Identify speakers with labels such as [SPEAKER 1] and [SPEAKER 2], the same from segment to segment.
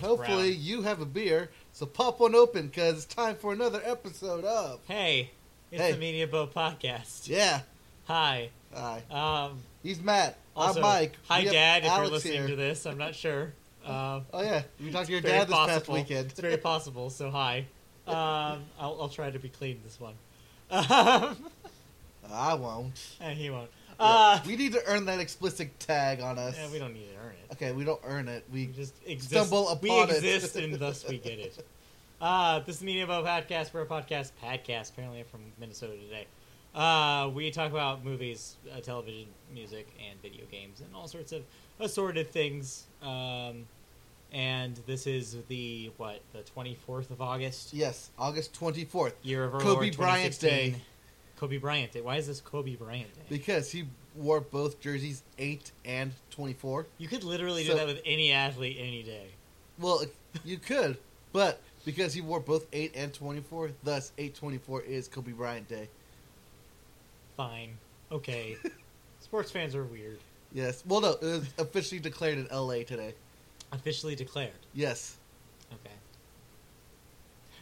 [SPEAKER 1] Charlie, you have a beer, so pop one open because it's time for another episode of.
[SPEAKER 2] Hey, it's
[SPEAKER 1] Hey.
[SPEAKER 2] the Media Boat Podcast.
[SPEAKER 1] Yeah.
[SPEAKER 2] Hi.
[SPEAKER 1] Hi.
[SPEAKER 2] Um,
[SPEAKER 1] He's Matt.
[SPEAKER 2] also,
[SPEAKER 1] I'm Mike.
[SPEAKER 2] Hi,
[SPEAKER 1] We have
[SPEAKER 2] Dad, if
[SPEAKER 1] Alex
[SPEAKER 2] you're listening
[SPEAKER 1] here.
[SPEAKER 2] to this. I'm not sure. Um,
[SPEAKER 1] Oh, yeah. You talked to your
[SPEAKER 2] very
[SPEAKER 1] dad this past
[SPEAKER 2] possible.
[SPEAKER 1] weekend.
[SPEAKER 2] It's very possible, so hi. Um, I'll, I'll try to be clean this one. Um,
[SPEAKER 1] I won't.
[SPEAKER 2] and he won't.
[SPEAKER 1] Yeah.
[SPEAKER 2] Uh,
[SPEAKER 1] we need to earn that explicit tag on us.
[SPEAKER 2] and we don't need to earn it.
[SPEAKER 1] Okay, we don't earn it.
[SPEAKER 2] We
[SPEAKER 1] We.
[SPEAKER 2] just exist.
[SPEAKER 1] stumble
[SPEAKER 2] we
[SPEAKER 1] upon it.
[SPEAKER 2] exist, and thus we get it. Uh, this is Media Boat Podcast. We're a podcast. Podcast. Apparently, I'm from Minnesota today. Uh, we talk about movies, uh, television, music, and video games, and all sorts of assorted things. Um, and this is the what the 24th of August,
[SPEAKER 1] Yes, August 24th.
[SPEAKER 2] year of our
[SPEAKER 1] Kobe
[SPEAKER 2] Lord,
[SPEAKER 1] Bryant
[SPEAKER 2] 2016.
[SPEAKER 1] Day.
[SPEAKER 2] Kobe Bryant Day. Why is this Kobe Bryant Day?
[SPEAKER 1] Because he wore both jerseys 8 and 24.
[SPEAKER 2] You could literally
[SPEAKER 1] So-
[SPEAKER 2] do that with any athlete any day.
[SPEAKER 1] Well, you could, but because he wore both 8 and 24, thus 824 is Kobe Bryant Day.
[SPEAKER 2] Fine. Okay. Sports fans are weird.
[SPEAKER 1] Yes. Well, no, it was officially declared in LA today.
[SPEAKER 2] Officially declared.
[SPEAKER 1] Yes.
[SPEAKER 2] Okay.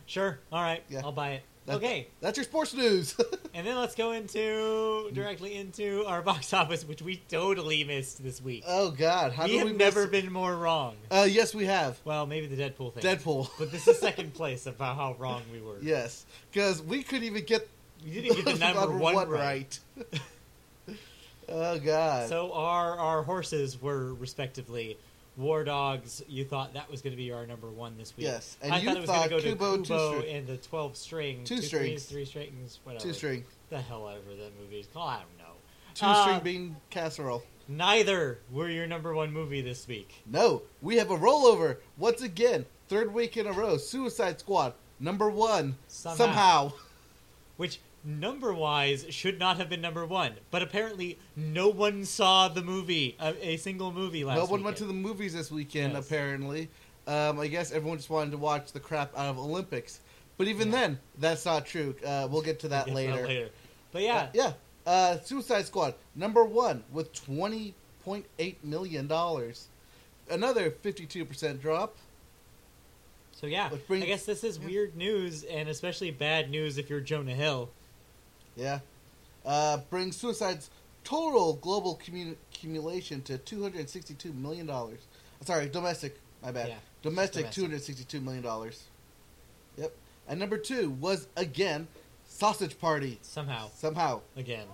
[SPEAKER 2] Sure. All right.
[SPEAKER 1] Yeah.
[SPEAKER 2] I'll buy it.
[SPEAKER 1] That-
[SPEAKER 2] okay.
[SPEAKER 1] That's your sports news.
[SPEAKER 2] And then let's go into directly into our box office, which we totally missed this week.
[SPEAKER 1] oh God, how
[SPEAKER 2] we
[SPEAKER 1] did
[SPEAKER 2] have
[SPEAKER 1] we miss-
[SPEAKER 2] never been more wrong.
[SPEAKER 1] Uh, yes, we have
[SPEAKER 2] Well, maybe the Deadpool thing.
[SPEAKER 1] Deadpool.
[SPEAKER 2] But this is second place about how wrong we were.
[SPEAKER 1] yes, because we couldn't even get
[SPEAKER 2] We didn't get the number, one, right.
[SPEAKER 1] oh God.
[SPEAKER 2] So our our horses were respectively War Dogs. You thought that was going to be our number one this week.
[SPEAKER 1] Yes, and
[SPEAKER 2] I
[SPEAKER 1] you
[SPEAKER 2] thought it was going to go
[SPEAKER 1] thought
[SPEAKER 2] to
[SPEAKER 1] Kubo,
[SPEAKER 2] Kubo,
[SPEAKER 1] two string-
[SPEAKER 2] and the twelve string,
[SPEAKER 1] Two
[SPEAKER 2] threes,
[SPEAKER 1] strings.
[SPEAKER 2] three strings, whatever.
[SPEAKER 1] two string,
[SPEAKER 2] the hell ever that movie is called. I don't know.
[SPEAKER 1] two
[SPEAKER 2] Uh,
[SPEAKER 1] string bean casserole.
[SPEAKER 2] Neither were your number one movie this week.
[SPEAKER 1] No, we have a rollover once again, third week in a row. Suicide Squad number one
[SPEAKER 2] Somehow.
[SPEAKER 1] somehow.
[SPEAKER 2] which number wise should not have been number one. But apparently, no one saw the movie, a, a single movie last.
[SPEAKER 1] no one went to the
[SPEAKER 2] weekend.
[SPEAKER 1] movies this weekend,
[SPEAKER 2] Yes.
[SPEAKER 1] apparently. Um, I guess everyone just wanted to watch the crap out of Olympics. But even
[SPEAKER 2] Yeah.
[SPEAKER 1] then, that's not true. Uh, we'll get to that
[SPEAKER 2] We'll get
[SPEAKER 1] later.
[SPEAKER 2] to that later. But yeah,
[SPEAKER 1] Uh, yeah. Uh, Suicide Squad, number one, with $20.8 million. Another 52% drop.
[SPEAKER 2] so yeah,
[SPEAKER 1] Let's bring-
[SPEAKER 2] I guess this is
[SPEAKER 1] yeah.
[SPEAKER 2] weird news and especially bad news if you're Jonah Hill.
[SPEAKER 1] Yeah. Uh, brings Suicide's total global commu- accumulation to $262 million. Uh, Sorry, domestic. My bad.
[SPEAKER 2] Yeah,
[SPEAKER 1] domestic,
[SPEAKER 2] domestic.
[SPEAKER 1] $262 million. Yep. And number two was, again, Sausage Party.
[SPEAKER 2] Somehow,
[SPEAKER 1] Somehow.
[SPEAKER 2] again,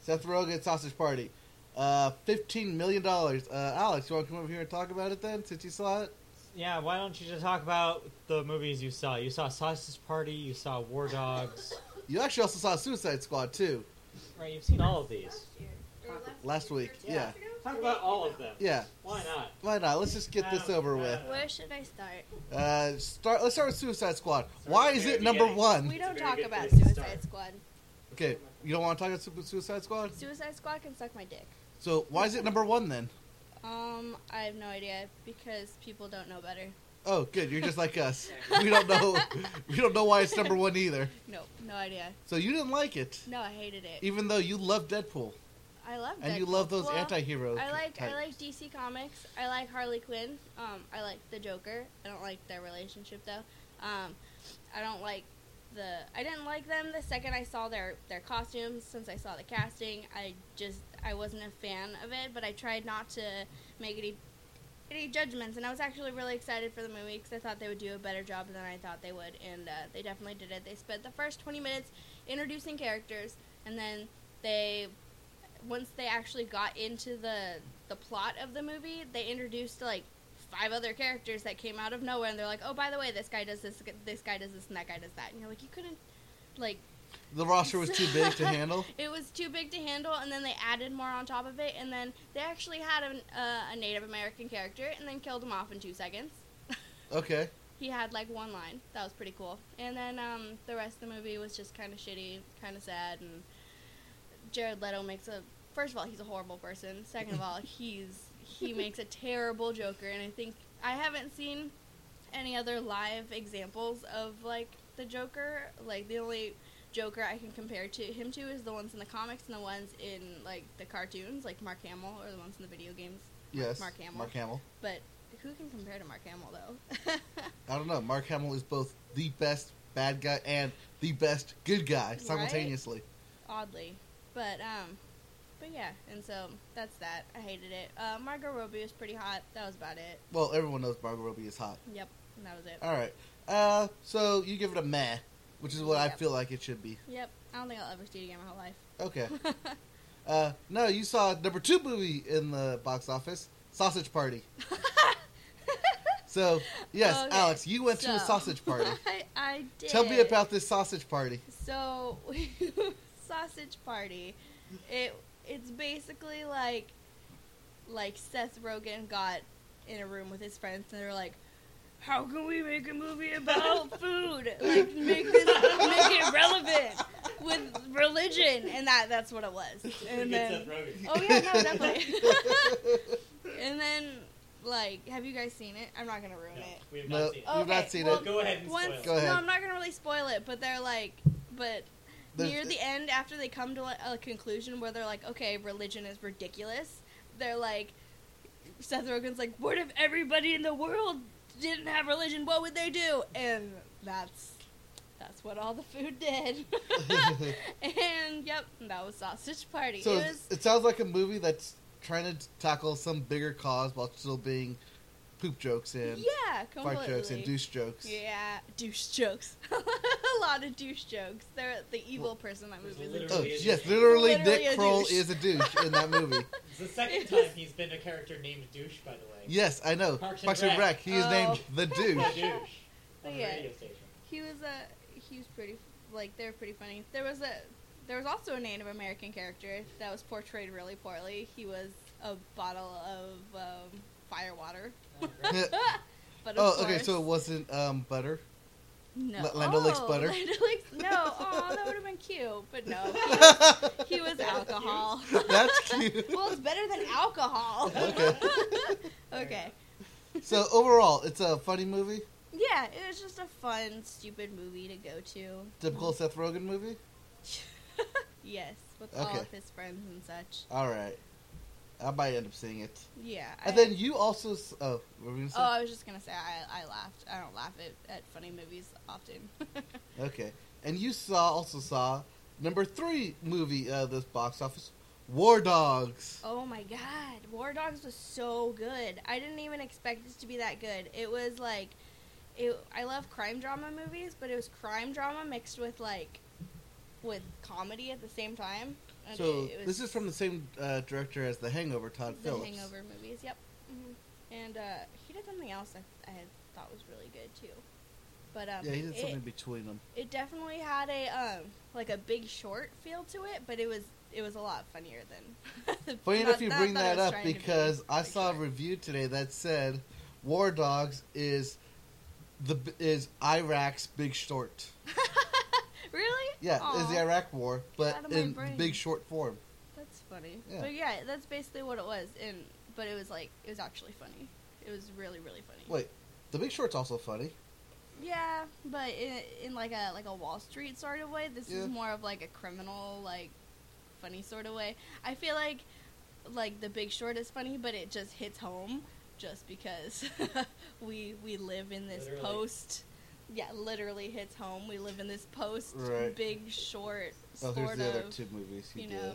[SPEAKER 1] Seth Rogen Sausage Party. Uh, $15 million. Uh, Alex, you want to come over here and talk about it then, since you saw it?
[SPEAKER 2] yeah. Why don't you just talk about the movies you saw? You saw Sausage Party. You saw War Dogs.
[SPEAKER 1] You actually also saw Suicide Squad, too.
[SPEAKER 2] right, you've seen all of these.
[SPEAKER 1] Last week, yeah.
[SPEAKER 2] Talk about all of them.
[SPEAKER 1] Yeah.
[SPEAKER 2] Why not?
[SPEAKER 1] Why not? Let's just get this over with.
[SPEAKER 3] Where should I start?
[SPEAKER 1] Uh, start. Let's start with Suicide Squad.
[SPEAKER 2] Start
[SPEAKER 1] Why
[SPEAKER 2] at the
[SPEAKER 1] is
[SPEAKER 2] very
[SPEAKER 1] it number
[SPEAKER 2] beginning.
[SPEAKER 1] one?
[SPEAKER 3] We don't
[SPEAKER 2] very
[SPEAKER 3] talk
[SPEAKER 2] good
[SPEAKER 3] about
[SPEAKER 2] place to
[SPEAKER 3] Suicide
[SPEAKER 2] start.
[SPEAKER 3] Squad.
[SPEAKER 1] Okay, you don't want to talk about Su- Suicide Squad.
[SPEAKER 3] Suicide Squad can suck my dick.
[SPEAKER 1] So why is it number one then?
[SPEAKER 3] Um, I have no idea because people don't know better.
[SPEAKER 1] Oh, good. You're just like us. We don't know. We don't know why it's number one either.
[SPEAKER 3] Nope, no idea.
[SPEAKER 1] So you didn't like it,
[SPEAKER 3] No, I hated it.
[SPEAKER 1] even though you love Deadpool
[SPEAKER 3] I love
[SPEAKER 1] and
[SPEAKER 3] Deadpool.
[SPEAKER 1] you love those
[SPEAKER 3] Well,
[SPEAKER 1] anti-heroes.
[SPEAKER 3] I like
[SPEAKER 1] type.
[SPEAKER 3] I like DC Comics. I like Harley Quinn. Um, I like the Joker. I don't like their relationship though. Um, I don't like the I didn't like them the second I saw their their costumes. Since I saw the casting, I just I wasn't a fan of it. But I tried not to make any any judgments, and I was actually really excited for the movie because I thought they would do a better job than I thought they would, and uh, they definitely did it. They spent the first twenty minutes introducing characters, and then they once they actually got into the the plot of the movie, they introduced like five other characters that came out of nowhere, and they're like, "Oh, by the way, this guy does this, this guy does this, and that guy does that." And you're like, "You couldn't." Like
[SPEAKER 1] the roster was too big to handle.
[SPEAKER 3] it was too big to handle, and then they added more on top of it, and then they actually had an, uh, a Native American character, and then killed him off in two seconds.
[SPEAKER 1] Okay.
[SPEAKER 3] He had like one line that was pretty cool, and then um, the rest of the movie was just kind of shitty, kind of sad, and Jared Leto makes a. First of all, he's a horrible person. Second of all, he's he makes a terrible Joker, and I think I haven't seen any other live examples of like the Joker. Like the only Joker I can compare to him to is the ones in the comics and the ones in like the cartoons, like Mark Hamill, or the ones in the video games,
[SPEAKER 1] Yes.
[SPEAKER 3] Mark Hamill.
[SPEAKER 1] Mark Hamill.
[SPEAKER 3] but who can compare to Mark Hamill though?
[SPEAKER 1] I don't know. Mark Hamill is both the best bad guy and the best good guy simultaneously.
[SPEAKER 3] Oddly, but um, but yeah, and so that's that. I hated it. Uh, Margot Robbie was pretty hot. That was about it.
[SPEAKER 1] Well, everyone knows Margot Robbie is hot.
[SPEAKER 3] Yep, and that was it.
[SPEAKER 1] All right. Uh, so you give it a meh, which is what I
[SPEAKER 3] Yep.
[SPEAKER 1] feel like it should be.
[SPEAKER 3] Yep, I don't think I'll ever see it again in my whole life.
[SPEAKER 1] Okay. Uh, no, you saw number two movie in the box office, Sausage Party. so yes,
[SPEAKER 3] Okay,
[SPEAKER 1] Alex, you went to a
[SPEAKER 3] So-
[SPEAKER 1] sausage party.
[SPEAKER 3] I, I did.
[SPEAKER 1] Tell me about this sausage party.
[SPEAKER 3] So, sausage party. It it's basically like like Seth Rogen got in a room with his friends and they're like, "How can we make a movie about food? Like make this make it relevant with religion." And that that's what it was. And then Oh yeah, no, definitely. and then like, have you guys seen it? I'm not going to ruin it.
[SPEAKER 2] we have
[SPEAKER 1] No,
[SPEAKER 2] not
[SPEAKER 1] you've not seen
[SPEAKER 2] seen it.
[SPEAKER 3] Okay, well,
[SPEAKER 1] it.
[SPEAKER 2] Go ahead and spoil
[SPEAKER 3] Once,
[SPEAKER 2] it.
[SPEAKER 1] Go ahead.
[SPEAKER 3] No, I'm not gonna really spoil it, but they're like, but
[SPEAKER 1] There's-
[SPEAKER 3] near the end, after they come to a, a conclusion where they're like, okay, religion is ridiculous. They're like, Seth Rogen's like, what if everybody in the world didn't have religion? What would they do? And that's that's what all the food did. and yep, that was sausage party.
[SPEAKER 1] So
[SPEAKER 3] it
[SPEAKER 1] it,
[SPEAKER 3] was
[SPEAKER 1] sounds like a movie that's trying to tackle some bigger cause while still being poop jokes and
[SPEAKER 3] yeah, completely.
[SPEAKER 1] fart jokes and douche jokes.
[SPEAKER 3] Yeah, douche jokes. a lot of douche jokes. They're the evil
[SPEAKER 1] Well,
[SPEAKER 3] person in that
[SPEAKER 2] there's
[SPEAKER 3] movie is a
[SPEAKER 2] literally
[SPEAKER 1] Oh
[SPEAKER 2] Literally a
[SPEAKER 1] yes,
[SPEAKER 2] douche.
[SPEAKER 1] literally,
[SPEAKER 3] Literally
[SPEAKER 1] Nick
[SPEAKER 3] a
[SPEAKER 1] Kroll
[SPEAKER 3] douche.
[SPEAKER 1] is a douche in that movie.
[SPEAKER 2] It's the second
[SPEAKER 3] It was-
[SPEAKER 2] time he's been a character named Douche, by the way.
[SPEAKER 1] yes, I know.
[SPEAKER 2] Parks and
[SPEAKER 1] Parks and
[SPEAKER 2] Rec.
[SPEAKER 1] Rec. He is
[SPEAKER 3] Oh.
[SPEAKER 1] named the
[SPEAKER 2] The
[SPEAKER 1] douche.
[SPEAKER 2] douche. On the
[SPEAKER 3] Yeah.
[SPEAKER 2] radio station.
[SPEAKER 3] He was a he was pretty like they were pretty funny. There was a there was also a Native American character that was portrayed really poorly. He was a bottle of um, fire water.
[SPEAKER 2] Oh, great.
[SPEAKER 3] But of
[SPEAKER 1] oh, okay.
[SPEAKER 3] course-
[SPEAKER 1] So it wasn't um, butter.
[SPEAKER 3] no.
[SPEAKER 1] L- Lando likes
[SPEAKER 3] Oh,
[SPEAKER 1] butter?
[SPEAKER 3] Lando likes- no. Oh, that would have been cute, but no. He was,
[SPEAKER 1] That's
[SPEAKER 3] he was alcohol.
[SPEAKER 1] cute.
[SPEAKER 3] well, it's better than alcohol.
[SPEAKER 1] Okay.
[SPEAKER 3] okay.
[SPEAKER 1] So overall, it's a funny movie.
[SPEAKER 3] Yeah, it was just a fun, stupid movie to go to.
[SPEAKER 1] Typical Seth Rogen movie.
[SPEAKER 3] Yes, with
[SPEAKER 1] Okay.
[SPEAKER 3] all of his friends and such.
[SPEAKER 1] All right, I might end up seeing it.
[SPEAKER 3] Yeah.
[SPEAKER 1] And then you also. s- Oh, what were we gonna say?
[SPEAKER 3] Oh, I was just gonna say I, I laughed. I don't laugh at, at funny movies often.
[SPEAKER 1] Okay, and you saw also saw number three movie uh, this box office, War Dogs.
[SPEAKER 3] oh my god, War Dogs was so good. I didn't even expect it to be that good. It was like, it. I love crime drama movies, but it was crime drama mixed with like, with comedy at the same time. And
[SPEAKER 1] so
[SPEAKER 3] it- it was
[SPEAKER 1] this is from the same uh, director as The Hangover, Todd
[SPEAKER 3] the
[SPEAKER 1] Phillips.
[SPEAKER 3] Hangover movies. Yep. Mhm. And uh, he did something else I, I had thought was really good too. But um,
[SPEAKER 1] Yeah, he did
[SPEAKER 3] it-
[SPEAKER 1] something between them.
[SPEAKER 3] It definitely had a um like a big short feel to it, but it was it was a lot funnier than.
[SPEAKER 1] Funny
[SPEAKER 3] not-
[SPEAKER 1] enough, you
[SPEAKER 3] not
[SPEAKER 1] bring
[SPEAKER 3] I
[SPEAKER 1] that
[SPEAKER 3] was
[SPEAKER 1] up
[SPEAKER 3] trying to be
[SPEAKER 1] because I
[SPEAKER 3] like
[SPEAKER 1] saw a
[SPEAKER 3] short.
[SPEAKER 1] review today that said War Dogs is the b- is Iraq's Big Short.
[SPEAKER 3] Really?
[SPEAKER 1] Yeah, is the
[SPEAKER 3] Aw,
[SPEAKER 1] Iraq War, but
[SPEAKER 3] out of my
[SPEAKER 1] in
[SPEAKER 3] brain.
[SPEAKER 1] Big Short form.
[SPEAKER 3] That's funny.
[SPEAKER 1] Yeah.
[SPEAKER 3] But yeah, that's basically what it was, and but it was like it was actually funny. It was really really funny.
[SPEAKER 1] Wait, the Big Short's also funny.
[SPEAKER 3] Yeah, but in, in like a like a Wall Street sort of way. This
[SPEAKER 1] Yeah.
[SPEAKER 3] is more of like a criminal like funny sort of way. I feel like like The Big Short is funny, but it just hits home just because we we live in this
[SPEAKER 2] Literally.
[SPEAKER 3] post. Yeah, literally hits home. We live in this post
[SPEAKER 1] Right.
[SPEAKER 3] Big Short
[SPEAKER 1] Oh,
[SPEAKER 3] sort
[SPEAKER 1] here's the
[SPEAKER 3] of.
[SPEAKER 1] other two movies he
[SPEAKER 3] you
[SPEAKER 1] did.
[SPEAKER 3] know,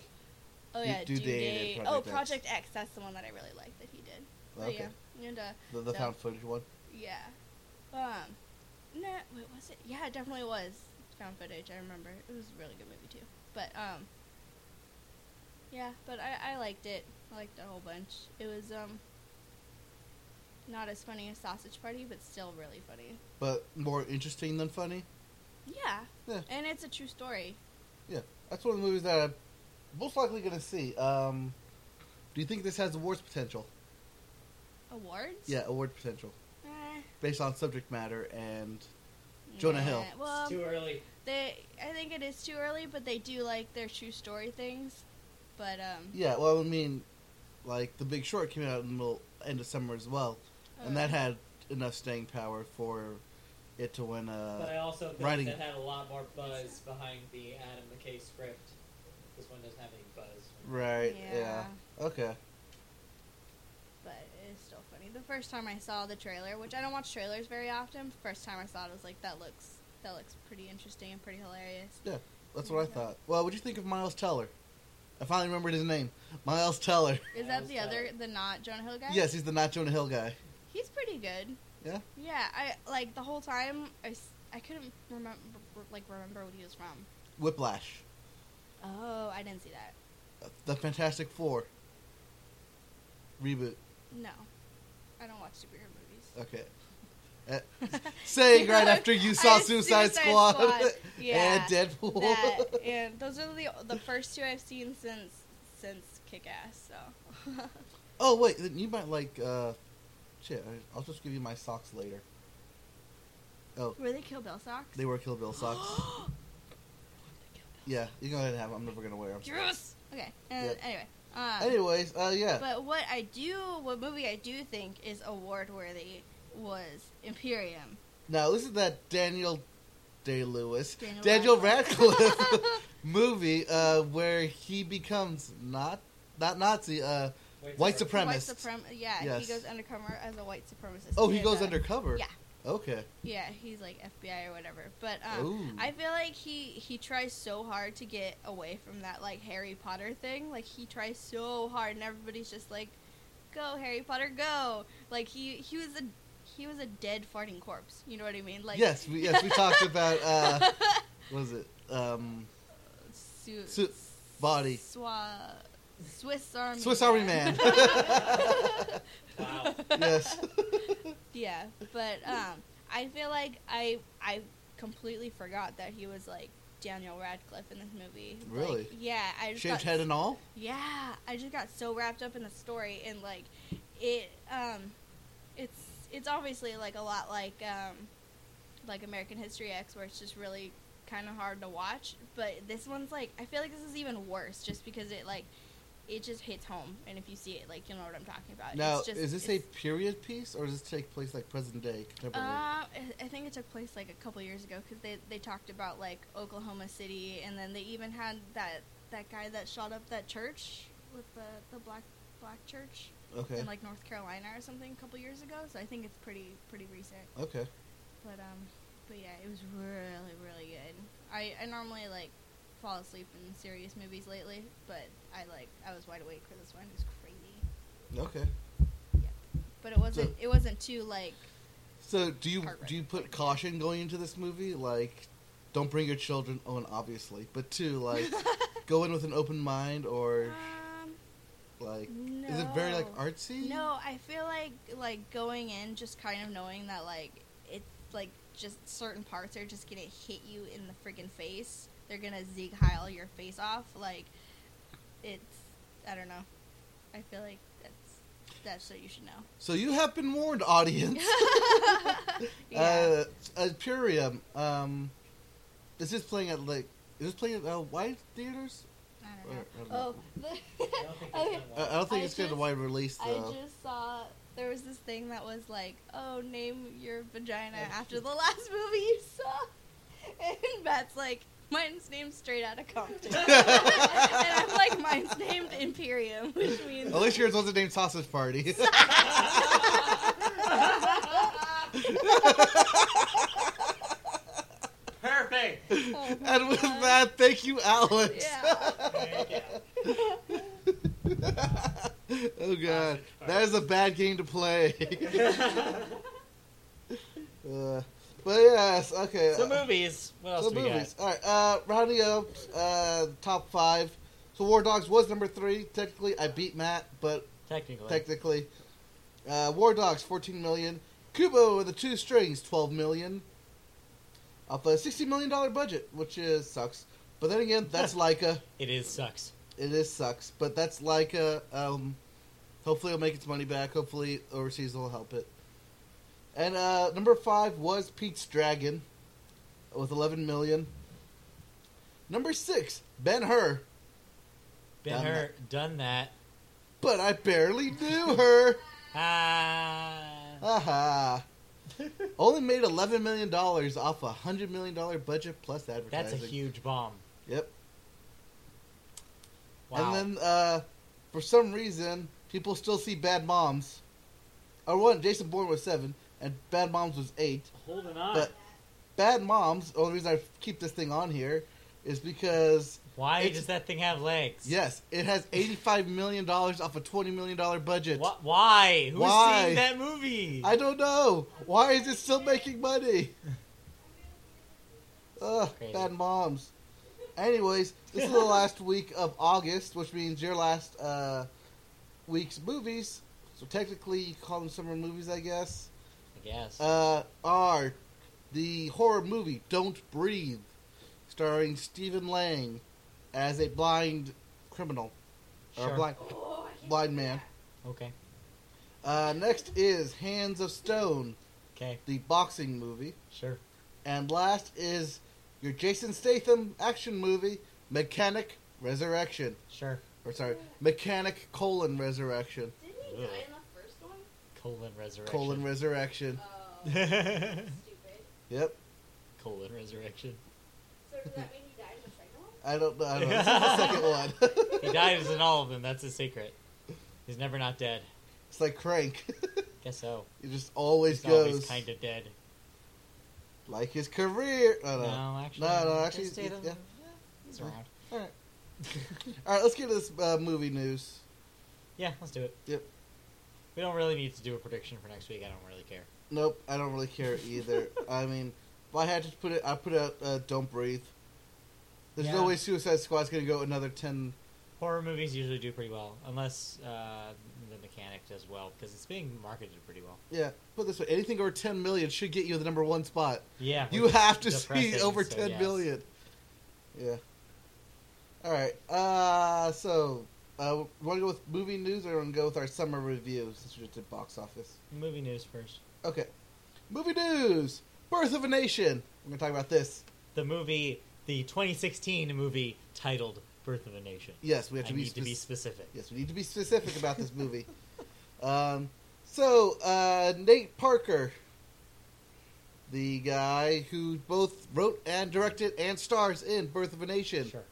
[SPEAKER 3] Oh
[SPEAKER 1] Due-
[SPEAKER 3] yeah,
[SPEAKER 1] Due
[SPEAKER 3] Due
[SPEAKER 1] Date
[SPEAKER 3] Date.
[SPEAKER 1] and
[SPEAKER 3] Oh,
[SPEAKER 1] Project
[SPEAKER 3] Project X. That's the one that I really liked that he did. Oh
[SPEAKER 1] Okay,
[SPEAKER 3] yeah, and uh,
[SPEAKER 1] the, the
[SPEAKER 3] So-
[SPEAKER 1] found footage one.
[SPEAKER 3] yeah. Um, no, wait, was it? Yeah, it definitely was found footage. I remember it was a really good movie too. But um, yeah, but I I liked it. I liked it a whole bunch. It was um, not as funny as Sausage Party, but still really funny.
[SPEAKER 1] but more interesting than funny.
[SPEAKER 3] Yeah.
[SPEAKER 1] Yeah.
[SPEAKER 3] And it's a true story.
[SPEAKER 1] That's one of the movies that I'm most likely going to see. Um, do you think this has awards potential?
[SPEAKER 3] Awards.
[SPEAKER 1] Yeah, award potential
[SPEAKER 3] Eh,
[SPEAKER 1] based on subject matter and Jonah
[SPEAKER 3] nah.
[SPEAKER 1] Hill.
[SPEAKER 3] Well,
[SPEAKER 2] It's too early.
[SPEAKER 3] they I think it is too early, but they do like their true story things. But um,
[SPEAKER 1] yeah. Well, I mean, like The Big Short came out in the middle, end of summer as well, and that
[SPEAKER 2] Oh.
[SPEAKER 3] uh,
[SPEAKER 1] had enough staying power for it to win
[SPEAKER 2] But I
[SPEAKER 1] a.
[SPEAKER 2] also think
[SPEAKER 1] writing-
[SPEAKER 2] that had a lot more buzz behind the Adam McKay script. This one doesn't have any buzz.
[SPEAKER 1] Right. Yeah. Okay.
[SPEAKER 3] but is still funny. The first time I saw the trailer, which I don't watch trailers very often, first time I saw it, I was like, that looks that looks pretty interesting and pretty hilarious.
[SPEAKER 1] That's what I thought. Well, what'd you think of Miles Teller? I finally remembered his name. Miles Teller.
[SPEAKER 3] Is
[SPEAKER 2] Yeah, I
[SPEAKER 3] that
[SPEAKER 2] was
[SPEAKER 3] the other,
[SPEAKER 2] telling-
[SPEAKER 3] the not Jonah Hill guy?
[SPEAKER 1] Yes, he's the Nacho and Hill guy.
[SPEAKER 3] He's pretty good.
[SPEAKER 1] Yeah?
[SPEAKER 3] Yeah, I like the whole time I, s- I couldn't remember like remember what he was from.
[SPEAKER 1] Whiplash.
[SPEAKER 3] Oh, I didn't see that.
[SPEAKER 1] The Fantastic Four. Reboot.
[SPEAKER 3] No, I don't watch superhero movies.
[SPEAKER 1] Okay. Eh. Saying right after you saw
[SPEAKER 3] I-
[SPEAKER 1] Suicide, Squad,
[SPEAKER 3] Yeah,
[SPEAKER 1] and Deadpool.
[SPEAKER 3] that, and those are the the first two I've seen since since Kick Ass. So
[SPEAKER 1] Oh wait, then you might like. uh Shit, I- I'll just give you my socks later.
[SPEAKER 3] were they Kill Bill socks?
[SPEAKER 1] They were Kill Bill socks. yeah, you go ahead and have them. I'm never gonna wear them.
[SPEAKER 3] Yes. Okay. And
[SPEAKER 1] Yep.
[SPEAKER 3] Anyway. Um,
[SPEAKER 1] Anyways, uh, yeah.
[SPEAKER 3] But what I do, what movie I do think is award worthy was Imperium.
[SPEAKER 1] Now this is that Daniel Day Lewis,
[SPEAKER 3] Daniel
[SPEAKER 1] Daniel, Radcliffe movie uh, where he becomes not not Nazi. Uh, White
[SPEAKER 3] White
[SPEAKER 1] supremacist.
[SPEAKER 3] suprem- yeah,
[SPEAKER 1] Yes.
[SPEAKER 3] he goes undercover as a white supremacist.
[SPEAKER 1] oh, he
[SPEAKER 3] And,
[SPEAKER 1] goes
[SPEAKER 3] uh,
[SPEAKER 1] undercover.
[SPEAKER 3] yeah.
[SPEAKER 1] Okay.
[SPEAKER 3] Yeah, he's like FBI or whatever. But um,
[SPEAKER 1] Ooh.
[SPEAKER 3] I feel like he he tries so hard to get away from that like Harry Potter thing. Like he tries so hard, and everybody's just like, "Go Harry Potter, go!" Like he he was a he was a dead farting corpse. You know what I mean? Like
[SPEAKER 1] yes. We, yes. We talked about. Uh, what was it? Um,
[SPEAKER 3] Su-
[SPEAKER 1] Su- body.
[SPEAKER 3] Swa- Swiss Army.
[SPEAKER 1] Swiss Army Man.
[SPEAKER 2] Wow.
[SPEAKER 1] yes.
[SPEAKER 3] yeah, but um, I feel like I I completely forgot that he was like Daniel Radcliffe in this movie. Like,
[SPEAKER 1] Really?
[SPEAKER 3] yeah, I just
[SPEAKER 1] Shaved
[SPEAKER 3] got-
[SPEAKER 1] head and all.
[SPEAKER 3] Yeah, I just got so wrapped up in the story and like it um it's it's obviously like a lot like um like American History X where it's just really kind of hard to watch, but this one's like I feel like this is even worse just because it like it just hits home and if you see it like you know what I'm talking about.
[SPEAKER 1] Now,
[SPEAKER 3] it's just,
[SPEAKER 1] is this a
[SPEAKER 3] it's-
[SPEAKER 1] period piece or does this take place like present day
[SPEAKER 3] uh,
[SPEAKER 1] contemporary?
[SPEAKER 3] I I think it took place like a couple years ago because they, they talked about like Oklahoma City, and then they even had that that guy that shot up that church with the, the black black church
[SPEAKER 1] okay.
[SPEAKER 3] in Uh, like North Carolina or something a couple years ago. So I think it's pretty pretty recent.
[SPEAKER 1] okay.
[SPEAKER 3] But um, but yeah, it was really really good. I I normally like fall asleep in serious movies lately, but I like I was wide awake for this one. It was crazy,
[SPEAKER 1] Okay.
[SPEAKER 3] but it wasn't it wasn't too like
[SPEAKER 1] So do you
[SPEAKER 3] Cartwright.
[SPEAKER 1] do you put caution going into this movie? Like, don't bring your children. Oh, and obviously, but two, like, go in with an open mind, or
[SPEAKER 3] um.
[SPEAKER 1] like, is it very like
[SPEAKER 3] no.
[SPEAKER 1] artsy?
[SPEAKER 3] No, I feel like like going in just kind of knowing that like it's like just certain parts are just gonna hit you in the freaking face. They're gonna Zeke Heil your face off. Like it's I don't know. I feel like that's that's what you should know.
[SPEAKER 1] So you have been warned, audience. Uh,
[SPEAKER 3] yeah.
[SPEAKER 1] uh, Purium. Um, is this playing at like? Is this playing at uh, wide theaters?
[SPEAKER 3] I
[SPEAKER 1] Or,
[SPEAKER 3] don't know.
[SPEAKER 1] uh, I don't
[SPEAKER 3] Oh,
[SPEAKER 1] know. I, I
[SPEAKER 2] I don't think there's been one.
[SPEAKER 3] okay.
[SPEAKER 1] don't think
[SPEAKER 3] I
[SPEAKER 1] it's going to
[SPEAKER 3] just-
[SPEAKER 1] wide release
[SPEAKER 3] I
[SPEAKER 1] though.
[SPEAKER 3] just saw there was this thing that was like, "Oh, name your vagina after the last movie you saw," and Matt's like, "Mine's named Straight Outta Compton," and I'm like, "Mine's named Imperium," which means
[SPEAKER 1] At least yours wasn't named Sausage Party.
[SPEAKER 2] Perfect.
[SPEAKER 3] Oh my
[SPEAKER 1] and with
[SPEAKER 3] God.
[SPEAKER 1] that, thank you, Alex.
[SPEAKER 3] Yeah.
[SPEAKER 2] Thank you.
[SPEAKER 1] oh god, that is a bad game to play. uh, but yes, okay.
[SPEAKER 2] so
[SPEAKER 1] uh,
[SPEAKER 2] movies. What else
[SPEAKER 1] so
[SPEAKER 2] do we
[SPEAKER 1] movies. All right, uh, rounding up uh, top five. So War Dogs was number three. Technically, I beat Matt, but
[SPEAKER 2] got? Technically.
[SPEAKER 1] technically, uh, War Dogs fourteen million. Kubo with the two strings twelve million. Off a sixty million dollar budget, which is sucks. But then again, that's Leica.
[SPEAKER 2] it is sucks.
[SPEAKER 1] It is sucks, but that's like a. Um, hopefully, it'll make its money back. Hopefully, overseas will help it. And uh, number five was Pete's Dragon, with eleven million. Number six, Ben Hur,
[SPEAKER 2] Been
[SPEAKER 1] Done
[SPEAKER 2] hurt. Done that.
[SPEAKER 1] but I barely knew her.
[SPEAKER 2] Ah.
[SPEAKER 1] Aha! Only made eleven million dollars off a hundred million dollar budget plus advertising.
[SPEAKER 2] That's a huge bomb.
[SPEAKER 1] Yep.
[SPEAKER 2] Wow.
[SPEAKER 1] And then, uh, for some reason, people still see Bad Moms. Or one, Jason Bourne was seven, and Bad Moms was eight.
[SPEAKER 2] Holding on.
[SPEAKER 1] But Bad Moms, the only reason I keep this thing on here is because
[SPEAKER 2] Why
[SPEAKER 1] it's-
[SPEAKER 2] does that thing have legs?
[SPEAKER 1] yes, it has eighty-five million dollars off a twenty million dollar budget.
[SPEAKER 2] Wh- why? Who's
[SPEAKER 1] Why?
[SPEAKER 2] seeing that movie?
[SPEAKER 1] I don't know. Why is it still making money? Ugh,
[SPEAKER 2] Crazy.
[SPEAKER 1] bad moms. Anyways, this is the last week of August, which means your last uh, week's movies. So technically, you call them summer movies, I guess.
[SPEAKER 2] I guess.
[SPEAKER 1] Uh, are the horror movie "Don't Breathe," starring Stephen Lang as a blind criminal or
[SPEAKER 2] Sure.
[SPEAKER 1] a blind blind man.
[SPEAKER 2] Okay.
[SPEAKER 1] Uh, next is Hands of Stone,
[SPEAKER 2] Okay.
[SPEAKER 1] the boxing movie.
[SPEAKER 2] Sure.
[SPEAKER 1] And last is your Jason Statham action movie, Mechanic Resurrection.
[SPEAKER 2] Sure.
[SPEAKER 1] Or sorry, Mechanic colon Resurrection.
[SPEAKER 3] Didn't he
[SPEAKER 2] Ugh.
[SPEAKER 3] die in the first one?
[SPEAKER 2] Colon resurrection.
[SPEAKER 1] Colon Resurrection.
[SPEAKER 3] Oh,
[SPEAKER 2] resurrection.
[SPEAKER 3] stupid.
[SPEAKER 1] Yep.
[SPEAKER 2] colon resurrection.
[SPEAKER 3] So does that mean he died in the second one?
[SPEAKER 1] I don't know. I don't know. This is the second one.
[SPEAKER 2] He dies in all of them. That's his secret. He's never not dead.
[SPEAKER 1] it's like Crank.
[SPEAKER 2] Guess so.
[SPEAKER 1] It just always
[SPEAKER 2] He's
[SPEAKER 1] goes
[SPEAKER 2] always kind of dead.
[SPEAKER 1] like his career. Oh, no.
[SPEAKER 2] No, actually.
[SPEAKER 1] No, no,
[SPEAKER 2] Jason
[SPEAKER 1] actually,
[SPEAKER 2] Statham,
[SPEAKER 1] yeah.
[SPEAKER 2] eh, He's around.
[SPEAKER 1] Alright. Alright, let's get to this uh, movie news.
[SPEAKER 2] Yeah, let's do it.
[SPEAKER 1] Yep.
[SPEAKER 2] We don't really need to do a prediction for next week. I don't really care.
[SPEAKER 1] Nope, I don't really care either. I mean, if I had to put it, I put out uh, "Don't Breathe." There's
[SPEAKER 2] Yeah.
[SPEAKER 1] no way Suicide Squad's gonna go another ten.
[SPEAKER 2] Horror movies usually do pretty well, unless uh, the mechanic does well because it's being marketed pretty well.
[SPEAKER 1] Yeah, put it this way, anything over ten million should get you the number one spot.
[SPEAKER 2] Yeah,
[SPEAKER 1] You
[SPEAKER 2] which is
[SPEAKER 1] have to see
[SPEAKER 2] depressing,
[SPEAKER 1] over
[SPEAKER 2] so
[SPEAKER 1] ten
[SPEAKER 2] yes.
[SPEAKER 1] million. Yeah. All right. Uh, so, uh, want to go with movie news or want to go with our summer review since we just did box office?
[SPEAKER 2] Movie news first.
[SPEAKER 1] Okay. Movie news: Birth of a Nation. We're gonna talk about this.
[SPEAKER 2] The movie, the 2016 movie titled "Birth of a Nation."
[SPEAKER 1] Yes, we have
[SPEAKER 2] I
[SPEAKER 1] to be
[SPEAKER 2] need to be
[SPEAKER 1] spec-
[SPEAKER 2] specific.
[SPEAKER 1] Yes, we need to be specific about this movie. um, so, uh, Nate Parker, the guy who both wrote and directed and stars in Birth of a Nation,
[SPEAKER 2] Sure.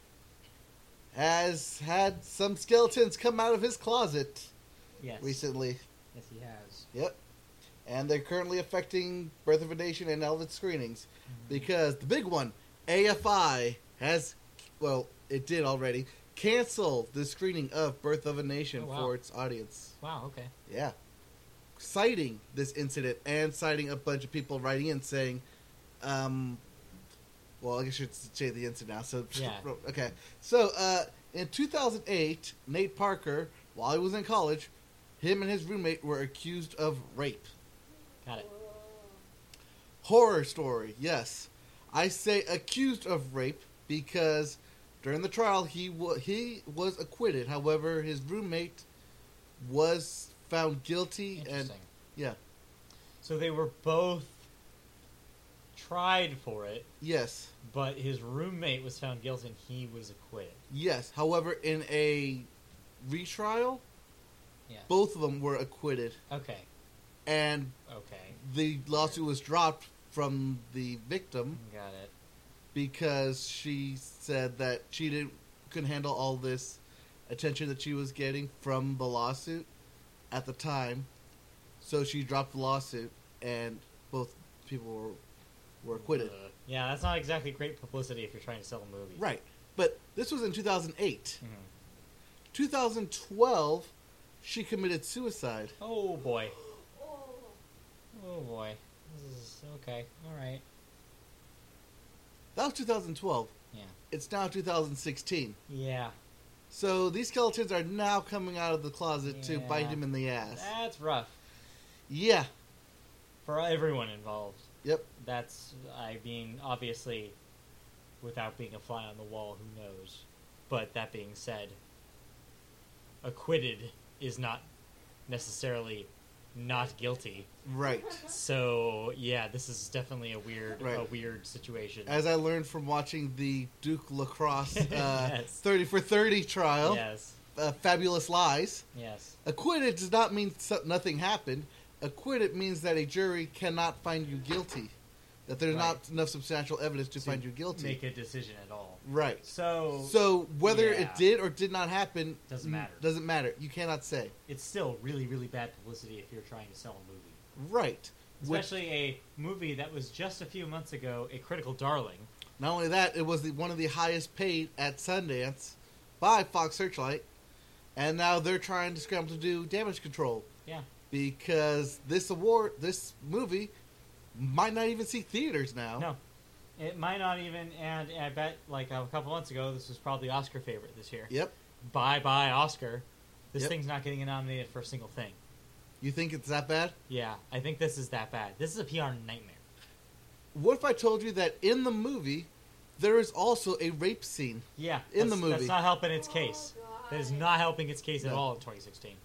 [SPEAKER 1] has had some skeletons come out of his closet
[SPEAKER 2] Yes.
[SPEAKER 1] recently.
[SPEAKER 2] Yes, he has.
[SPEAKER 1] Yep. And they're currently affecting Birth of a Nation and all of its screenings
[SPEAKER 2] Mm-hmm.
[SPEAKER 1] because the big one, AFI, has, well, it did already, cancel the screening of Birth of a Nation
[SPEAKER 2] Oh, wow.
[SPEAKER 1] for its audience.
[SPEAKER 2] Wow. Okay.
[SPEAKER 1] Yeah. Citing this incident and citing a bunch of people writing in saying, um, well, I guess you should say the incident now. So,
[SPEAKER 2] Yeah.
[SPEAKER 1] okay. So, uh, in 2008, Nate Parker, while he was in college, him and his roommate were accused of rape.
[SPEAKER 2] Got it.
[SPEAKER 1] Horror story, yes. I say accused of rape because during the trial he wa- he was acquitted. However, his roommate was found guilty and
[SPEAKER 2] Interesting.
[SPEAKER 1] yeah.
[SPEAKER 2] So they were both tried for it,
[SPEAKER 1] Yes,
[SPEAKER 2] but his roommate was found guilty and he was acquitted.
[SPEAKER 1] yes. However, in a retrial,
[SPEAKER 2] Yeah.
[SPEAKER 1] both of them were acquitted,
[SPEAKER 2] Okay.
[SPEAKER 1] and
[SPEAKER 2] Okay.
[SPEAKER 1] the lawsuit was dropped from the victim
[SPEAKER 2] Got it.
[SPEAKER 1] because she said that she didn't couldn't handle all this attention that she was getting from the lawsuit at the time, so she dropped the lawsuit, and both people were were acquitted.
[SPEAKER 2] Uh, yeah, that's not exactly great publicity if you're trying to sell a movie.
[SPEAKER 1] Right, but this was in two thousand eight.
[SPEAKER 2] Mhm.
[SPEAKER 1] 2012, she committed suicide.
[SPEAKER 2] Oh boy.
[SPEAKER 3] Oh.
[SPEAKER 2] Oh boy. This is okay. All right.
[SPEAKER 1] That was 2012.
[SPEAKER 2] Yeah.
[SPEAKER 1] It's now 2016.
[SPEAKER 2] Yeah.
[SPEAKER 1] So these skeletons are now coming out of the closet to
[SPEAKER 2] Yeah. Ah.
[SPEAKER 1] bite him in the ass.
[SPEAKER 2] That's rough
[SPEAKER 1] Yeah.
[SPEAKER 2] for everyone involved.
[SPEAKER 1] Yep.
[SPEAKER 2] That's I mean obviously without being a fly on the wall, who knows. But that being said, acquitted is not necessarily not guilty.
[SPEAKER 1] Right.
[SPEAKER 2] So, yeah, this is definitely a weird a
[SPEAKER 1] Right.
[SPEAKER 2] weird situation.
[SPEAKER 1] As I learned from watching the Duke Lacrosse uh,
[SPEAKER 2] Yes.
[SPEAKER 1] 30 for 30 trial,
[SPEAKER 2] yes.
[SPEAKER 1] uh, Fabulous Lies,
[SPEAKER 2] Yes.
[SPEAKER 1] acquitted does not mean so- nothing happened. Acquitted means that a jury cannot find you guilty. that there's
[SPEAKER 2] Right.
[SPEAKER 1] not enough substantial evidence to,
[SPEAKER 2] To
[SPEAKER 1] find you guilty.
[SPEAKER 2] Make a decision at all.
[SPEAKER 1] right.
[SPEAKER 2] So,
[SPEAKER 1] So whether
[SPEAKER 2] yeah.
[SPEAKER 1] it did or did not happen
[SPEAKER 2] Doesn't
[SPEAKER 1] mm,
[SPEAKER 2] matter.
[SPEAKER 1] Doesn't matter. You cannot say.
[SPEAKER 2] it's still really, really bad publicity if you're trying to sell a movie.
[SPEAKER 1] Right. Which-
[SPEAKER 2] Especially a movie that was just a few months ago a critical darling.
[SPEAKER 1] Not only that, it was the, one of the highest paid at Sundance by Fox Searchlight, and now they're trying to scramble to do damage control
[SPEAKER 2] Yeah.
[SPEAKER 1] because this award, this movie, might not even see theaters now.
[SPEAKER 2] No. It might not even, and I bet like a couple months ago, this was probably Oscar favorite this year.
[SPEAKER 1] Yep.
[SPEAKER 2] Bye bye Oscar. This
[SPEAKER 1] Yep.
[SPEAKER 2] thing's not getting nominated for a single thing.
[SPEAKER 1] You think it's that bad?
[SPEAKER 2] Yeah, I think this is that bad. This is a PR nightmare.
[SPEAKER 1] What if I told you that in the movie there is also a rape scene?
[SPEAKER 2] Yeah,
[SPEAKER 1] In the
[SPEAKER 2] that's-
[SPEAKER 1] movie.
[SPEAKER 2] that's not helping its case. That is not helping its case at
[SPEAKER 1] No.
[SPEAKER 2] all in 2016.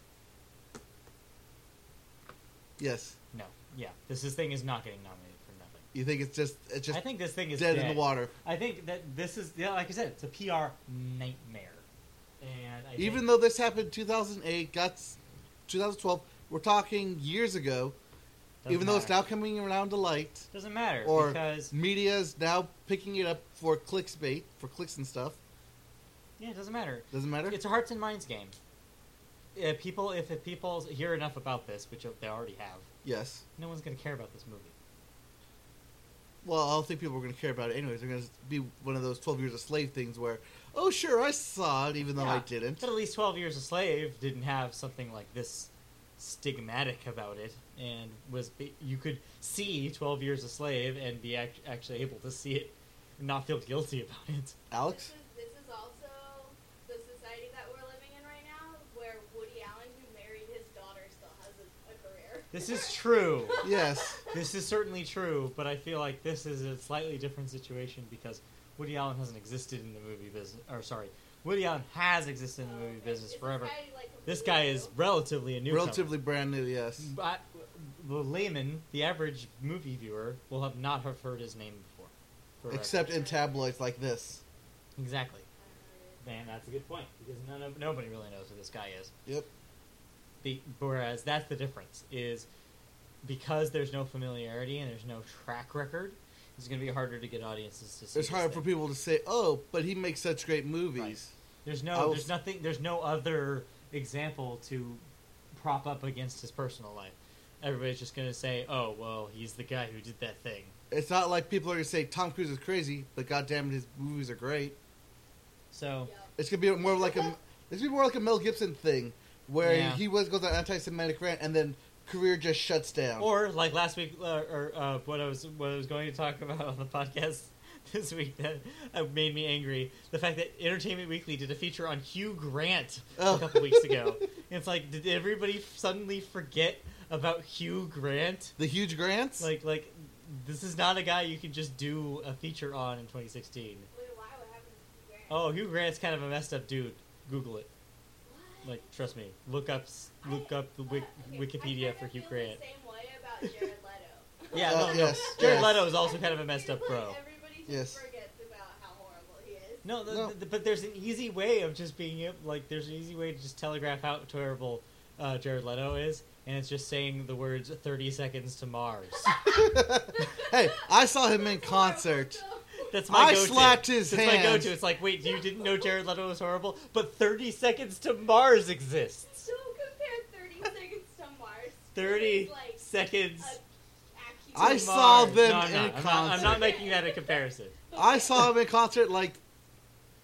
[SPEAKER 1] Yes.
[SPEAKER 2] No, yeah, this, this thing is not getting nominated for nothing.
[SPEAKER 1] You think it's just it's just
[SPEAKER 2] I think this thing
[SPEAKER 1] dead,
[SPEAKER 2] is
[SPEAKER 1] in the water?
[SPEAKER 2] I think that this is, yeah, like I said, it's a PR nightmare. And I
[SPEAKER 1] Even
[SPEAKER 2] think-
[SPEAKER 1] though this happened in 2008, got s- 2012, we're talking years ago.
[SPEAKER 2] doesn't
[SPEAKER 1] even though it's now
[SPEAKER 2] matter.
[SPEAKER 1] coming around to light,
[SPEAKER 2] doesn't matter
[SPEAKER 1] or-
[SPEAKER 2] because
[SPEAKER 1] media is now picking it up for clickbait, for clicks and stuff.
[SPEAKER 2] yeah, it doesn't matter.
[SPEAKER 1] Doesn't matter.
[SPEAKER 2] It's a hearts and minds game. If people, if if people hear enough about this, which they already have,
[SPEAKER 1] yes.
[SPEAKER 2] no one's going to care about this movie.
[SPEAKER 1] Well, I don't think people are going to care about it anyways. They're going to be one of those 12 years of slave things where, oh, sure, I saw it, even though I
[SPEAKER 2] Yeah.
[SPEAKER 1] didn't.
[SPEAKER 2] But at least Twelve Years a Slave didn't have something like this stigmatic about it, and was you could see Twelve Years a Slave and be act- actually able to see it, and not feel guilty about it.
[SPEAKER 1] Alex?
[SPEAKER 4] This is, this is also the society that we're living in right now, where Woody Allen, who married his daughter, still has a, a career.
[SPEAKER 2] This is true.
[SPEAKER 1] Yes.
[SPEAKER 2] this is certainly true, but I feel like this is a slightly different situation because Woody Allen hasn't existed in the movie business. Or sorry, Woody Allen has existed
[SPEAKER 4] Um,
[SPEAKER 2] in the movie business forever. This guy is relatively a new.
[SPEAKER 1] Relatively brand new, yes.
[SPEAKER 2] But the layman, the average movie viewer, will have not have heard his name before. Correct.
[SPEAKER 1] Except in tabloids like this.
[SPEAKER 2] exactly. Man, that's a good point because none of, nobody really knows who this guy is.
[SPEAKER 1] Yep.
[SPEAKER 2] Be, whereas that's the difference is because there's no familiarity and there's no track record, it's going to be harder to get audiences to see.
[SPEAKER 1] It's
[SPEAKER 2] this
[SPEAKER 1] hard for
[SPEAKER 2] thing.
[SPEAKER 1] people to say, oh, but he makes such great movies.
[SPEAKER 2] There's
[SPEAKER 1] I
[SPEAKER 2] no,
[SPEAKER 1] was-
[SPEAKER 2] there's nothing, there's no other example to prop up against his personal life. Everybody's just going to say, "Oh, well, he's the guy who did that thing."
[SPEAKER 1] It's not like people are going to say Tom Cruise is crazy, but goddamn it, his movies are great.
[SPEAKER 2] So.
[SPEAKER 1] It's gonna be more like a it's gonna be more like a Mel Gibson thing where
[SPEAKER 2] Yeah.
[SPEAKER 1] he was goes on anti-Semitic rant and then career just shuts down.
[SPEAKER 2] Or like last week, uh, or uh, what I was what I was going to talk about on the podcast this week that uh, made me angry. The fact that Entertainment Weekly did a feature on Hugh Grant
[SPEAKER 1] Oh.
[SPEAKER 2] a couple weeks ago. It's like, did everybody suddenly forget about Hugh Grant?
[SPEAKER 1] the huge grants.
[SPEAKER 2] Like, like this is not a guy you can just do a feature on in 2016. Oh, Hugh Grant's kind of a messed up dude. Google it. Like, trust me. Look up, s- look up the wik- Wikipedia for Hugh Grant.
[SPEAKER 4] The same way about Jared Leto.
[SPEAKER 2] Yeah,
[SPEAKER 1] Uh,
[SPEAKER 2] no, no.
[SPEAKER 1] yes,
[SPEAKER 2] Jared
[SPEAKER 1] yes.
[SPEAKER 2] Leto is also kind of a messed up
[SPEAKER 4] Like,
[SPEAKER 2] bro.
[SPEAKER 4] Everybody just
[SPEAKER 1] Yes.
[SPEAKER 4] forgets about how horrible he is.
[SPEAKER 2] No, the,
[SPEAKER 1] No.
[SPEAKER 2] The, but there's an easy way of just being ab- like there's an easy way to just telegraph how terrible uh, Jared Leto is, and it's just saying the words "30 seconds to Mars."
[SPEAKER 1] hey, I saw him in concert.
[SPEAKER 2] That's my
[SPEAKER 1] I
[SPEAKER 2] go-to.
[SPEAKER 1] slapped his
[SPEAKER 2] That's my
[SPEAKER 1] hand.
[SPEAKER 2] go-to. It's like, wait, you didn't know Jared Leto was horrible, but 30 seconds to Mars exists.
[SPEAKER 4] So compare 30 seconds to Mars.
[SPEAKER 2] 30
[SPEAKER 4] It's like
[SPEAKER 2] seconds.
[SPEAKER 4] a
[SPEAKER 1] I
[SPEAKER 2] to
[SPEAKER 4] accusation.
[SPEAKER 1] saw
[SPEAKER 2] Mars.
[SPEAKER 1] them
[SPEAKER 2] No, I'm
[SPEAKER 1] in
[SPEAKER 2] not. I'm not, I'm
[SPEAKER 1] concert.
[SPEAKER 2] not making that a comparison.
[SPEAKER 1] I saw him in concert like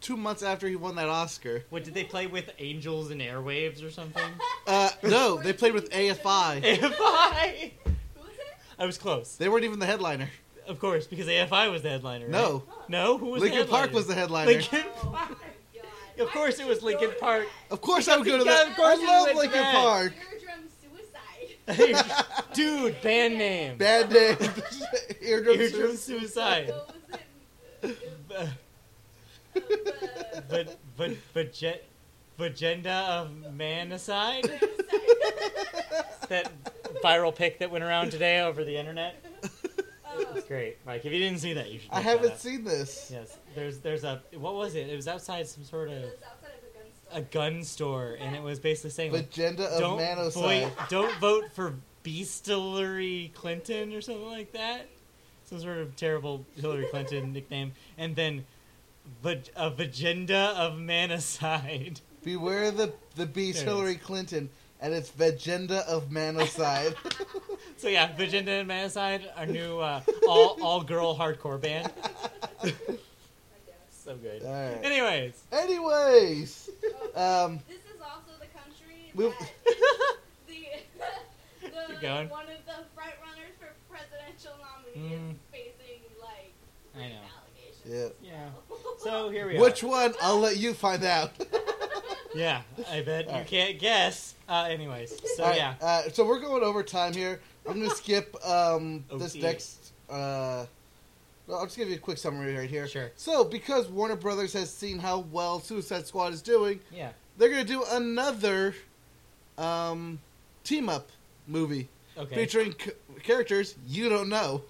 [SPEAKER 1] two months after he won that Oscar.
[SPEAKER 2] What did they play with Angels and Airwaves or something?
[SPEAKER 1] Uh, no, they played with AFI.
[SPEAKER 2] AFI.
[SPEAKER 4] Who is it?
[SPEAKER 2] I was close,
[SPEAKER 1] They weren't even the headliner.
[SPEAKER 2] of course, because AFI was the headliner.
[SPEAKER 1] No,
[SPEAKER 4] Huh.
[SPEAKER 2] Oh. No, who was the
[SPEAKER 1] Lincoln Park
[SPEAKER 2] headliner?
[SPEAKER 1] was the headliner.
[SPEAKER 2] Linkin
[SPEAKER 4] Oh my
[SPEAKER 2] Park.
[SPEAKER 4] God.
[SPEAKER 2] Of
[SPEAKER 4] Why
[SPEAKER 2] course
[SPEAKER 4] did
[SPEAKER 2] it was
[SPEAKER 4] you go
[SPEAKER 2] Linkin
[SPEAKER 4] to
[SPEAKER 2] Park.
[SPEAKER 1] Of course, I would go to
[SPEAKER 2] Yeah,
[SPEAKER 1] that.
[SPEAKER 2] of course
[SPEAKER 1] I
[SPEAKER 2] you
[SPEAKER 1] love
[SPEAKER 2] went to
[SPEAKER 1] Lincoln
[SPEAKER 2] that.
[SPEAKER 1] Park.
[SPEAKER 4] Eardrum suicide.
[SPEAKER 2] Dude, band name.
[SPEAKER 1] Bad name. Eardrum.
[SPEAKER 2] Eardrum
[SPEAKER 1] Suicide.
[SPEAKER 2] suicide.
[SPEAKER 4] What was it?
[SPEAKER 2] Uh,
[SPEAKER 4] Uh, the-
[SPEAKER 2] but but but jet. Vagenda of man aside, that viral pic that went around today over the internet.
[SPEAKER 4] Oh,
[SPEAKER 2] It's great, Mike. If you didn't see that, you should.
[SPEAKER 1] I
[SPEAKER 2] look that
[SPEAKER 1] haven't
[SPEAKER 2] up.
[SPEAKER 1] seen this.
[SPEAKER 2] Yes, there's there's a what was it? It was outside some sort
[SPEAKER 4] it
[SPEAKER 2] of
[SPEAKER 4] was outside of a gun store.
[SPEAKER 2] a gun store, and it was basically saying like,
[SPEAKER 1] Agenda of
[SPEAKER 2] don't
[SPEAKER 1] Manoside.
[SPEAKER 2] vote, don't vote for Beastillery Clinton or something like that. some sort of terrible Hillary Clinton nickname, and then vag- a vagenda of manicide.
[SPEAKER 1] Beware the the beast,
[SPEAKER 2] There it is.
[SPEAKER 1] Hillary Clinton, and its vagenda of manicide.
[SPEAKER 2] So yeah, vagenda and manicide, our new uh, all all girl hardcore band.
[SPEAKER 4] I guess.
[SPEAKER 2] So good.
[SPEAKER 1] All right.
[SPEAKER 2] Anyways,
[SPEAKER 1] Anyways,
[SPEAKER 4] Oh.
[SPEAKER 2] Uh,
[SPEAKER 1] um,
[SPEAKER 4] This is also the country
[SPEAKER 1] We-
[SPEAKER 4] that the,
[SPEAKER 2] Keep
[SPEAKER 4] the
[SPEAKER 2] going.
[SPEAKER 4] one of the front runners for presidential nominee is facing like
[SPEAKER 2] Mm. I know.
[SPEAKER 4] allegations.
[SPEAKER 1] yeah.
[SPEAKER 2] Yeah. So here we are.
[SPEAKER 1] Which one? I'll let you find out.
[SPEAKER 2] Yeah, I bet you can't guess. Uh, anyways, so
[SPEAKER 1] All right,
[SPEAKER 2] yeah,
[SPEAKER 1] Uh, so we're going over time here. I'm going to skip um,
[SPEAKER 2] Oh,
[SPEAKER 1] this
[SPEAKER 2] dear.
[SPEAKER 1] next. Uh, well, I'll just give you a quick summary right here.
[SPEAKER 2] Sure.
[SPEAKER 1] So, because Warner Brothers has seen how well Suicide Squad is doing,
[SPEAKER 2] yeah.
[SPEAKER 1] they're going to do another um, team up movie
[SPEAKER 2] Okay.
[SPEAKER 1] featuring c- characters you don't know.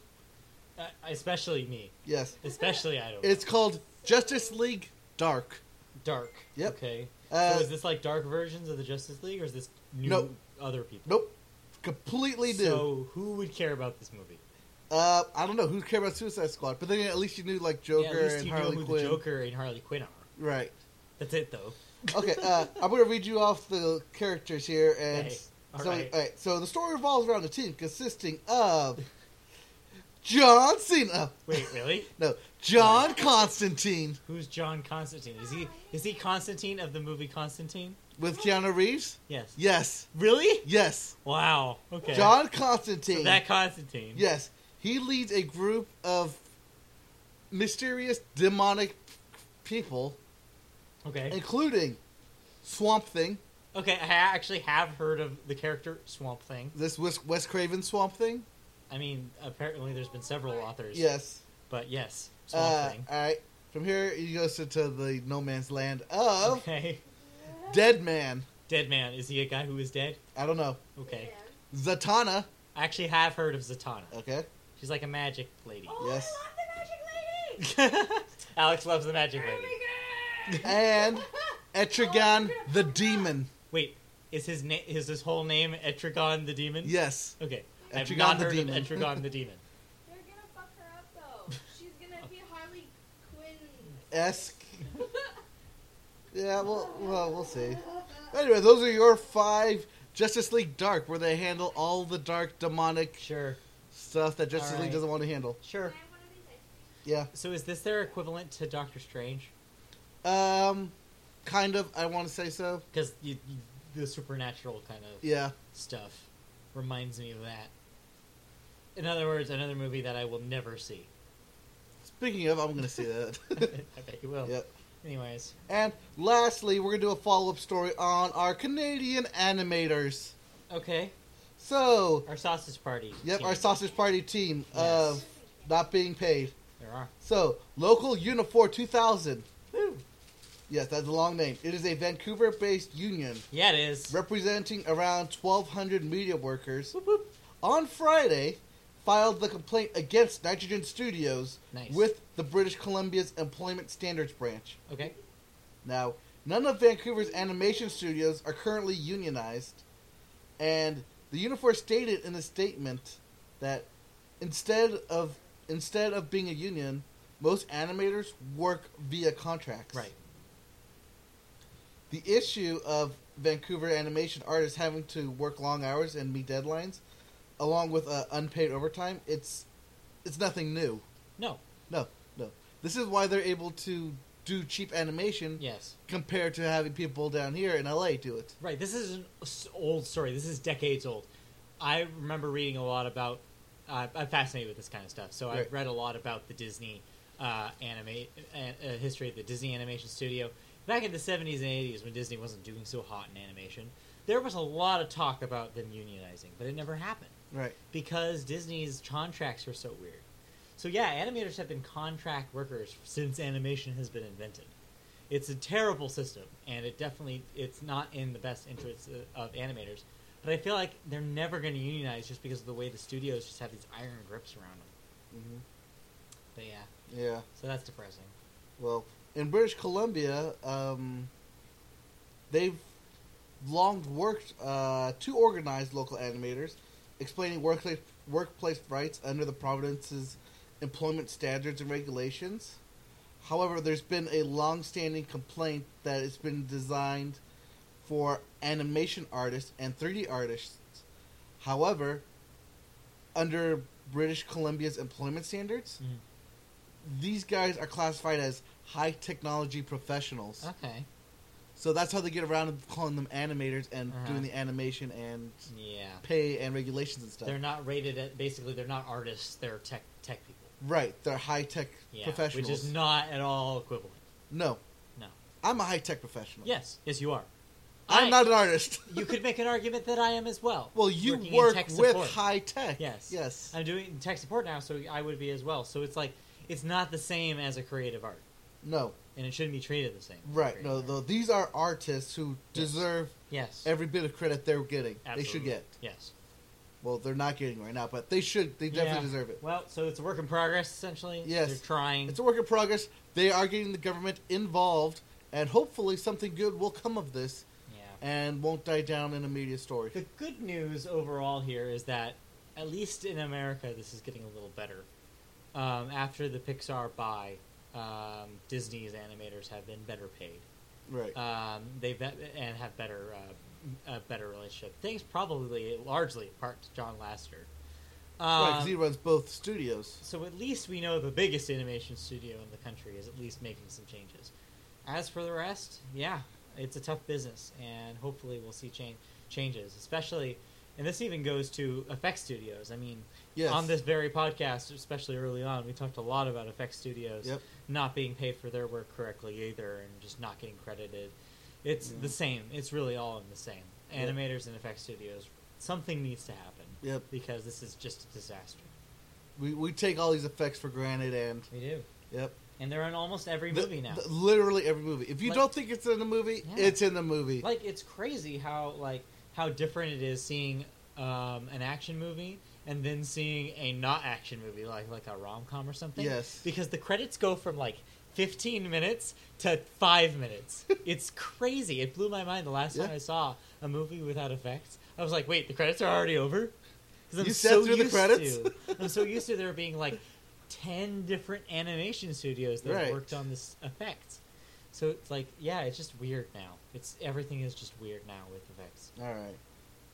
[SPEAKER 2] Uh, especially me.
[SPEAKER 1] Yes.
[SPEAKER 2] Especially I don't.
[SPEAKER 1] It's called Justice League Dark.
[SPEAKER 2] dark.
[SPEAKER 1] Yep.
[SPEAKER 2] Okay.
[SPEAKER 1] Uh,
[SPEAKER 2] so is this like dark versions of the Justice League, or is this new
[SPEAKER 1] Nope.
[SPEAKER 2] other people?
[SPEAKER 1] nope. Completely new.
[SPEAKER 2] So who would care about this movie?
[SPEAKER 1] Uh, I don't know who cared about Suicide Squad, but then at least you knew like Joker
[SPEAKER 2] yeah, at least
[SPEAKER 1] and
[SPEAKER 2] you know
[SPEAKER 1] Harley
[SPEAKER 2] who
[SPEAKER 1] Quinn.
[SPEAKER 2] the Joker and Harley Quinn are.
[SPEAKER 1] Right.
[SPEAKER 2] That's it, though.
[SPEAKER 1] Okay. Uh, I'm gonna read you off the characters here, and
[SPEAKER 2] Hey, all
[SPEAKER 1] so uh,
[SPEAKER 2] right.
[SPEAKER 1] alright, so the story revolves around a team consisting of John Cena.
[SPEAKER 2] Wait, really?
[SPEAKER 1] No, John Constantine
[SPEAKER 2] Who's John Constantine? Is he is he Constantine of the movie Constantine?
[SPEAKER 1] with Keanu Reeves.
[SPEAKER 2] Yes.
[SPEAKER 1] Yes.
[SPEAKER 2] Really?
[SPEAKER 1] Yes.
[SPEAKER 2] Wow. Okay.
[SPEAKER 1] John
[SPEAKER 2] So
[SPEAKER 1] Constantine.
[SPEAKER 2] that Constantine.
[SPEAKER 1] Yes, he leads a group of mysterious demonic people,
[SPEAKER 2] Okay.
[SPEAKER 1] including Swamp Thing.
[SPEAKER 2] Okay. I actually have heard of the character Swamp Thing.
[SPEAKER 1] This Wes, Wes Craven Swamp Thing?
[SPEAKER 2] I mean, apparently there's been several authors.
[SPEAKER 1] Yes.
[SPEAKER 2] But yes, Swamp
[SPEAKER 1] Uh,
[SPEAKER 2] Thing.
[SPEAKER 1] all right. From here, he goes to, to the no man's land of
[SPEAKER 2] Okay.
[SPEAKER 1] Dead Man.
[SPEAKER 2] Dead man. Is he a guy who is dead?
[SPEAKER 1] I don't know.
[SPEAKER 2] Okay.
[SPEAKER 4] Yeah.
[SPEAKER 1] Zatanna.
[SPEAKER 2] I actually have heard of Zatanna.
[SPEAKER 1] Okay.
[SPEAKER 2] She's like a magic lady.
[SPEAKER 4] Oh,
[SPEAKER 1] Yes.
[SPEAKER 4] I love the magic lady.
[SPEAKER 2] Alex loves the magic
[SPEAKER 4] Oh
[SPEAKER 2] lady.
[SPEAKER 4] my god.
[SPEAKER 1] And Etrigan
[SPEAKER 4] Oh,
[SPEAKER 1] the Demon.
[SPEAKER 2] Wait, is his name is his whole name Etrigon the Demon?
[SPEAKER 1] Yes.
[SPEAKER 2] Okay. I've
[SPEAKER 1] Etrigan
[SPEAKER 2] not
[SPEAKER 1] the
[SPEAKER 2] heard
[SPEAKER 1] Demon.
[SPEAKER 2] of Etrigon the Demon.
[SPEAKER 4] They're gonna fuck her up though. She's gonna be Harley Quinn.
[SPEAKER 1] Esque. Yeah, well, well, we'll see. Anyway, those are your five Justice League Dark, where they handle all the dark demonic
[SPEAKER 2] Sure.
[SPEAKER 1] stuff that Justice
[SPEAKER 2] All
[SPEAKER 1] League
[SPEAKER 2] right.
[SPEAKER 1] doesn't want to handle.
[SPEAKER 2] Sure.
[SPEAKER 4] Can I have one of these ice creams?
[SPEAKER 1] Yeah.
[SPEAKER 2] So is this their equivalent to Doctor Strange?
[SPEAKER 1] Um, kind of. I want to say so.
[SPEAKER 2] Because you, you, the supernatural kind of
[SPEAKER 1] Yeah.
[SPEAKER 2] stuff reminds me of that. In other words, another movie that I will never see.
[SPEAKER 1] Speaking of, I'm gonna see
[SPEAKER 2] I
[SPEAKER 1] that.
[SPEAKER 2] bet you will.
[SPEAKER 1] yep.
[SPEAKER 2] Anyways,
[SPEAKER 1] And lastly, we're gonna do a follow-up story on our Canadian animators.
[SPEAKER 2] okay,
[SPEAKER 1] So,
[SPEAKER 2] our sausage party.
[SPEAKER 1] yep,
[SPEAKER 2] team.
[SPEAKER 1] our sausage party team
[SPEAKER 2] Yes.
[SPEAKER 1] of not being paid.
[SPEAKER 2] There are.
[SPEAKER 1] So, local Unifor 2000.
[SPEAKER 2] Woo.
[SPEAKER 1] Yes, that's a long name. It is a Vancouver-based union.
[SPEAKER 2] Yeah, it is.
[SPEAKER 1] representing around 1,200 media workers,
[SPEAKER 2] Whoop, whoop.
[SPEAKER 1] on Friday filed the complaint against Nitrogen Studios
[SPEAKER 2] Nice.
[SPEAKER 1] with the British Columbia's Employment Standards Branch.
[SPEAKER 2] Okay.
[SPEAKER 1] Now, none of Vancouver's animation studios are currently unionized, and the Unifor stated in a statement that instead of instead of being a union, most animators work via contracts.
[SPEAKER 2] Right.
[SPEAKER 1] The issue of Vancouver animation artists having to work long hours and meet deadlines, along with uh, unpaid overtime, it's it's nothing new.
[SPEAKER 2] No.
[SPEAKER 1] No, no. This is why they're able to do cheap animation
[SPEAKER 2] Yes.
[SPEAKER 1] compared to having people down here in LA do it.
[SPEAKER 2] Right. This is an s- old story. This is decades old. I remember reading a lot about. Uh, I'm fascinated with this kind of stuff, so
[SPEAKER 1] Right.
[SPEAKER 2] I've read a lot about the Disney uh, anime uh, uh, history of the Disney animation studio. Back in the 70s and 80s, when Disney wasn't doing so hot in animation, there was a lot of talk about them unionizing, but it never happened
[SPEAKER 1] Right.
[SPEAKER 2] because Disney's contracts are so weird. So yeah, animators have been contract workers since animation has been invented. It's a terrible system, and it definitely it's not in the best interests of animators. But I feel like they're never going to unionize just because of the way the studios just have these iron grips around them.
[SPEAKER 1] hmm
[SPEAKER 2] But yeah,
[SPEAKER 1] Yeah.
[SPEAKER 2] so that's depressing.
[SPEAKER 1] Well, in British Columbia, um, they've long worked uh, to organize local animators, explaining workplace workplace rights under the province's employment standards and regulations. However, there's been a long-standing complaint that it's been designed for animation artists and 3D artists. However, under British Columbia's employment standards,
[SPEAKER 2] Mhm.
[SPEAKER 1] these guys are classified as high technology professionals.
[SPEAKER 2] Okay.
[SPEAKER 1] So that's how they get around calling them animators and
[SPEAKER 2] Uh-huh.
[SPEAKER 1] doing the animation and
[SPEAKER 2] Yeah.
[SPEAKER 1] pay and regulations and stuff.
[SPEAKER 2] They're not rated at basically they're not artists, they're tech tech people.
[SPEAKER 1] right, they're high tech
[SPEAKER 2] Yeah.
[SPEAKER 1] professionals.
[SPEAKER 2] Which is not at all equivalent.
[SPEAKER 1] no,
[SPEAKER 2] No.
[SPEAKER 1] I'm a high tech professional.
[SPEAKER 2] Yes, yes you are.
[SPEAKER 1] I'm
[SPEAKER 2] I-
[SPEAKER 1] not an artist.
[SPEAKER 2] you could make an argument that I am as well.
[SPEAKER 1] Well, you
[SPEAKER 2] Working in
[SPEAKER 1] work
[SPEAKER 2] tech
[SPEAKER 1] with
[SPEAKER 2] support.
[SPEAKER 1] high tech.
[SPEAKER 2] Yes.
[SPEAKER 1] Yes.
[SPEAKER 2] I'm doing tech support now, so I would be as well. So it's like it's not the same as a creative art,
[SPEAKER 1] no.
[SPEAKER 2] and it shouldn't be treated the same. as
[SPEAKER 1] Right.
[SPEAKER 2] creative
[SPEAKER 1] No.
[SPEAKER 2] art.
[SPEAKER 1] Though these are artists who
[SPEAKER 2] Yes.
[SPEAKER 1] deserve
[SPEAKER 2] Yes.
[SPEAKER 1] every bit of credit they're getting. They should
[SPEAKER 2] Absolutely.
[SPEAKER 1] get.
[SPEAKER 2] Yes.
[SPEAKER 1] Well, they're not getting right now, but they should. They definitely
[SPEAKER 2] Yeah.
[SPEAKER 1] deserve it.
[SPEAKER 2] Well, so it's a work in progress essentially.
[SPEAKER 1] Yes.
[SPEAKER 2] They're trying.
[SPEAKER 1] It's a work in progress. They are getting the government involved, and hopefully something good will come of this
[SPEAKER 2] yeah.
[SPEAKER 1] and won't die down in a media story.
[SPEAKER 2] The good news overall here is that, at least in America, this is getting a little better. Um, after the Pixar buy, um, Disney's animators have been better paid.
[SPEAKER 1] Right.
[SPEAKER 2] Um, they ve- and have better uh, a better relationship. Things probably largely in part to John Lasseter.
[SPEAKER 1] right, 'cause
[SPEAKER 2] Um,
[SPEAKER 1] he runs both studios.
[SPEAKER 2] so at least we know the biggest animation studio in the country is at least making some changes. As for the rest, yeah, it's a tough business, and hopefully we'll see change changes, especially. And this even goes to effects studios. I mean,
[SPEAKER 1] Yes.
[SPEAKER 2] on this very podcast, especially early on, we talked a lot about effects studios
[SPEAKER 1] Yep.
[SPEAKER 2] not being paid for their work correctly either, and just not getting credited. It's
[SPEAKER 1] Yeah.
[SPEAKER 2] the same. It's really all in the same.
[SPEAKER 1] Yeah.
[SPEAKER 2] Animators and effects studios, something needs to happen
[SPEAKER 1] Yep.
[SPEAKER 2] because this is just a disaster.
[SPEAKER 1] We, we take all these effects for granted, and
[SPEAKER 2] We do.
[SPEAKER 1] yep.
[SPEAKER 2] And they're in almost every
[SPEAKER 1] The-
[SPEAKER 2] movie now.
[SPEAKER 1] the- literally every movie. If you
[SPEAKER 2] Like-
[SPEAKER 1] don't think it's in the movie,
[SPEAKER 2] Yeah.
[SPEAKER 1] it's in the movie.
[SPEAKER 2] like it's crazy how like how different it is seeing um, an action movie and then seeing a not action movie like like a rom com or something.
[SPEAKER 1] Yes.
[SPEAKER 2] Because the credits go from like 15 minutes to five minutes. it's crazy. It blew my mind the last time
[SPEAKER 1] Yeah.
[SPEAKER 2] I saw a movie without effects. I was like, wait, the credits are already over. 'Cause
[SPEAKER 1] You sat through the
[SPEAKER 2] used
[SPEAKER 1] credits?
[SPEAKER 2] To, I'm so used to there being like 10 different animation studios that
[SPEAKER 1] Right.
[SPEAKER 2] worked on this effect. So it's like, yeah, it's just weird now. It's everything is just weird now with effects.
[SPEAKER 1] All right.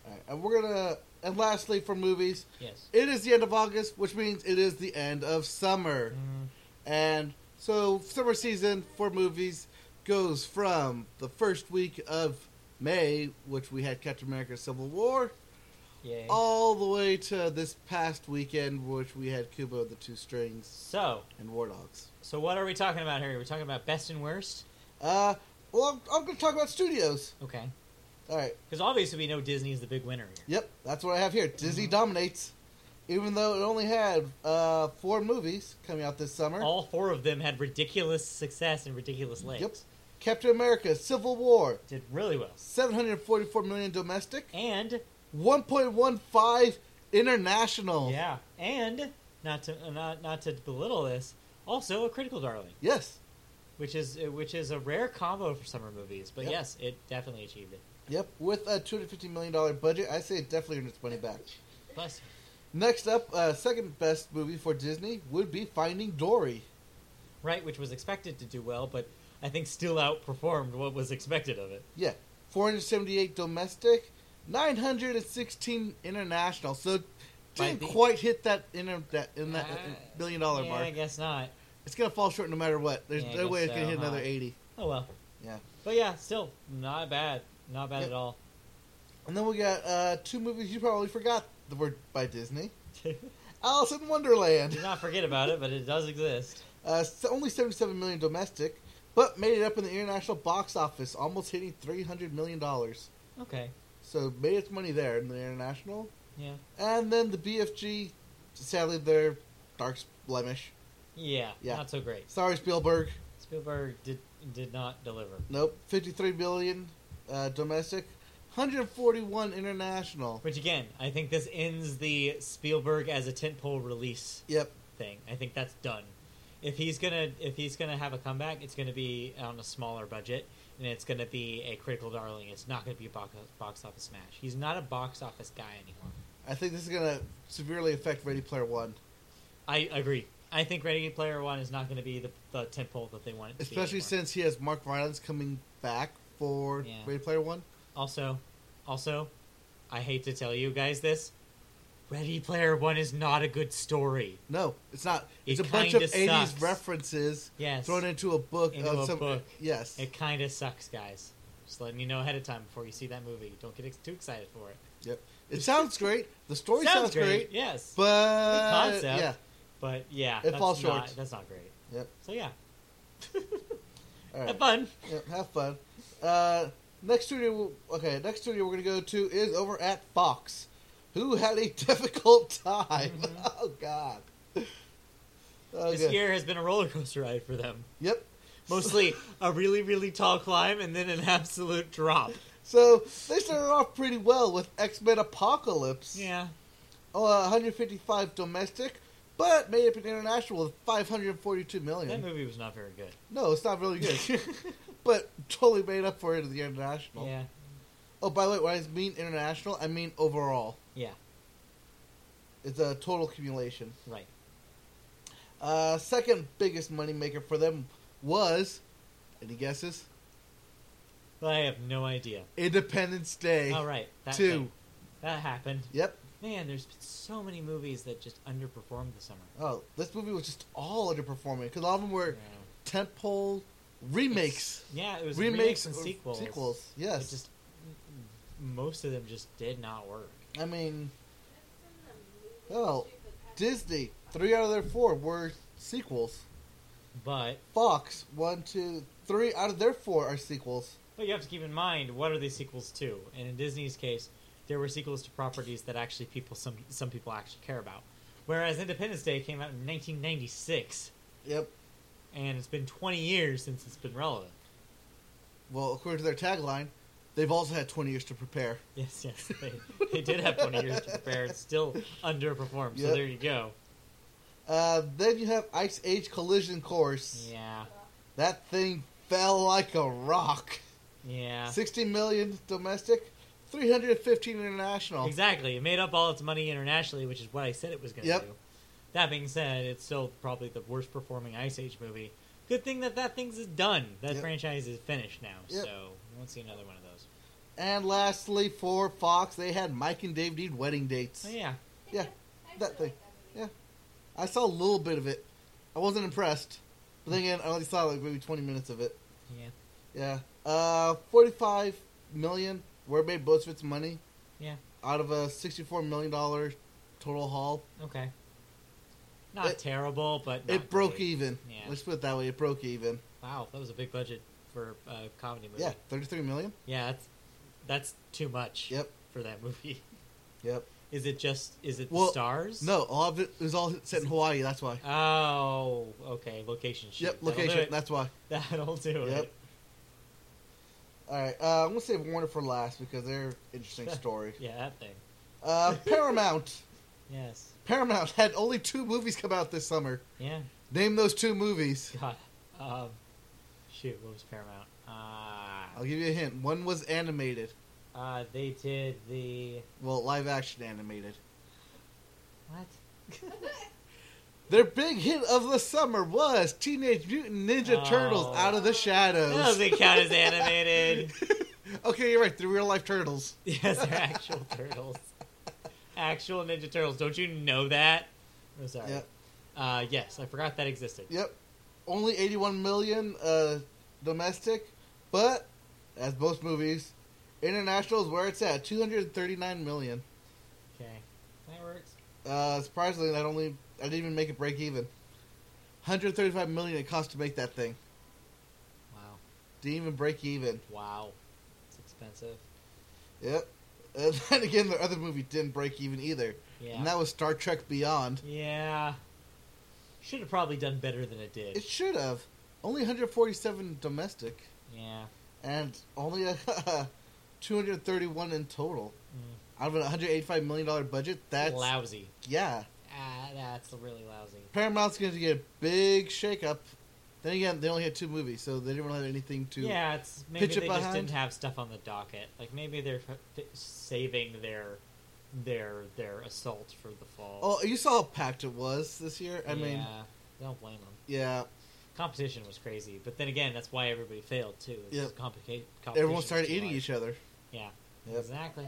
[SPEAKER 1] All right. And we're gonna. And lastly, for movies,
[SPEAKER 2] Yes.
[SPEAKER 1] it is the end of August, which means it is the end of summer.
[SPEAKER 2] Mm,
[SPEAKER 1] And so summer season for movies goes from the first week of May, which we had Captain America Civil War,
[SPEAKER 2] yay.
[SPEAKER 1] all the way to this past weekend, which we had Kubo the Two Strings
[SPEAKER 2] so,
[SPEAKER 1] and War Dogs.
[SPEAKER 2] so what are we talking about here? We're talking about best and worst.
[SPEAKER 1] Uh, well, I'm, I'm going to talk about studios.
[SPEAKER 2] Okay.
[SPEAKER 1] All right.
[SPEAKER 2] Because obviously we know Disney is the big winner here.
[SPEAKER 1] Yep, that's what I have here. Disney dominates, even though it only had uh, four movies coming out this summer.
[SPEAKER 2] All four of them had ridiculous success and ridiculous legs.
[SPEAKER 1] Yep. Captain America Civil War,
[SPEAKER 2] Did really well.
[SPEAKER 1] 744 million domestic.
[SPEAKER 2] And
[SPEAKER 1] 1.15 international.
[SPEAKER 2] yeah, and not to uh, not not to belittle this, also a critical darling,
[SPEAKER 1] Yes.
[SPEAKER 2] which is which is a rare combo for summer movies. But
[SPEAKER 1] Yep.
[SPEAKER 2] yes, it definitely achieved it.
[SPEAKER 1] Yep. With a 250 million dollar budget, I say it definitely earned its money back.
[SPEAKER 2] Bless you.
[SPEAKER 1] Next up, uh, second best movie for Disney would be Finding Dory.
[SPEAKER 2] right, which was expected to do well, but I think still outperformed what was expected of it.
[SPEAKER 1] Yeah, 478 domestic, 916 international. So
[SPEAKER 2] Might
[SPEAKER 1] didn't
[SPEAKER 2] be.
[SPEAKER 1] quite hit that inter- that in that
[SPEAKER 2] Uh,
[SPEAKER 1] uh, billion dollar
[SPEAKER 2] yeah, I
[SPEAKER 1] mark.
[SPEAKER 2] guess not.
[SPEAKER 1] It's gonna fall short no matter what. There's
[SPEAKER 2] Yeah, I
[SPEAKER 1] no way
[SPEAKER 2] guess
[SPEAKER 1] it's gonna
[SPEAKER 2] so,
[SPEAKER 1] hit another
[SPEAKER 2] huh?
[SPEAKER 1] 80.
[SPEAKER 2] Oh well.
[SPEAKER 1] Yeah.
[SPEAKER 2] But yeah, still not bad. Not bad
[SPEAKER 1] Yep.
[SPEAKER 2] at all.
[SPEAKER 1] And then we got uh, two movies you probably forgot the word by Disney. Alice in Wonderland.
[SPEAKER 2] Did not forget about it, but it does exist.
[SPEAKER 1] Uh, s- only 77 million domestic, but made it up in the international box office, almost hitting 300 million dollars.
[SPEAKER 2] Okay.
[SPEAKER 1] So made its money there in the international.
[SPEAKER 2] Yeah.
[SPEAKER 1] And then the BFG, sadly, their dark blemish.
[SPEAKER 2] Yeah.
[SPEAKER 1] Yeah.
[SPEAKER 2] Not so great.
[SPEAKER 1] Sorry, Spielberg.
[SPEAKER 2] Spielberg did did not deliver.
[SPEAKER 1] Nope, 53 million uh, domestic, 141 international.
[SPEAKER 2] Which again, I think this ends the Spielberg as a tentpole release
[SPEAKER 1] Yep,
[SPEAKER 2] thing. I think that's done. If he's gonna if he's gonna have a comeback, it's gonna be on a smaller budget, and it's gonna be a critical darling. It's not gonna be a box, box office smash. He's not a box office guy anymore.
[SPEAKER 1] I think this is gonna severely affect Ready Player One.
[SPEAKER 2] I agree. I think Ready Player One is not going to be the, the tentpole that they want it to
[SPEAKER 1] Especially
[SPEAKER 2] be. anymore.
[SPEAKER 1] since he has Mark Rylance coming back for
[SPEAKER 2] Yeah.
[SPEAKER 1] Ready Player One.
[SPEAKER 2] Also, also, I hate to tell you guys this. Ready Player One is not a good story.
[SPEAKER 1] No, it's not. It's
[SPEAKER 2] It
[SPEAKER 1] a bunch of
[SPEAKER 2] kinda
[SPEAKER 1] '80s
[SPEAKER 2] sucks.
[SPEAKER 1] references
[SPEAKER 2] Yes.
[SPEAKER 1] thrown into a book
[SPEAKER 2] Into
[SPEAKER 1] of
[SPEAKER 2] a
[SPEAKER 1] some.
[SPEAKER 2] book.
[SPEAKER 1] Yes,
[SPEAKER 2] It kind of sucks, guys. Just letting you know ahead of time before you see that movie. Don't get ex- too excited for it.
[SPEAKER 1] it sounds great. The story sounds, great,
[SPEAKER 2] Yes. But,
[SPEAKER 1] but
[SPEAKER 2] concept.
[SPEAKER 1] yeah,
[SPEAKER 2] yeah,
[SPEAKER 1] It
[SPEAKER 2] that's
[SPEAKER 1] falls
[SPEAKER 2] not,
[SPEAKER 1] short.
[SPEAKER 2] That's not great.
[SPEAKER 1] Yep.
[SPEAKER 2] So yeah,
[SPEAKER 1] all right.
[SPEAKER 2] have fun.
[SPEAKER 1] Yep, have fun. Uh, next studio, we'll- okay. Next studio we're gonna go to is over at Fox, who had a difficult time.
[SPEAKER 2] Mhm.
[SPEAKER 1] Oh God.
[SPEAKER 2] This year has been a roller coaster ride for them.
[SPEAKER 1] Yep.
[SPEAKER 2] Mostly a really, really tall climb and then an absolute drop.
[SPEAKER 1] So they started off pretty well with X Men Apocalypse.
[SPEAKER 2] Yeah.
[SPEAKER 1] Oh, uh, 155 domestic, but made up in international with 542
[SPEAKER 2] That
[SPEAKER 1] million.
[SPEAKER 2] movie was not very good.
[SPEAKER 1] No, it's not really good, but totally made up for it in the international.
[SPEAKER 2] yeah.
[SPEAKER 1] Oh, by the way, when I mean international, I mean overall.
[SPEAKER 2] Yeah.
[SPEAKER 1] It's a total accumulation.
[SPEAKER 2] Right.
[SPEAKER 1] Uh, second biggest moneymaker for them was, any guesses?
[SPEAKER 2] But I have no idea.
[SPEAKER 1] Independence Day
[SPEAKER 2] All right. That
[SPEAKER 1] two.
[SPEAKER 2] thing. That happened.
[SPEAKER 1] Yep.
[SPEAKER 2] Man, there's been so many movies that just underperformed this summer.
[SPEAKER 1] Oh, this movie was just all underperforming because a lot of them were
[SPEAKER 2] Yeah.
[SPEAKER 1] tentpole remakes,
[SPEAKER 2] Yeah, it was
[SPEAKER 1] remakes
[SPEAKER 2] remakes, and
[SPEAKER 1] or
[SPEAKER 2] sequels.
[SPEAKER 1] Sequels,
[SPEAKER 2] It
[SPEAKER 1] yes.
[SPEAKER 2] just most of them just did not work.
[SPEAKER 1] I mean, Oh, Disney, three out of their four were sequels.
[SPEAKER 2] But
[SPEAKER 1] Fox, one, two, three out of their four are sequels.
[SPEAKER 2] but you have to keep in mind what are these sequels to? And in Disney's case, there were sequels to properties that actually people some some people actually care about. Whereas Independence Day came out in 1996,
[SPEAKER 1] Yep.
[SPEAKER 2] and it's been 20 years since it's been relevant.
[SPEAKER 1] Well, according to their tagline, they've also had 20 years to prepare.
[SPEAKER 2] Yes, yes, they, they did have 20 years to prepare. It still underperformed. So
[SPEAKER 1] Yep.
[SPEAKER 2] there you go.
[SPEAKER 1] Uh, then you have Ice Age Collision Course.
[SPEAKER 2] Yeah,
[SPEAKER 1] That thing fell like a rock.
[SPEAKER 2] yeah.
[SPEAKER 1] 60 million domestic, 315 international.
[SPEAKER 2] Exactly. It made up all its money internationally, which is what I said it was going to
[SPEAKER 1] Yep.
[SPEAKER 2] do. That being said, it's still probably the worst performing Ice Age movie. Good thing that that thing's is done. That
[SPEAKER 1] Yep.
[SPEAKER 2] franchise is finished now,
[SPEAKER 1] Yep.
[SPEAKER 2] so we won't see another one of those.
[SPEAKER 1] And lastly, for Fox, they had Mike and Dave Need wedding dates.
[SPEAKER 2] So Oh, yeah,
[SPEAKER 1] Yeah, that thing.
[SPEAKER 4] Yeah.
[SPEAKER 1] I saw a little bit of it. I wasn't impressed. But then again, I only saw like maybe 20 minutes of it.
[SPEAKER 2] yeah,
[SPEAKER 1] Yeah. Uh, 45 million where it made most of its money.
[SPEAKER 2] Yeah.
[SPEAKER 1] Out of a 64 million dollar total haul,
[SPEAKER 2] okay. Not
[SPEAKER 1] It-
[SPEAKER 2] terrible, but not
[SPEAKER 1] it broke
[SPEAKER 2] great.
[SPEAKER 1] even.
[SPEAKER 2] Yeah.
[SPEAKER 1] Let's put it that way. It broke even.
[SPEAKER 2] Wow, that was a big budget for a comedy movie.
[SPEAKER 1] Yeah, 33 million.
[SPEAKER 2] yeah. That's that's too much.
[SPEAKER 1] Yep.
[SPEAKER 2] For that movie,
[SPEAKER 1] Yep.
[SPEAKER 2] is it just is it
[SPEAKER 1] Well,
[SPEAKER 2] the stars?
[SPEAKER 1] No, all of it was all set in Hawaii. That's why.
[SPEAKER 2] Oh, okay. Location shoot.
[SPEAKER 1] Yep.
[SPEAKER 2] Ah, That'll do
[SPEAKER 1] Location.
[SPEAKER 2] it.
[SPEAKER 1] That's why.
[SPEAKER 2] That'll do
[SPEAKER 1] Yep.
[SPEAKER 2] it.
[SPEAKER 1] All right. Uh, I'm gonna save Warner for last because they're interesting story.
[SPEAKER 2] Yeah, that thing.
[SPEAKER 1] Uh, Paramount.
[SPEAKER 2] Yes.
[SPEAKER 1] Paramount had only two movies come out this summer.
[SPEAKER 2] Yeah.
[SPEAKER 1] Name those two movies.
[SPEAKER 2] God. Um, shoot, what was Paramount? Uh,
[SPEAKER 1] I'll give you a hint. One was animated.
[SPEAKER 2] uh, they did the
[SPEAKER 1] Well, live action animated.
[SPEAKER 2] what?
[SPEAKER 1] Their big hit of the summer was Teenage Mutant Ninja
[SPEAKER 2] Oh.
[SPEAKER 1] Turtles Out of the Shadows.
[SPEAKER 2] That doesn't count as animated.
[SPEAKER 1] okay, you're right. They're real life turtles.
[SPEAKER 2] yes, they're actual turtles. Actual Ninja Turtles. Don't you know that? I'm sorry.
[SPEAKER 1] Yep.
[SPEAKER 2] Uh, yes, I forgot that existed.
[SPEAKER 1] Yep. Only 81 million uh, domestic, but as most movies, international is where it's at 239 million.
[SPEAKER 2] Okay, that works.
[SPEAKER 1] Uh, surprisingly, that only I didn't even make it break even. 135 million it cost to make that thing.
[SPEAKER 2] Wow.
[SPEAKER 1] Didn't even break even.
[SPEAKER 2] Wow. It's expensive.
[SPEAKER 1] Yep. And then again, the other movie didn't break even either,
[SPEAKER 2] Yeah.
[SPEAKER 1] and that was Star Trek Beyond.
[SPEAKER 2] yeah. Should have probably done better than it did.
[SPEAKER 1] It should have only 147 domestic
[SPEAKER 2] yeah.
[SPEAKER 1] and only a 231 in total
[SPEAKER 2] Mm.
[SPEAKER 1] out of an 185 million dollar budget. That's
[SPEAKER 2] lousy.
[SPEAKER 1] yeah.
[SPEAKER 2] Ah, that's really lousy.
[SPEAKER 1] Paramount's going to get a big shakeup. Then again, they only had two movies, so they didn't really have anything to.
[SPEAKER 2] yeah, it's maybe
[SPEAKER 1] pitch it
[SPEAKER 2] they just
[SPEAKER 1] behind.
[SPEAKER 2] didn't have stuff on the docket. Like maybe they're f- f- saving their their their assault for the fall.
[SPEAKER 1] Oh, you saw how packed it was this year. Oh, I mean,
[SPEAKER 2] Yeah. don't blame them.
[SPEAKER 1] Yeah,
[SPEAKER 2] Competition was crazy, but then again, that's why everybody failed too. It's
[SPEAKER 1] Yep.
[SPEAKER 2] just complica- competition
[SPEAKER 1] everyone
[SPEAKER 2] was
[SPEAKER 1] started
[SPEAKER 2] too
[SPEAKER 1] eating
[SPEAKER 2] large.
[SPEAKER 1] each other.
[SPEAKER 2] Yeah,
[SPEAKER 1] Yep.
[SPEAKER 2] exactly.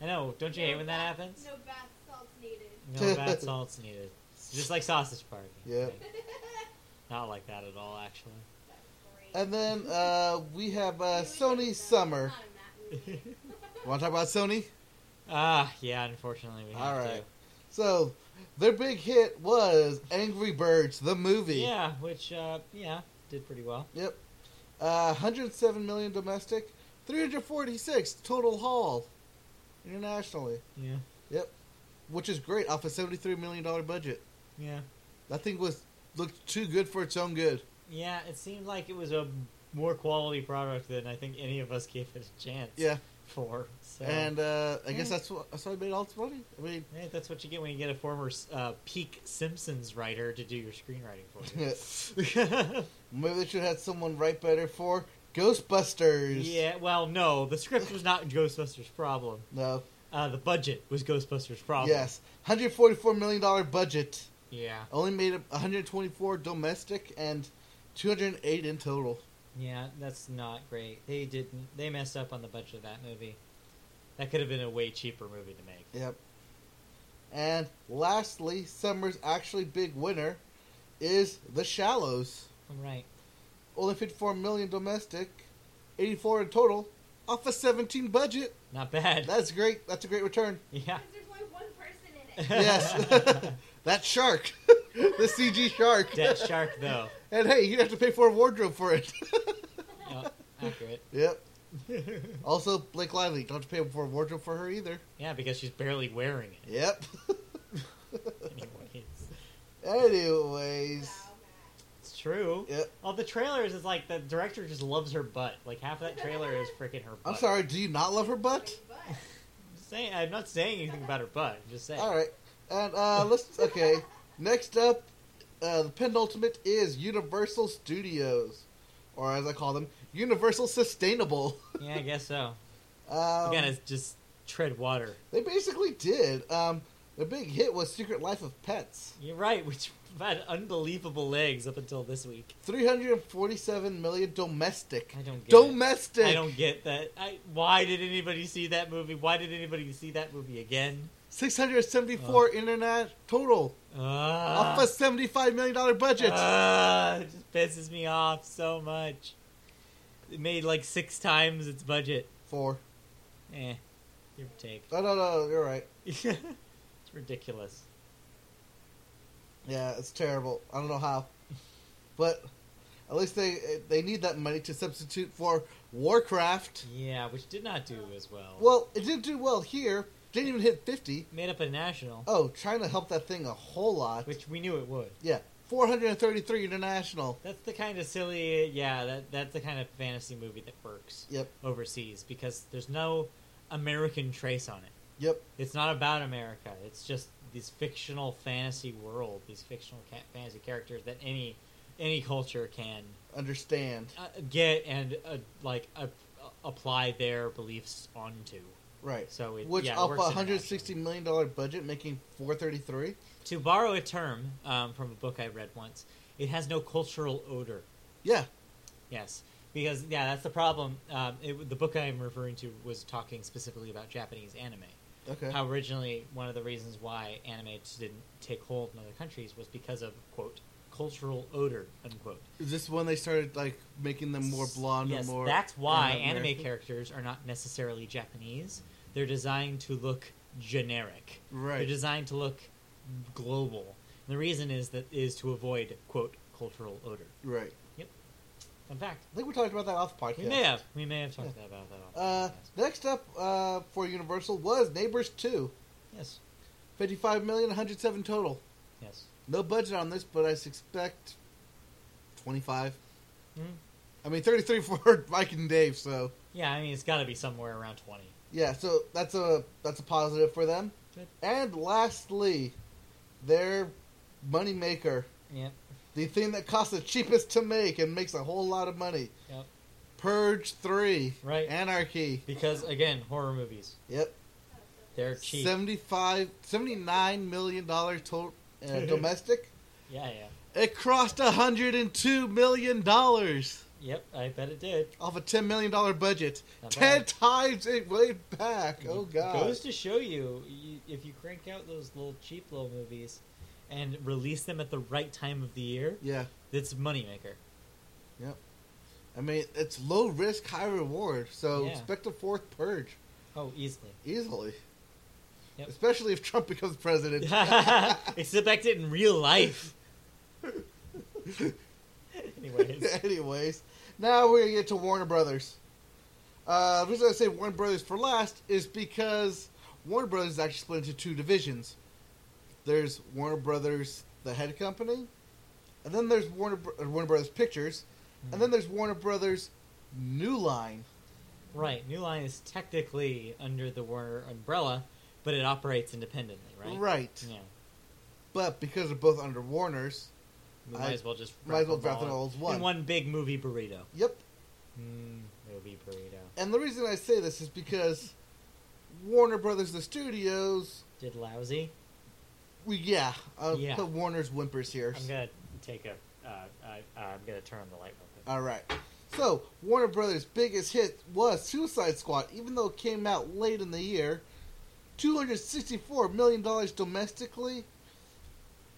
[SPEAKER 2] I know. Don't you hate when that happens?
[SPEAKER 4] No bath salts needed.
[SPEAKER 2] No bad salts needed. It's just like sausage party.
[SPEAKER 1] Yep.
[SPEAKER 4] That
[SPEAKER 2] Not like that at all, actually.
[SPEAKER 4] was great.
[SPEAKER 1] And then uh, we have uh,
[SPEAKER 4] Maybe we should've
[SPEAKER 1] Sony
[SPEAKER 4] done
[SPEAKER 1] Summer.
[SPEAKER 4] that in that movie.
[SPEAKER 1] Want to talk about Sony?
[SPEAKER 2] Ah, yeah. Unfortunately, we have
[SPEAKER 1] All
[SPEAKER 2] to.
[SPEAKER 1] right. So their big hit was Angry Birds the movie.
[SPEAKER 2] Yeah, which uh, yeah did pretty well.
[SPEAKER 1] Yep. Uh, 107 million domestic, 346 total haul internationally,
[SPEAKER 2] Yeah,
[SPEAKER 1] which is great off a 73 million dollar budget.
[SPEAKER 2] yeah,
[SPEAKER 1] That thing was looked too good for its own good.
[SPEAKER 2] yeah. It seemed like it was a more quality product than I think any of us gave it a chance.
[SPEAKER 1] Yeah.
[SPEAKER 2] For so.
[SPEAKER 1] And uh, I guess
[SPEAKER 2] Yeah.
[SPEAKER 1] that's what, that's why I made all its money. I mean,
[SPEAKER 2] Yeah, that's what you get when you get a former uh, peak Simpsons writer to do your screenwriting for you.
[SPEAKER 1] maybe they should have had someone write better for Ghostbusters.
[SPEAKER 2] yeah, well, no, the script was not Ghostbusters' problem.
[SPEAKER 1] No.
[SPEAKER 2] Uh, the budget was Ghostbusters' problem.
[SPEAKER 1] Yes. 144 million dollar budget.
[SPEAKER 2] Yeah.
[SPEAKER 1] Only made up 124 domestic and 208 in total.
[SPEAKER 2] Yeah, that's not great. They didn't. They messed up on the budget of that movie. That could have been a way cheaper movie to make.
[SPEAKER 1] Yep. And lastly, Summer's actually big winner is The Shallows.
[SPEAKER 2] I'm right.
[SPEAKER 1] Only 54 million domestic, 84 in total, off a 17 budget.
[SPEAKER 2] Not bad.
[SPEAKER 1] That's great. That's a great return.
[SPEAKER 2] yeah.
[SPEAKER 4] 'Cause there's only one person in it.
[SPEAKER 1] Yes. that shark, the CG shark.
[SPEAKER 2] Debt shark though.
[SPEAKER 1] And hey, you'd have to pay for a wardrobe for it.
[SPEAKER 2] Yep, accurate.
[SPEAKER 1] yep. Also, Blake Lively, don't have to pay for a wardrobe for her either.
[SPEAKER 2] yeah, because she's barely wearing it.
[SPEAKER 1] Yep.
[SPEAKER 2] Anyways,
[SPEAKER 1] Anyways.
[SPEAKER 4] Wow, Matt.
[SPEAKER 2] it's true.
[SPEAKER 1] Yep.
[SPEAKER 2] All the trailers is like the director just loves her butt. Like half of that trailer is freaking her. butt.
[SPEAKER 1] I'm sorry, do you not love her butt?
[SPEAKER 4] Big butt.
[SPEAKER 2] I'm, just saying, I'm not saying anything about her butt. I'm just saying.
[SPEAKER 1] All right, and uh, let's okay. Next up, uh, the penultimate is Universal Studios, or as I call them, Universal Sustainable.
[SPEAKER 2] Yeah, I guess so.
[SPEAKER 1] Um,
[SPEAKER 2] you gotta just tread water.
[SPEAKER 1] They basically did. Um, the big hit was Secret Life of Pets,
[SPEAKER 2] You're right. Which had unbelievable legs up until this week.
[SPEAKER 1] three hundred and forty-seven million domestic.
[SPEAKER 2] I don't get. it.
[SPEAKER 1] Domestic.
[SPEAKER 2] I don't get that. I, why did anybody see that movie? Why did anybody see that movie again?
[SPEAKER 1] Six hundred seventy-four internet total
[SPEAKER 2] Uh,
[SPEAKER 1] off a seventy-five million dollar budget.
[SPEAKER 2] Ah, it just pisses me off so much. It made like six times its budget.
[SPEAKER 1] Four.
[SPEAKER 2] Eh, give or take.
[SPEAKER 1] Oh no, no, you're right.
[SPEAKER 2] it's ridiculous.
[SPEAKER 1] Yeah, it's terrible. I don't know how, but at least they they need that money to substitute for Warcraft.
[SPEAKER 2] Yeah, which did not do as well.
[SPEAKER 1] Well, it didn't do well here. Didn't even hit fifty.
[SPEAKER 2] Made up a national,
[SPEAKER 1] Oh, China helped that thing a whole lot.
[SPEAKER 2] which we knew it would.
[SPEAKER 1] Yeah, four hundred and thirty-three international.
[SPEAKER 2] That's the kind of silly. Yeah, that that's the kind of fantasy movie that works
[SPEAKER 1] Yep,
[SPEAKER 2] overseas because there's no American trace on it.
[SPEAKER 1] yep,
[SPEAKER 2] It's not about America. It's just this fictional fantasy world, these fictional ca- fantasy characters that any any culture can
[SPEAKER 1] understand.
[SPEAKER 2] uh, get and uh, like ap- apply their beliefs onto.
[SPEAKER 1] Right.
[SPEAKER 2] So it
[SPEAKER 1] Which
[SPEAKER 2] yeah, it
[SPEAKER 1] off
[SPEAKER 2] works
[SPEAKER 1] a hundred sixty
[SPEAKER 2] internationally.
[SPEAKER 1] million dollar budget, making four thirty-three.
[SPEAKER 2] To borrow a term um, from a book I read once, it has no cultural odor.
[SPEAKER 1] Yeah,
[SPEAKER 2] Yes, because yeah, that's the problem. Um, it, the book I'm referring to was talking specifically about Japanese anime.
[SPEAKER 1] okay.
[SPEAKER 2] How originally one of the reasons why anime just didn't take hold in other countries was because of quote cultural odor unquote.
[SPEAKER 1] Is this when they started like making them more blonde
[SPEAKER 2] yes,
[SPEAKER 1] or more?
[SPEAKER 2] That's why
[SPEAKER 1] American?
[SPEAKER 2] anime characters are not necessarily Japanese. They're designed to look generic. They're
[SPEAKER 1] Right.
[SPEAKER 2] designed to look global. And the reason is that is to avoid quote cultural odor.
[SPEAKER 1] Right.
[SPEAKER 2] In fact,
[SPEAKER 1] I think we talked about that off podcast.
[SPEAKER 2] we may have we may have talked about that.
[SPEAKER 1] Uh,
[SPEAKER 2] on the podcast.
[SPEAKER 1] next up uh, for Universal was Neighbors 2.
[SPEAKER 2] yes,
[SPEAKER 1] 55 million, 107 total.
[SPEAKER 2] yes.
[SPEAKER 1] No budget on this, but I suspect 25.
[SPEAKER 2] Mhm.
[SPEAKER 1] I mean, 33 for Mike and Dave, so
[SPEAKER 2] Yeah, I mean it's got to be somewhere around twenty.
[SPEAKER 1] yeah, so that's a that's a positive for them.
[SPEAKER 2] Good.
[SPEAKER 1] And lastly, their moneymaker,
[SPEAKER 2] Yep.
[SPEAKER 1] the thing that costs the cheapest to make and makes a whole lot of money.
[SPEAKER 2] Yep.
[SPEAKER 1] Purge 3.
[SPEAKER 2] Right.
[SPEAKER 1] Anarchy.
[SPEAKER 2] Because again, horror movies
[SPEAKER 1] Yep.
[SPEAKER 2] they're cheap.
[SPEAKER 1] 75 $79 million total uh, domestic
[SPEAKER 2] yeah, yeah.
[SPEAKER 1] It crossed hundred and two million dollars
[SPEAKER 2] Yep, I bet it did.
[SPEAKER 1] off a ten million dollar budget.
[SPEAKER 2] Not
[SPEAKER 1] Ten
[SPEAKER 2] bad.
[SPEAKER 1] times it way back. Oh god.
[SPEAKER 2] Goes to show you, you, if you crank out those little cheap little movies and release them at the right time of the year,
[SPEAKER 1] yeah.
[SPEAKER 2] it's a moneymaker.
[SPEAKER 1] I mean, it's low risk, high reward. So
[SPEAKER 2] Yeah.
[SPEAKER 1] expect a fourth purge
[SPEAKER 2] Oh, easily.
[SPEAKER 1] easily.
[SPEAKER 2] Yep.
[SPEAKER 1] Especially if Trump becomes president.
[SPEAKER 2] Expect it in real life. Anyways,
[SPEAKER 1] Anyways, now we're gonna get to Warner Brothers. Uh, the reason I say Warner Brothers for last is because Warner Brothers is actually split into two divisions. There's Warner Brothers, the head company, and then there's Warner Br- uh, Warner Brothers Pictures, and
[SPEAKER 2] Mm-hmm.
[SPEAKER 1] then there's Warner Brothers New Line.
[SPEAKER 2] right. New Line is technically under the Warner umbrella, but it operates independently, right?
[SPEAKER 1] Right.
[SPEAKER 2] Yeah.
[SPEAKER 1] But because they're both under Warner's,
[SPEAKER 2] We
[SPEAKER 1] I-
[SPEAKER 2] might as well just
[SPEAKER 1] might as well
[SPEAKER 2] them
[SPEAKER 1] drop it all as one.
[SPEAKER 2] in one big movie burrito.
[SPEAKER 1] Yep.
[SPEAKER 2] Mm, movie burrito
[SPEAKER 1] And the reason I say this is because Warner Brothers, the studios,
[SPEAKER 2] did lousy.
[SPEAKER 1] we yeah, uh,
[SPEAKER 2] Yeah.
[SPEAKER 1] put Warner's whimpers here.
[SPEAKER 2] I'm gonna take a. Uh, I, I'm gonna turn on the light real quick.
[SPEAKER 1] All right. So Warner Brothers' biggest hit was Suicide Squad, even though it came out late in the year. Two hundred sixty-four million dollars domestically.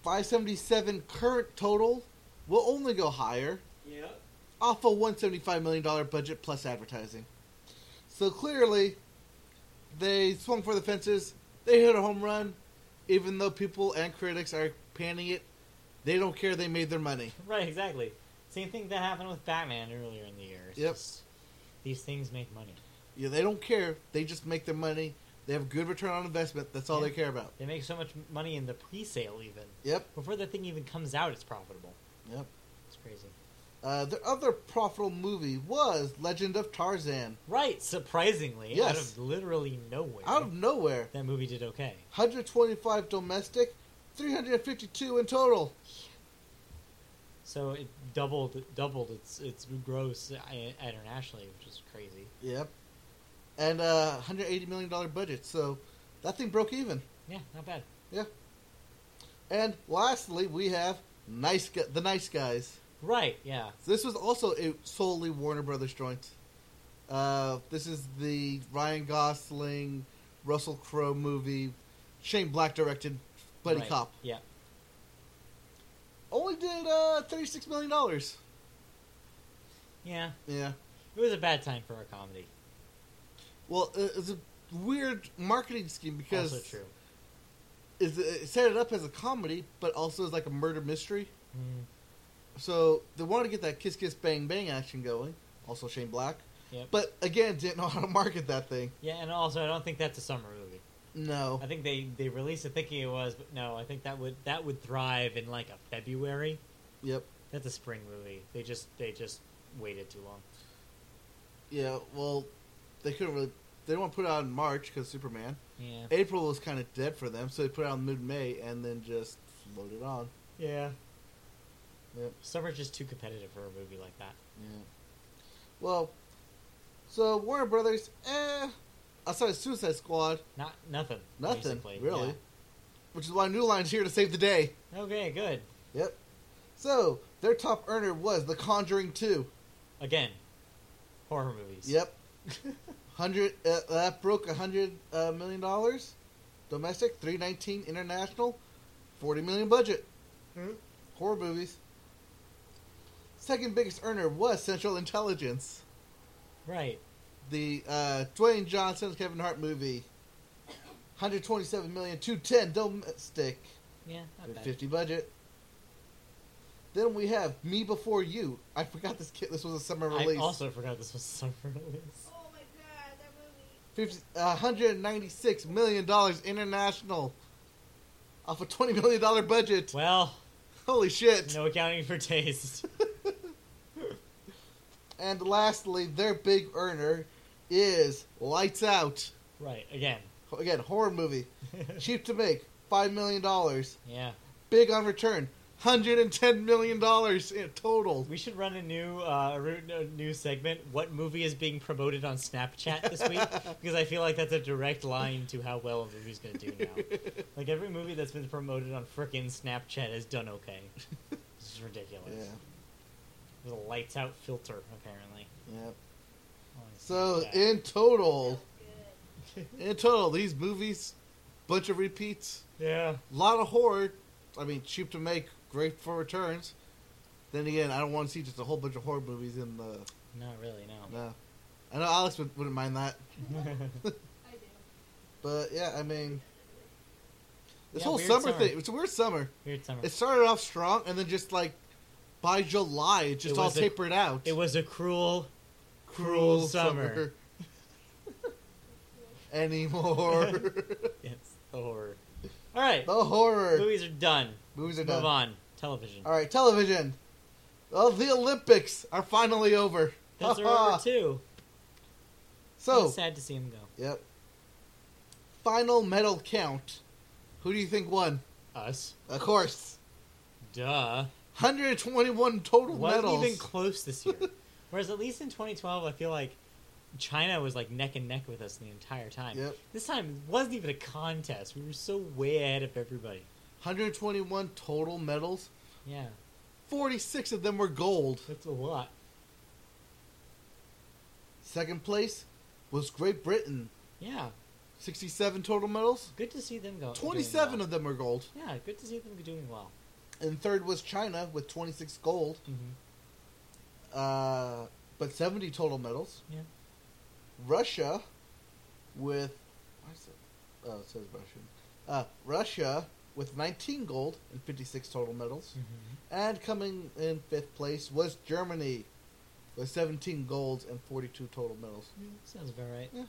[SPEAKER 1] Five seventy-seven current total. Will only go higher
[SPEAKER 2] Yep.
[SPEAKER 1] off a one seventy-five million dollar budget plus advertising. So clearly, they swung for the fences. They hit a home run, even though people and critics are panning it. They don't care. They made their money.
[SPEAKER 2] Right. Exactly. Same thing that happened with Batman earlier in the year. It's
[SPEAKER 1] Yep.
[SPEAKER 2] just- these things make money.
[SPEAKER 1] Yeah, they don't care. They just make their money. They have good return on investment. That's all
[SPEAKER 2] Yeah.
[SPEAKER 1] they care about.
[SPEAKER 2] They make so much money in the pre-sale even
[SPEAKER 1] Yep.
[SPEAKER 2] before the thing even comes out. It's profitable.
[SPEAKER 1] Yep.
[SPEAKER 2] It's crazy.
[SPEAKER 1] Uh, their other profitable movie was Legend of Tarzan.
[SPEAKER 2] Right. Surprisingly, out
[SPEAKER 1] Yes.
[SPEAKER 2] of literally nowhere,
[SPEAKER 1] Out of nowhere,
[SPEAKER 2] that movie did okay.
[SPEAKER 1] 125 domestic, 352 in total.
[SPEAKER 2] So it doubled doubled its its gross i- internationally, which is crazy.
[SPEAKER 1] Yep. And uh, 180 million dollar budget. So that thing broke even.
[SPEAKER 2] Yeah, not bad.
[SPEAKER 1] And lastly, we have Nice Gu- the Nice Guys.
[SPEAKER 2] Right? Yeah.
[SPEAKER 1] This was also a solely Warner Brothers joint. Uh, this is the Ryan Gosling, Russell Crowe movie, Shane Black directed, Buddy
[SPEAKER 2] Right.
[SPEAKER 1] Cop.
[SPEAKER 2] Yeah.
[SPEAKER 1] Only did uh, thirty-six million dollars.
[SPEAKER 2] Yeah.
[SPEAKER 1] Yeah.
[SPEAKER 2] It was a bad time for a comedy.
[SPEAKER 1] Well, it- it's a weird marketing scheme because
[SPEAKER 2] also true.
[SPEAKER 1] it's- it set it up as a comedy, but also as like a murder mystery.
[SPEAKER 2] Mm-hmm.
[SPEAKER 1] So they wanted to get that kiss, kiss, bang, bang action going. Also Shane Black,
[SPEAKER 2] Yep.
[SPEAKER 1] but again, didn't know how to market that thing.
[SPEAKER 2] Yeah, and also I don't think that's a summer movie.
[SPEAKER 1] No.
[SPEAKER 2] I think they they released it thinking it was, but no, I think that would that would thrive in like a February.
[SPEAKER 1] Yep.
[SPEAKER 2] That's a spring movie. They just they just waited too long.
[SPEAKER 1] Yeah, well, they couldn't really. They didn't want to put it out in March because Superman.
[SPEAKER 2] Yeah.
[SPEAKER 1] April was kind of dead for them, so they put it out in mid-May and then just floated on.
[SPEAKER 2] Yeah.
[SPEAKER 1] Yep.
[SPEAKER 2] Summer's just too competitive for a movie like that.
[SPEAKER 1] Yeah. Well, so Warner Brothers, eh, outside of Suicide Squad,
[SPEAKER 2] Not nothing.
[SPEAKER 1] nothing
[SPEAKER 2] basically.
[SPEAKER 1] really. Which is why New Line's here to save the day.
[SPEAKER 2] Yeah. Okay, good.
[SPEAKER 1] Yep. So their top earner was The Conjuring Two.
[SPEAKER 2] Again, horror movies.
[SPEAKER 1] Yep. Hundred uh, that broke a hundred uh, million dollars, domestic three nineteen international, forty million budget.
[SPEAKER 2] Mhm.
[SPEAKER 1] Horror movies. Second biggest earner was Central Intelligence,
[SPEAKER 2] Right.
[SPEAKER 1] the uh, Dwayne Johnson Kevin Hart movie. 127 million, 210 domestic,
[SPEAKER 2] Yeah. Not bad.
[SPEAKER 1] 50 budget. Then we have Me Before You. I forgot this kid. This was a summer
[SPEAKER 2] I
[SPEAKER 1] release.
[SPEAKER 2] also forgot this was a summer release.
[SPEAKER 4] Oh my god, that movie.
[SPEAKER 1] 50, uh, $196 million international off a $20 million budget.
[SPEAKER 2] Well,
[SPEAKER 1] Holy shit.
[SPEAKER 2] no accounting for taste.
[SPEAKER 1] And lastly, their big earner is Lights Out.
[SPEAKER 2] right. Again.
[SPEAKER 1] Again, horror movie. Cheap to make, $5 million.
[SPEAKER 2] yeah.
[SPEAKER 1] Big on return, $110 million in total.
[SPEAKER 2] We should run a new uh, a root- a new segment. What movie is being promoted on Snapchat this week? because I feel like that's a direct line to how well a movie's going to do now. like every movie that's been promoted on frickin' Snapchat has done okay. It's is ridiculous.
[SPEAKER 1] Yeah.
[SPEAKER 2] With a lights out filter, apparently.
[SPEAKER 1] Yeah.
[SPEAKER 2] Oh, I see
[SPEAKER 1] So
[SPEAKER 2] that.
[SPEAKER 1] in total,
[SPEAKER 4] Good.
[SPEAKER 1] in total, these movies, bunch of repeats,
[SPEAKER 2] yeah,
[SPEAKER 1] a lot of horror. I mean, cheap to make, great for returns. Then again, I don't want to see just a whole bunch of horror movies in the.
[SPEAKER 2] not really. No.
[SPEAKER 1] No, I know Alex would, wouldn't mind that,
[SPEAKER 4] I do.
[SPEAKER 1] but yeah, I mean, this
[SPEAKER 2] Yeah,
[SPEAKER 1] whole
[SPEAKER 2] weird
[SPEAKER 1] summer,
[SPEAKER 2] summer.
[SPEAKER 1] thing—it's a weird summer.
[SPEAKER 2] Weird summer.
[SPEAKER 1] It started off strong, and then just like by July, it just
[SPEAKER 2] It
[SPEAKER 1] all
[SPEAKER 2] was a-
[SPEAKER 1] tapered out.
[SPEAKER 2] It was a cruel. cruel summer.
[SPEAKER 1] anymore.
[SPEAKER 2] Yes, the horror. All right,
[SPEAKER 1] the horror
[SPEAKER 2] movies are done.
[SPEAKER 1] movies are
[SPEAKER 2] Move
[SPEAKER 1] done.
[SPEAKER 2] on. Television.
[SPEAKER 1] All right, television. Well, the Olympics are finally over.
[SPEAKER 2] Those are
[SPEAKER 1] Ha-ha.
[SPEAKER 2] over too.
[SPEAKER 1] So,
[SPEAKER 2] It's sad to see him go.
[SPEAKER 1] yep. Final medal count. Who do you think won?
[SPEAKER 2] Us.
[SPEAKER 1] Of course,
[SPEAKER 2] Duh.
[SPEAKER 1] 121 total
[SPEAKER 2] Wasn't
[SPEAKER 1] medals.
[SPEAKER 2] even close this year. Whereas at least in 2012, I feel like China was like neck and neck with us the entire time.
[SPEAKER 1] Yep,
[SPEAKER 2] This time it wasn't even a contest. We were so way ahead of everybody.
[SPEAKER 1] 121 total medals.
[SPEAKER 2] Yeah,
[SPEAKER 1] 46 of them were gold.
[SPEAKER 2] that's a lot.
[SPEAKER 1] Second place was Great Britain,
[SPEAKER 2] Yeah,
[SPEAKER 1] 67 total medals.
[SPEAKER 2] good to see them go. doing
[SPEAKER 1] 27
[SPEAKER 2] well.
[SPEAKER 1] of them were gold.
[SPEAKER 2] Yeah, good to see them doing well.
[SPEAKER 1] And third was China with 26 gold,
[SPEAKER 2] Mm-hmm.
[SPEAKER 1] uh, but 70 total medals.
[SPEAKER 2] Yeah.
[SPEAKER 1] Russia with. Why is it? Oh, it says Russian. Uh, Russia with 19 gold and 56 total medals.
[SPEAKER 2] Mm-hmm.
[SPEAKER 1] And coming in fifth place was Germany with 17 golds and 42 total medals.
[SPEAKER 2] Sounds about right.
[SPEAKER 1] Yeah.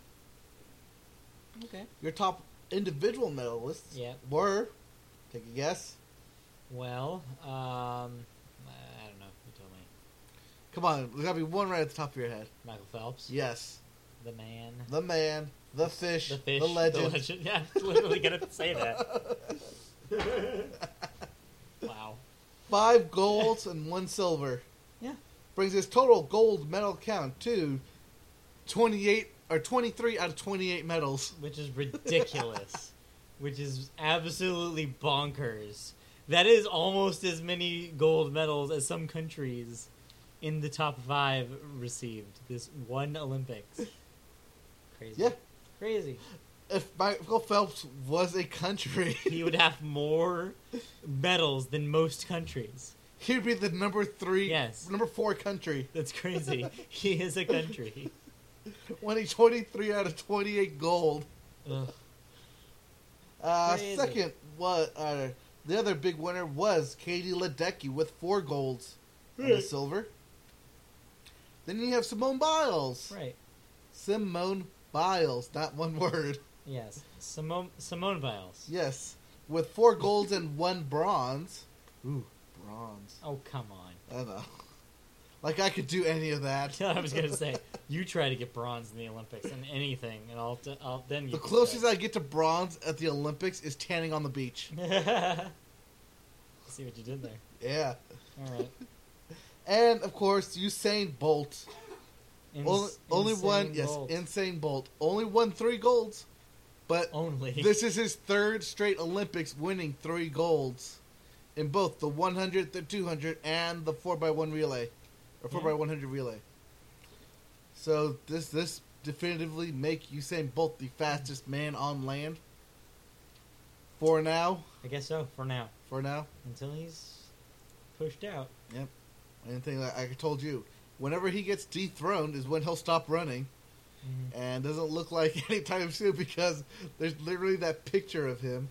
[SPEAKER 2] Okay.
[SPEAKER 1] Your top individual medalists
[SPEAKER 2] Yeah.
[SPEAKER 1] were. Take a guess.
[SPEAKER 2] Well, um, I I don't know. You told me
[SPEAKER 1] Come on, there's gotta be one right at the top of your head.
[SPEAKER 2] Michael Phelps,
[SPEAKER 1] Yes.
[SPEAKER 2] the man,
[SPEAKER 1] The man, the fish,
[SPEAKER 2] the fish,
[SPEAKER 1] the legend.
[SPEAKER 2] Yeah, I was literally gonna say that. wow.
[SPEAKER 1] Five golds and one silver.
[SPEAKER 2] Yeah.
[SPEAKER 1] Brings his total gold medal count to 28 or 23 out of 28 medals.
[SPEAKER 2] which is ridiculous, which is absolutely bonkers. That is almost as many gold medals as some countries in the top five received this one Olympics. Crazy.
[SPEAKER 1] Yeah.
[SPEAKER 2] Crazy.
[SPEAKER 1] If Michael Phelps was a country,
[SPEAKER 2] He would have more medals than most countries.
[SPEAKER 1] he'd be the number three,
[SPEAKER 2] Yes.
[SPEAKER 1] number four country.
[SPEAKER 2] That's crazy. he is a country.
[SPEAKER 1] Winning 23 out of 28 gold.
[SPEAKER 2] Ugh.
[SPEAKER 1] Uh,
[SPEAKER 2] Crazy.
[SPEAKER 1] second, was, uh, the other big winner was Katie Ledecky with four golds and a
[SPEAKER 2] Right.
[SPEAKER 1] silver. Then you have Simone Biles.
[SPEAKER 2] Right.
[SPEAKER 1] Simone Biles, not one word.
[SPEAKER 2] Yes. Simone, Simone Biles.
[SPEAKER 1] Yes, with four golds and one bronze. Ooh, bronze.
[SPEAKER 2] Oh, come on.
[SPEAKER 1] I know. Like I could do any of that.
[SPEAKER 2] I was gonna say, you try to get bronze in the Olympics and anything, and I'll, t- I'll then you
[SPEAKER 1] The closest I get to bronze at the Olympics is tanning on the beach.
[SPEAKER 2] I see what you did there.
[SPEAKER 1] Yeah,
[SPEAKER 2] All right,
[SPEAKER 1] and of course Usain Bolt.
[SPEAKER 2] Ins-
[SPEAKER 1] only only
[SPEAKER 2] insane
[SPEAKER 1] one.
[SPEAKER 2] goal.
[SPEAKER 1] Yes, insane Bolt. Only won three golds, but
[SPEAKER 2] only
[SPEAKER 1] this is his third straight Olympics winning three golds in both the 100, the 200, and the 4x1 relay. Or 4x100 relay. So this this definitively make Usain Bolt the fastest man on land. For now.
[SPEAKER 2] I guess so for now
[SPEAKER 1] For now.
[SPEAKER 2] until he's pushed out.
[SPEAKER 1] Anything that I told you. Whenever he gets dethroned is when he'll stop running.
[SPEAKER 2] Mhm.
[SPEAKER 1] and doesn't look like anytime soon because there's literally that picture of him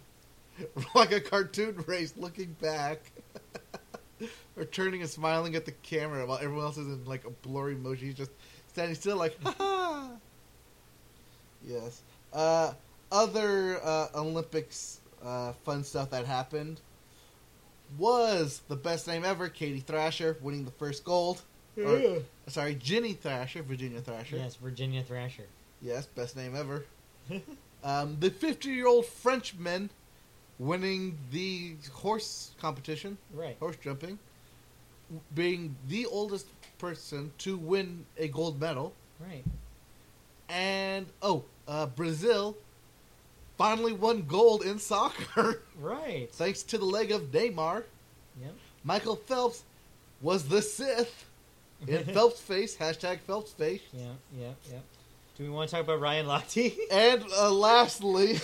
[SPEAKER 1] like a cartoon race looking back or turning and smiling at the camera while everyone else is in like a blurry motion he's just standing still like ha ha yes uh, other uh, olympics uh, fun stuff that happened was the best name ever katie thrasher winning the first gold Or- sorry ginny thrasher virginia thrasher
[SPEAKER 2] Yes, Virginia Thrasher.
[SPEAKER 1] Yes, best name ever. um, the 50 year old Frenchman winning the horse competition,
[SPEAKER 2] Right.
[SPEAKER 1] horse jumping, being the oldest person to win a gold medal.
[SPEAKER 2] Right.
[SPEAKER 1] And, oh, uh, Brazil finally won gold in soccer
[SPEAKER 2] Right.
[SPEAKER 1] thanks to the leg of Neymar.
[SPEAKER 2] Yep.
[SPEAKER 1] Michael Phelps was the Sith in Phelps face hashtag Phelps face.
[SPEAKER 2] Yeah, yeah, yeah. Do we want to talk about Ryan Lochte?
[SPEAKER 1] And uh, lastly,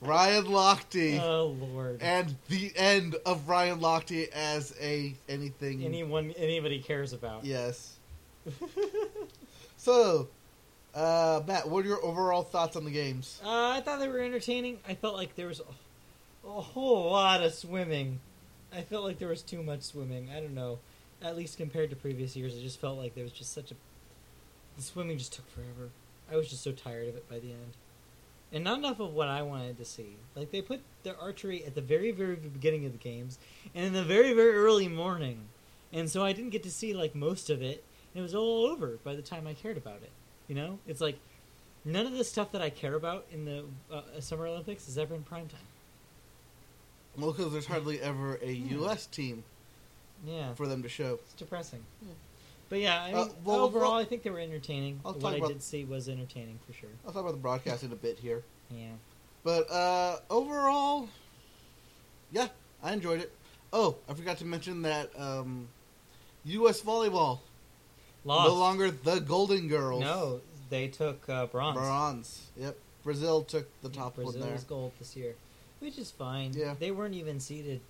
[SPEAKER 1] Ryan Lochte
[SPEAKER 2] oh lord.
[SPEAKER 1] and the end of Ryan Lochte as a anything.
[SPEAKER 2] Anyone, anybody cares about?
[SPEAKER 1] yes. So, uh, Matt, what are your overall thoughts on the games?
[SPEAKER 2] Uh, I thought they were entertaining. I felt like there was a, a whole lot of swimming. I felt like there was too much swimming. I don't know. At least compared to previous years, it just felt like there was just such a. The swimming just took forever. I was just so tired of it by the end. And not enough of what I wanted to see. Like, they put their archery at the very, very beginning of the games and in the very, very early morning. And so I didn't get to see, like, most of it. And it was all over by the time I cared about it. You know? It's like, None of the stuff that I care about in the uh, Summer Olympics is ever in prime time.
[SPEAKER 1] Well, because there's hardly ever a
[SPEAKER 2] Yeah.
[SPEAKER 1] U.S. team
[SPEAKER 2] Yeah,
[SPEAKER 1] for them to show.
[SPEAKER 2] it's depressing.
[SPEAKER 3] Yeah.
[SPEAKER 2] But yeah, I mean,
[SPEAKER 1] Uh, well,
[SPEAKER 2] overall,
[SPEAKER 1] well-
[SPEAKER 2] I think they were entertaining.
[SPEAKER 1] I'll
[SPEAKER 2] what
[SPEAKER 1] talk
[SPEAKER 2] I
[SPEAKER 1] about-
[SPEAKER 2] did see was entertaining for sure.
[SPEAKER 1] I'll talk about the broadcast in a bit here.
[SPEAKER 2] Yeah.
[SPEAKER 1] But uh, overall, yeah, I enjoyed it. Oh, I forgot to mention that um, U.S. volleyball
[SPEAKER 2] Lost.
[SPEAKER 1] no longer the Golden Girls.
[SPEAKER 2] No, they took uh, bronze.
[SPEAKER 1] bronze. Yep, Brazil took the top
[SPEAKER 2] Brazil's
[SPEAKER 1] one there.
[SPEAKER 2] gold this year, which is fine.
[SPEAKER 1] Yeah.
[SPEAKER 2] They weren't even seeded.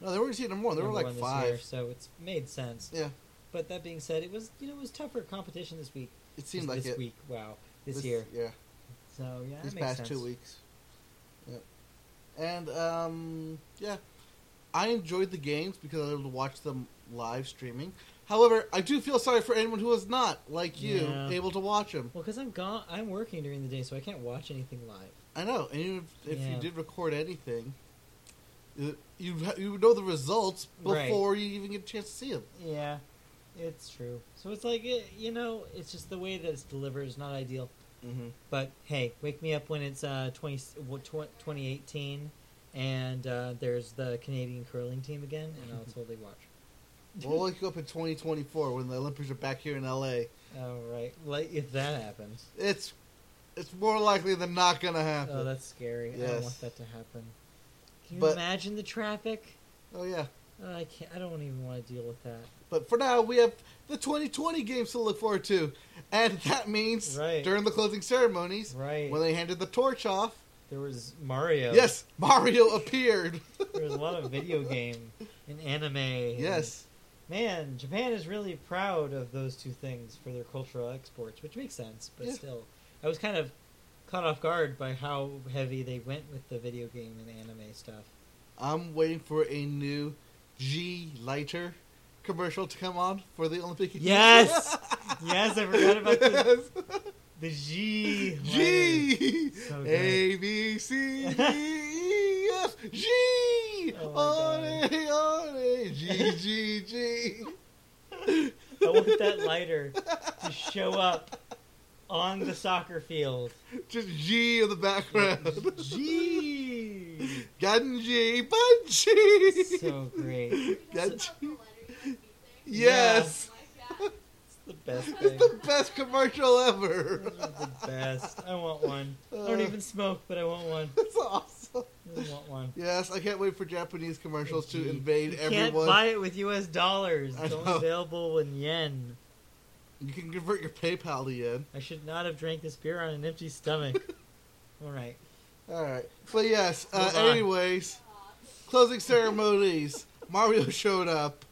[SPEAKER 1] No, they weren't seeing number one. They were
[SPEAKER 2] number
[SPEAKER 1] like
[SPEAKER 2] one this
[SPEAKER 1] five.
[SPEAKER 2] year, so it's made sense.
[SPEAKER 1] Yeah.
[SPEAKER 2] But that being said, it was you know it was tougher competition this week.
[SPEAKER 1] It seemed like
[SPEAKER 2] this
[SPEAKER 1] it
[SPEAKER 2] week. Wow, this, year.
[SPEAKER 1] Yeah,
[SPEAKER 2] So yeah,
[SPEAKER 1] these
[SPEAKER 2] that makes
[SPEAKER 1] past
[SPEAKER 2] sense.
[SPEAKER 1] two weeks. Yep. And um, yeah, I enjoyed the games because I was able to watch them live streaming. However, I do feel sorry for anyone who was not like you
[SPEAKER 2] Yeah.
[SPEAKER 1] able to watch them.
[SPEAKER 2] Well, because I'm gone, I'm working during the day, so I can't watch anything live.
[SPEAKER 1] I know, and even if, if
[SPEAKER 2] Yeah.
[SPEAKER 1] you did record anything, you you you would know the results
[SPEAKER 2] Right.
[SPEAKER 1] before you even get a chance to see them.
[SPEAKER 2] Yeah, it's true. So it's like it, you know, it's just the way that it's delivered is not ideal.
[SPEAKER 1] Mm-hmm.
[SPEAKER 2] But hey, wake me up when it's uh 20, what, tw- 2018 and uh, there's the Canadian curling team again, and I'll totally watch.
[SPEAKER 1] We'll wake you up in 2024 when the Olympics are back here in LA.
[SPEAKER 2] All right, like if that happens,
[SPEAKER 1] It's it's more likely than not gonna happen.
[SPEAKER 2] oh, that's scary. I don't
[SPEAKER 1] Yes.
[SPEAKER 2] want that to happen. Can you
[SPEAKER 1] But-
[SPEAKER 2] imagine the traffic?
[SPEAKER 1] oh yeah.
[SPEAKER 2] Oh, I can't. I don't even want to deal with that.
[SPEAKER 1] But for now, we have the 2020 games to look forward to, and that means
[SPEAKER 2] Right.
[SPEAKER 1] during the closing ceremonies
[SPEAKER 2] Right.
[SPEAKER 1] when they handed the torch off.
[SPEAKER 2] there was Mario.
[SPEAKER 1] Yes, Mario appeared.
[SPEAKER 2] There was a lot of video game and anime. and-
[SPEAKER 1] yes,
[SPEAKER 2] Man, Japan is really proud of those two things for their cultural exports, which makes sense, but
[SPEAKER 1] Yeah.
[SPEAKER 2] still. I was kind of caught off guard by how heavy they went with the video game and anime stuff.
[SPEAKER 1] I'm waiting for a new G lighter commercial to come on for the Olympic. Games.
[SPEAKER 2] Yes! Yes, I forgot about the,
[SPEAKER 1] Yes.
[SPEAKER 2] the G. letter.
[SPEAKER 1] G
[SPEAKER 2] So good.
[SPEAKER 1] A B C D E F G
[SPEAKER 2] Oh
[SPEAKER 1] on
[SPEAKER 2] my
[SPEAKER 1] it, on it, G G G.
[SPEAKER 2] I want that lighter to show up on the soccer field.
[SPEAKER 1] Just G in the background.
[SPEAKER 2] G.
[SPEAKER 1] Ganji Bunji.
[SPEAKER 2] So great.
[SPEAKER 1] Ganji.
[SPEAKER 4] You know about the letter you must be saying?
[SPEAKER 1] Yes.
[SPEAKER 4] Oh my God.
[SPEAKER 2] It's the best
[SPEAKER 1] It's
[SPEAKER 2] thing.
[SPEAKER 1] the best commercial ever.
[SPEAKER 2] Those are the best. I want one. I don't
[SPEAKER 1] Uh.
[SPEAKER 2] even smoke, but I want one.
[SPEAKER 1] It's awesome.
[SPEAKER 2] I want one.
[SPEAKER 1] Yes, I can't wait for Japanese commercials to
[SPEAKER 2] Gee.
[SPEAKER 1] invade
[SPEAKER 2] you Can't
[SPEAKER 1] everyone.
[SPEAKER 2] buy it with U.S. dollars.
[SPEAKER 1] I
[SPEAKER 2] It's only
[SPEAKER 1] know.
[SPEAKER 2] available in yen.
[SPEAKER 1] you can convert your PayPal to yen.
[SPEAKER 2] I should not have drank this beer on an empty stomach. All right.
[SPEAKER 1] All right, but yes. Uh,
[SPEAKER 2] Move on.
[SPEAKER 1] anyways, closing ceremonies. Mario showed up,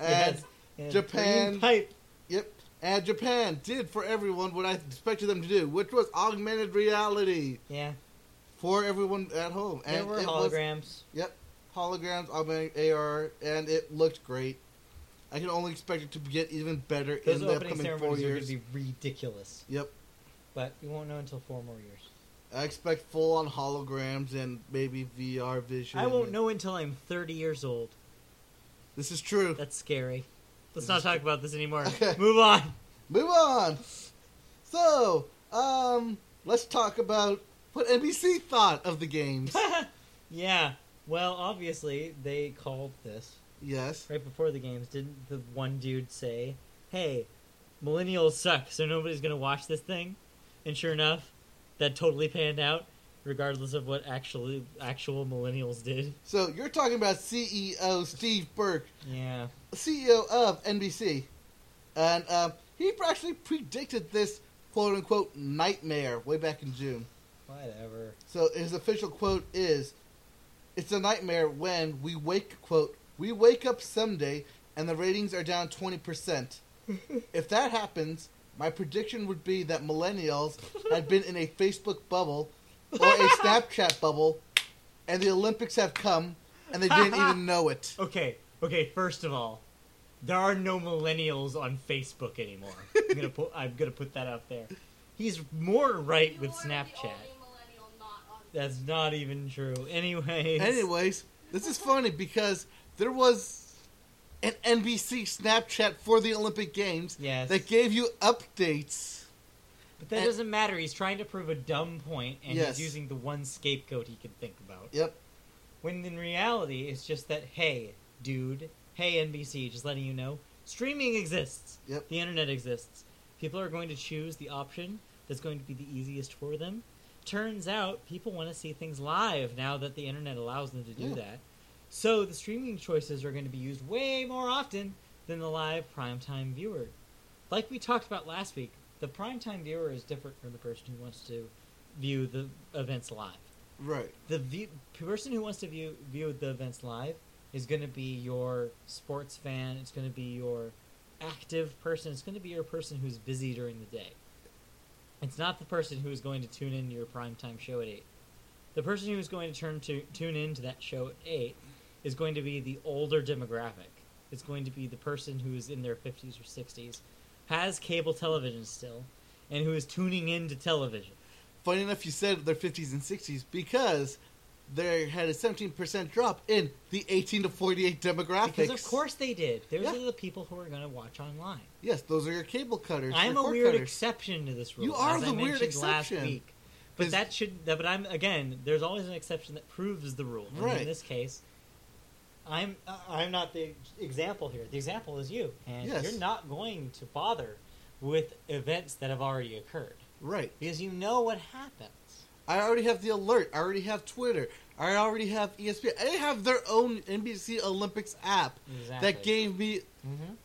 [SPEAKER 2] It
[SPEAKER 1] and
[SPEAKER 2] has- it has
[SPEAKER 1] Japan-
[SPEAKER 2] green pipe.
[SPEAKER 1] yep, and Japan did for everyone what I expected them to do, which was augmented reality
[SPEAKER 2] Yeah.
[SPEAKER 1] for everyone at home. And
[SPEAKER 2] There were
[SPEAKER 1] it was
[SPEAKER 2] holograms.
[SPEAKER 1] Yep, holograms, augmented AR, and it looked great. I can only expect it to get even better
[SPEAKER 2] Those
[SPEAKER 1] in the
[SPEAKER 2] opening
[SPEAKER 1] upcoming four
[SPEAKER 2] ceremonies are going
[SPEAKER 1] years.
[SPEAKER 2] to be ridiculous,
[SPEAKER 1] Yep,
[SPEAKER 2] but we won't know until four more years.
[SPEAKER 1] I expect full-on holograms and maybe VR vision.
[SPEAKER 2] I won't know until I'm 30 years old.
[SPEAKER 1] This is true.
[SPEAKER 2] That's scary. Let's not talk about this anymore.
[SPEAKER 1] Okay.
[SPEAKER 2] Move on.
[SPEAKER 1] Move on. So, um, let's talk about what NBC thought of the games.
[SPEAKER 2] yeah. Well, obviously they called this
[SPEAKER 1] yes.
[SPEAKER 2] right before the games. Didn't the one dude say, "Hey, millennials suck, so nobody's gonna watch this thing"? And sure enough, that totally panned out. regardless of what actually actual millennials did.
[SPEAKER 1] So you're talking about CEO Steve Burke,
[SPEAKER 2] Yeah.
[SPEAKER 1] CEO of NBC, and uh, he actually predicted this quote unquote nightmare way back in June.
[SPEAKER 2] Whatever.
[SPEAKER 1] So his official quote is, "It's a nightmare when we wake quote we wake up someday and the ratings are down twenty percent. if that happens, my prediction would be that millennials had been in a Facebook bubble or a Snapchat bubble, and the Olympics have come and they didn't even know it."
[SPEAKER 2] Okay. Okay. First of all, there are no millennials on Facebook anymore. I'm gonna put I'm gonna put that out there. He's more right
[SPEAKER 4] You
[SPEAKER 2] with
[SPEAKER 4] are the
[SPEAKER 2] Snapchat.
[SPEAKER 4] only millennial not on
[SPEAKER 2] That's not even true. Anyways.
[SPEAKER 1] Anyways, this is funny because there was an NBC Snapchat for the Olympic Games
[SPEAKER 2] Yes.
[SPEAKER 1] that gave you updates.
[SPEAKER 2] But that doesn't matter. He's trying to prove a dumb point, and
[SPEAKER 1] Yes.
[SPEAKER 2] he's using the one scapegoat he can think about.
[SPEAKER 1] Yep.
[SPEAKER 2] When in reality, it's just that, hey, dude, hey, NBC, just letting you know, streaming exists.
[SPEAKER 1] Yep.
[SPEAKER 2] The internet exists. People are going to choose the option that's going to be the easiest for them. Turns out people want to see things live now that the internet allows them to do
[SPEAKER 1] Yeah.
[SPEAKER 2] that. So the streaming choices are going to be used way more often than the live primetime viewer. Like we talked about last week, the primetime viewer is different from the person who wants to view the events live
[SPEAKER 1] Right.
[SPEAKER 2] the view, person who wants to view view the events live is going to be your sports fan. It's going to be your active person. It's going to be your person who's busy during the day. It's not the person who is going to tune in to your primetime show at eight. The person who is going to turn to tune in to that show at eight is going to be the older demographic. It's going to be the person who is in their fifties or sixties, has cable television still, and who is tuning in to television.
[SPEAKER 1] Funny enough, you said their 50s and 60s because they had a 17% drop in the 18 to 48 demographics.
[SPEAKER 2] Because of course they did. Those
[SPEAKER 1] Yeah.
[SPEAKER 2] are the people who are going to watch online.
[SPEAKER 1] Yes, those are your cable cutters. your
[SPEAKER 2] I'm a
[SPEAKER 1] cord
[SPEAKER 2] weird
[SPEAKER 1] cutters.
[SPEAKER 2] exception to this rule.
[SPEAKER 1] You are
[SPEAKER 2] as I
[SPEAKER 1] the weird
[SPEAKER 2] mentioned last
[SPEAKER 1] exception.
[SPEAKER 2] week. But
[SPEAKER 1] 'Cause-
[SPEAKER 2] that should. that- But I'm again. There's always an exception that proves the rule. And
[SPEAKER 1] Right.
[SPEAKER 2] In this case, I'm uh, I'm not the example here. The example is you, and
[SPEAKER 1] Yes.
[SPEAKER 2] you're not going to bother with events that have already occurred
[SPEAKER 1] Right.
[SPEAKER 2] because you know what happens.
[SPEAKER 1] I already have the alert. I already have Twitter. I already have E ESPN. They have their own NBC Olympics app
[SPEAKER 2] Exactly.
[SPEAKER 1] that gave me
[SPEAKER 2] Mhm.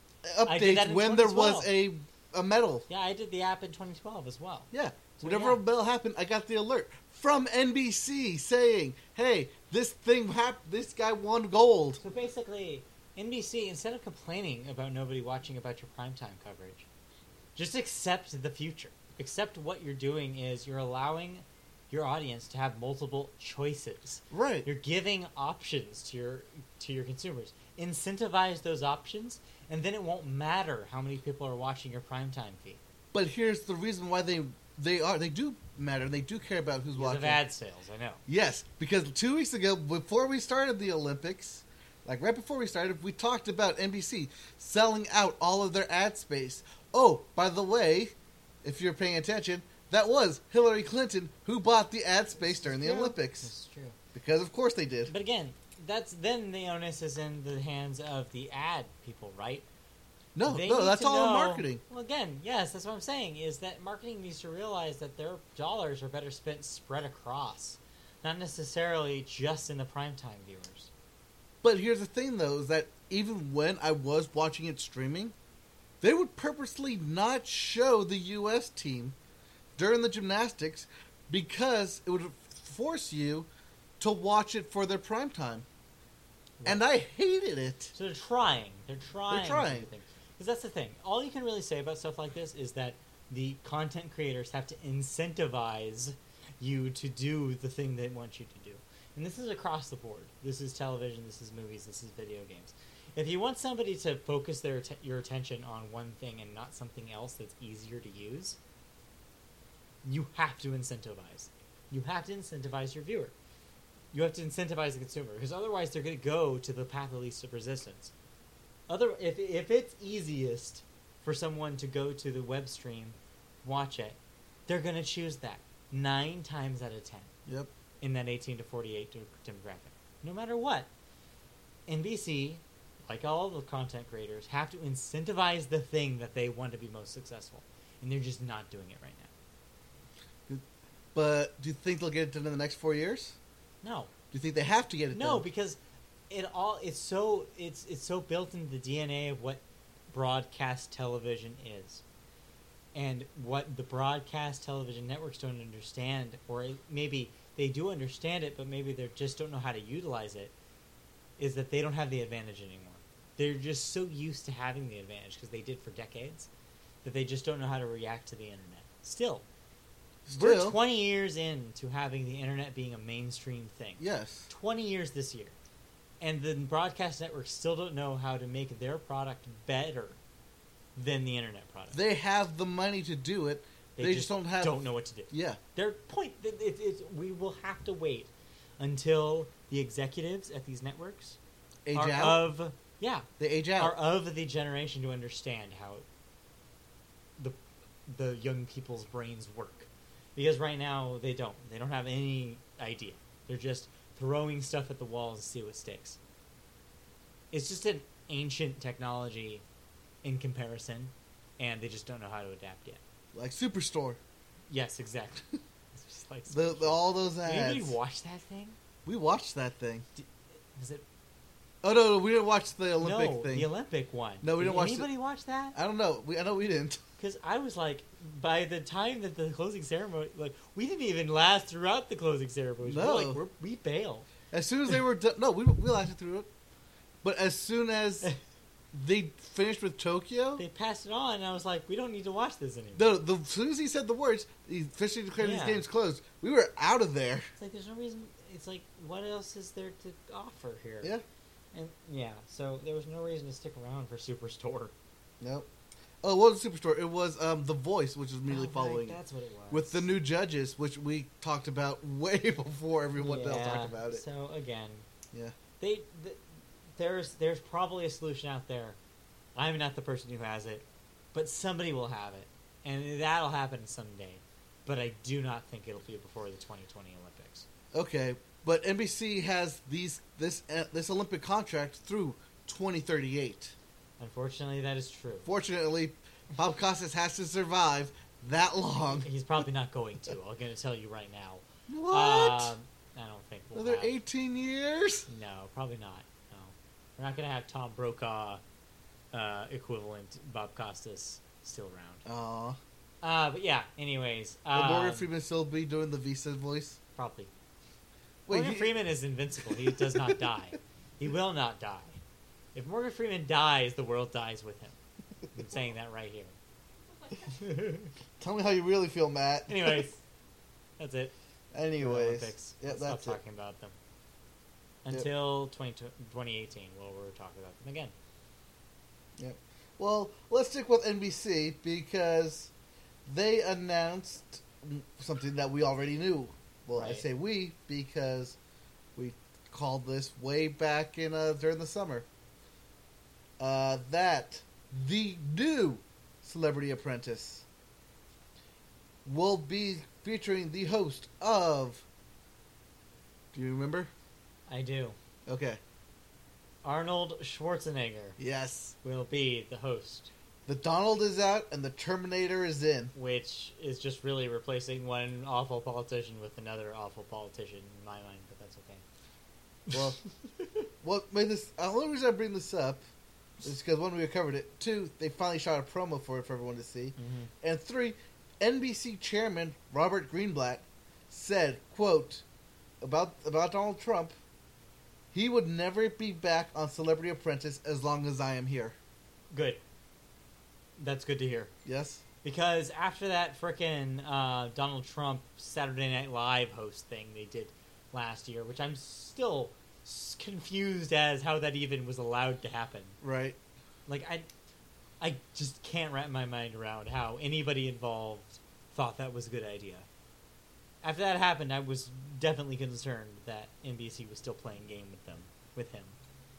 [SPEAKER 2] I did that
[SPEAKER 1] updates
[SPEAKER 2] in
[SPEAKER 1] when there
[SPEAKER 2] 2012.
[SPEAKER 1] was a a medal.
[SPEAKER 2] Yeah, I did the app in 2012 as well.
[SPEAKER 1] Yeah,
[SPEAKER 2] So,
[SPEAKER 1] whenever
[SPEAKER 2] yeah.
[SPEAKER 1] a medal happened, I got the alert from NBC saying, "Hey, this thing happened. This guy won gold."
[SPEAKER 2] So basically, NBC, instead of complaining about nobody watching about your primetime coverage, just accept the future. Accept what you're doing is you're allowing your audience to have multiple choices.
[SPEAKER 1] Right.
[SPEAKER 2] You're giving options to your to your consumers. Incentivize those options, and then it won't matter how many people are watching your primetime feed
[SPEAKER 1] But here's the reason why they they are they do matter. They do care about who's
[SPEAKER 2] because
[SPEAKER 1] watching.
[SPEAKER 2] of ad sales. I know.
[SPEAKER 1] Yes, because two weeks ago, before we started the Olympics, like right before we started, we talked about NBC selling out all of their ad space. Oh, by the way, if you're paying attention, that was Hillary Clinton who bought the ad space during the
[SPEAKER 2] True.
[SPEAKER 1] Olympics.
[SPEAKER 2] It's true.
[SPEAKER 1] Because of course they did.
[SPEAKER 2] But again, that's then the onus is in the hands of the ad people, right?
[SPEAKER 1] No,
[SPEAKER 2] They
[SPEAKER 1] no,
[SPEAKER 2] need
[SPEAKER 1] that's
[SPEAKER 2] to
[SPEAKER 1] all in
[SPEAKER 2] know-
[SPEAKER 1] marketing.
[SPEAKER 2] Well, again, yes, that's what I'm saying is that marketing needs to realize that their dollars are better spent spread across, not necessarily just in the primetime viewers.
[SPEAKER 1] But here's the thing, though, is that even when I was watching it streaming, they would purposely not show the U.S. team during the gymnastics because it would force you to watch it for their prime time, and I hated it.
[SPEAKER 2] So they're trying. They're trying.
[SPEAKER 1] trying.
[SPEAKER 2] Because that's the thing. All you can really say about stuff like this is that the content creators have to incentivize you to do the thing they want you to do. And this is across the board. This is television, this is movies, this is video games. If you want somebody to focus their atten- your attention on one thing and not something else that's easier to use, you have to incentivize. You have to incentivize your viewer. You have to incentivize the consumer because otherwise they're going to go to the path of least resistance. Other if if it's easiest for someone to go to the web stream, watch it, they're going to choose that nine times out of ten
[SPEAKER 1] Yep.
[SPEAKER 2] in that 18 to 48 dem- demographic, no matter what. NBC, like all the content creators, have to incentivize the thing that they want to be most successful, and they're just not doing it right now.
[SPEAKER 1] But do you think they'll get it done in the next four years?
[SPEAKER 2] No,
[SPEAKER 1] Do you think they have to get it
[SPEAKER 2] no,
[SPEAKER 1] done?
[SPEAKER 2] because it all it's so it's it's so built into the DNA of what broadcast television is, and what the broadcast television networks don't understand, or maybe they do understand it, but maybe they just don't know how to utilize it. Is that they don't have the advantage anymore? They're just so used to having the advantage because they did for decades that they just don't know how to react to the internet. Still,
[SPEAKER 1] Still,
[SPEAKER 2] we're 20 years into having the internet being a mainstream thing.
[SPEAKER 1] yes.
[SPEAKER 2] 20 years this year, and the broadcast networks still don't know how to make their product better than the internet product.
[SPEAKER 1] They have the money to do it. They, just, don't have.
[SPEAKER 2] don't know what to do.
[SPEAKER 1] Yeah.
[SPEAKER 2] Their point it, it, it's- we will have to wait until the executives at these networks
[SPEAKER 1] Age
[SPEAKER 2] are
[SPEAKER 1] out.
[SPEAKER 2] of yeah
[SPEAKER 1] they age out.
[SPEAKER 2] are of the generation to understand how the the young people's brains work because right now they don't they don't have any idea they're just throwing stuff at the walls to see what sticks it's just an ancient technology in comparison and they just don't know how to adapt yet
[SPEAKER 1] like Superstore.
[SPEAKER 2] yes exactly it's just like
[SPEAKER 1] The, the- all those ads.
[SPEAKER 2] maybe watch that thing
[SPEAKER 1] we watched that thing.
[SPEAKER 2] is it
[SPEAKER 1] Oh no, no, we didn't watch the Olympic
[SPEAKER 2] no
[SPEAKER 1] thing.
[SPEAKER 2] the olympic one
[SPEAKER 1] No, we
[SPEAKER 2] Did
[SPEAKER 1] didn't watch the-
[SPEAKER 2] anybody watch that
[SPEAKER 1] I don't know. We, I know we didn't.
[SPEAKER 2] Because I was like, by the time that the closing ceremony, like, we didn't even last throughout the closing ceremony.
[SPEAKER 1] No.
[SPEAKER 2] We're like, we're, we bail.
[SPEAKER 1] As soon as they were done, no, we we lasted through it. But as soon as they finished with Tokyo,
[SPEAKER 2] They passed it on, and I was like, we don't need to watch this anymore.
[SPEAKER 1] the, the as soon as he said the words, he officially declared his
[SPEAKER 2] Yeah.
[SPEAKER 1] game's closed. We were out of there.
[SPEAKER 2] It's like, there's no reason. It's like, what else is there to offer here?
[SPEAKER 1] Yeah.
[SPEAKER 2] And yeah, so there was no reason to stick around for Superstore.
[SPEAKER 1] Nope. Oh, it wasn't Superstore. It was um, The Voice, which was immediately
[SPEAKER 2] Oh, right,
[SPEAKER 1] following it.
[SPEAKER 2] that's what it was.
[SPEAKER 1] with the new judges, which we talked about way before everyone else
[SPEAKER 2] Yeah,
[SPEAKER 1] talked about it.
[SPEAKER 2] So again,
[SPEAKER 1] Yeah.
[SPEAKER 2] they th- there's there's probably a solution out there. I'm not the person who has it, but somebody will have it, and that'll happen someday. But I do not think it'll be before the 2020 Olympics.
[SPEAKER 1] Okay, but NBC has these this uh, this Olympic contract through 2038.
[SPEAKER 2] Unfortunately, that is true.
[SPEAKER 1] Fortunately, Bob Costas has to survive that long.
[SPEAKER 2] He's probably not going to. I'm going to tell you right now.
[SPEAKER 1] What?
[SPEAKER 2] Um, I don't think we'll
[SPEAKER 1] Another
[SPEAKER 2] have-
[SPEAKER 1] 18 years?
[SPEAKER 2] No, probably not. No, we're not going to have Tom Brokaw uh, equivalent Bob Costas still around.
[SPEAKER 1] Aw.
[SPEAKER 2] Uh, but yeah. Anyways,
[SPEAKER 1] Will
[SPEAKER 2] um,
[SPEAKER 1] Morgan Freeman still be doing the Visa voice?
[SPEAKER 2] probably.
[SPEAKER 1] Wait,
[SPEAKER 2] Morgan
[SPEAKER 1] he-
[SPEAKER 2] Freeman is invincible. He does not die. He will not die. If Morgan Freeman dies, the world dies with him. I'm saying that right here.
[SPEAKER 1] Tell me how you really feel, Matt.
[SPEAKER 2] Anyways, that's it. for the
[SPEAKER 1] Anyways.
[SPEAKER 2] Olympics.
[SPEAKER 1] Yeah,
[SPEAKER 2] Let's
[SPEAKER 1] that's
[SPEAKER 2] stop
[SPEAKER 1] it.
[SPEAKER 2] talking about them
[SPEAKER 1] Yep.
[SPEAKER 2] until 20, 2018. Well, we're talking about them again.
[SPEAKER 1] Well, let's stick with NBC because they announced something that we already knew. Well, I
[SPEAKER 2] Right.
[SPEAKER 1] say we because we called this way back in uh, during the summer. Uh, that the new Celebrity Apprentice will be featuring the host of. Do you remember?
[SPEAKER 2] I do.
[SPEAKER 1] Okay.
[SPEAKER 2] Arnold Schwarzenegger
[SPEAKER 1] Yes.
[SPEAKER 2] will be the host,
[SPEAKER 1] The Donald is out and the Terminator is in.
[SPEAKER 2] which is just really replacing one awful politician with another awful politician in my mind, but that's okay.
[SPEAKER 1] Well, well, made this. The only reason I bring this up is because one, we recovered it. Two, they finally shot a promo for it for everyone to see.
[SPEAKER 2] Mm-hmm.
[SPEAKER 1] And three, NBC chairman Robert Greenblatt said, "quote about about Donald Trump, he would never be back on Celebrity Apprentice as long as I am here."
[SPEAKER 2] Good. That's good to hear.
[SPEAKER 1] Yes,
[SPEAKER 2] Because after that frickin' uh, Donald Trump Saturday Night Live host thing they did last year, which I'm still s- confused as how that even was allowed to happen.
[SPEAKER 1] right.
[SPEAKER 2] Like I, I just can't wrap my mind around how anybody involved thought that was a good idea. After that happened, I was definitely concerned that NBC was still playing game with them, with him.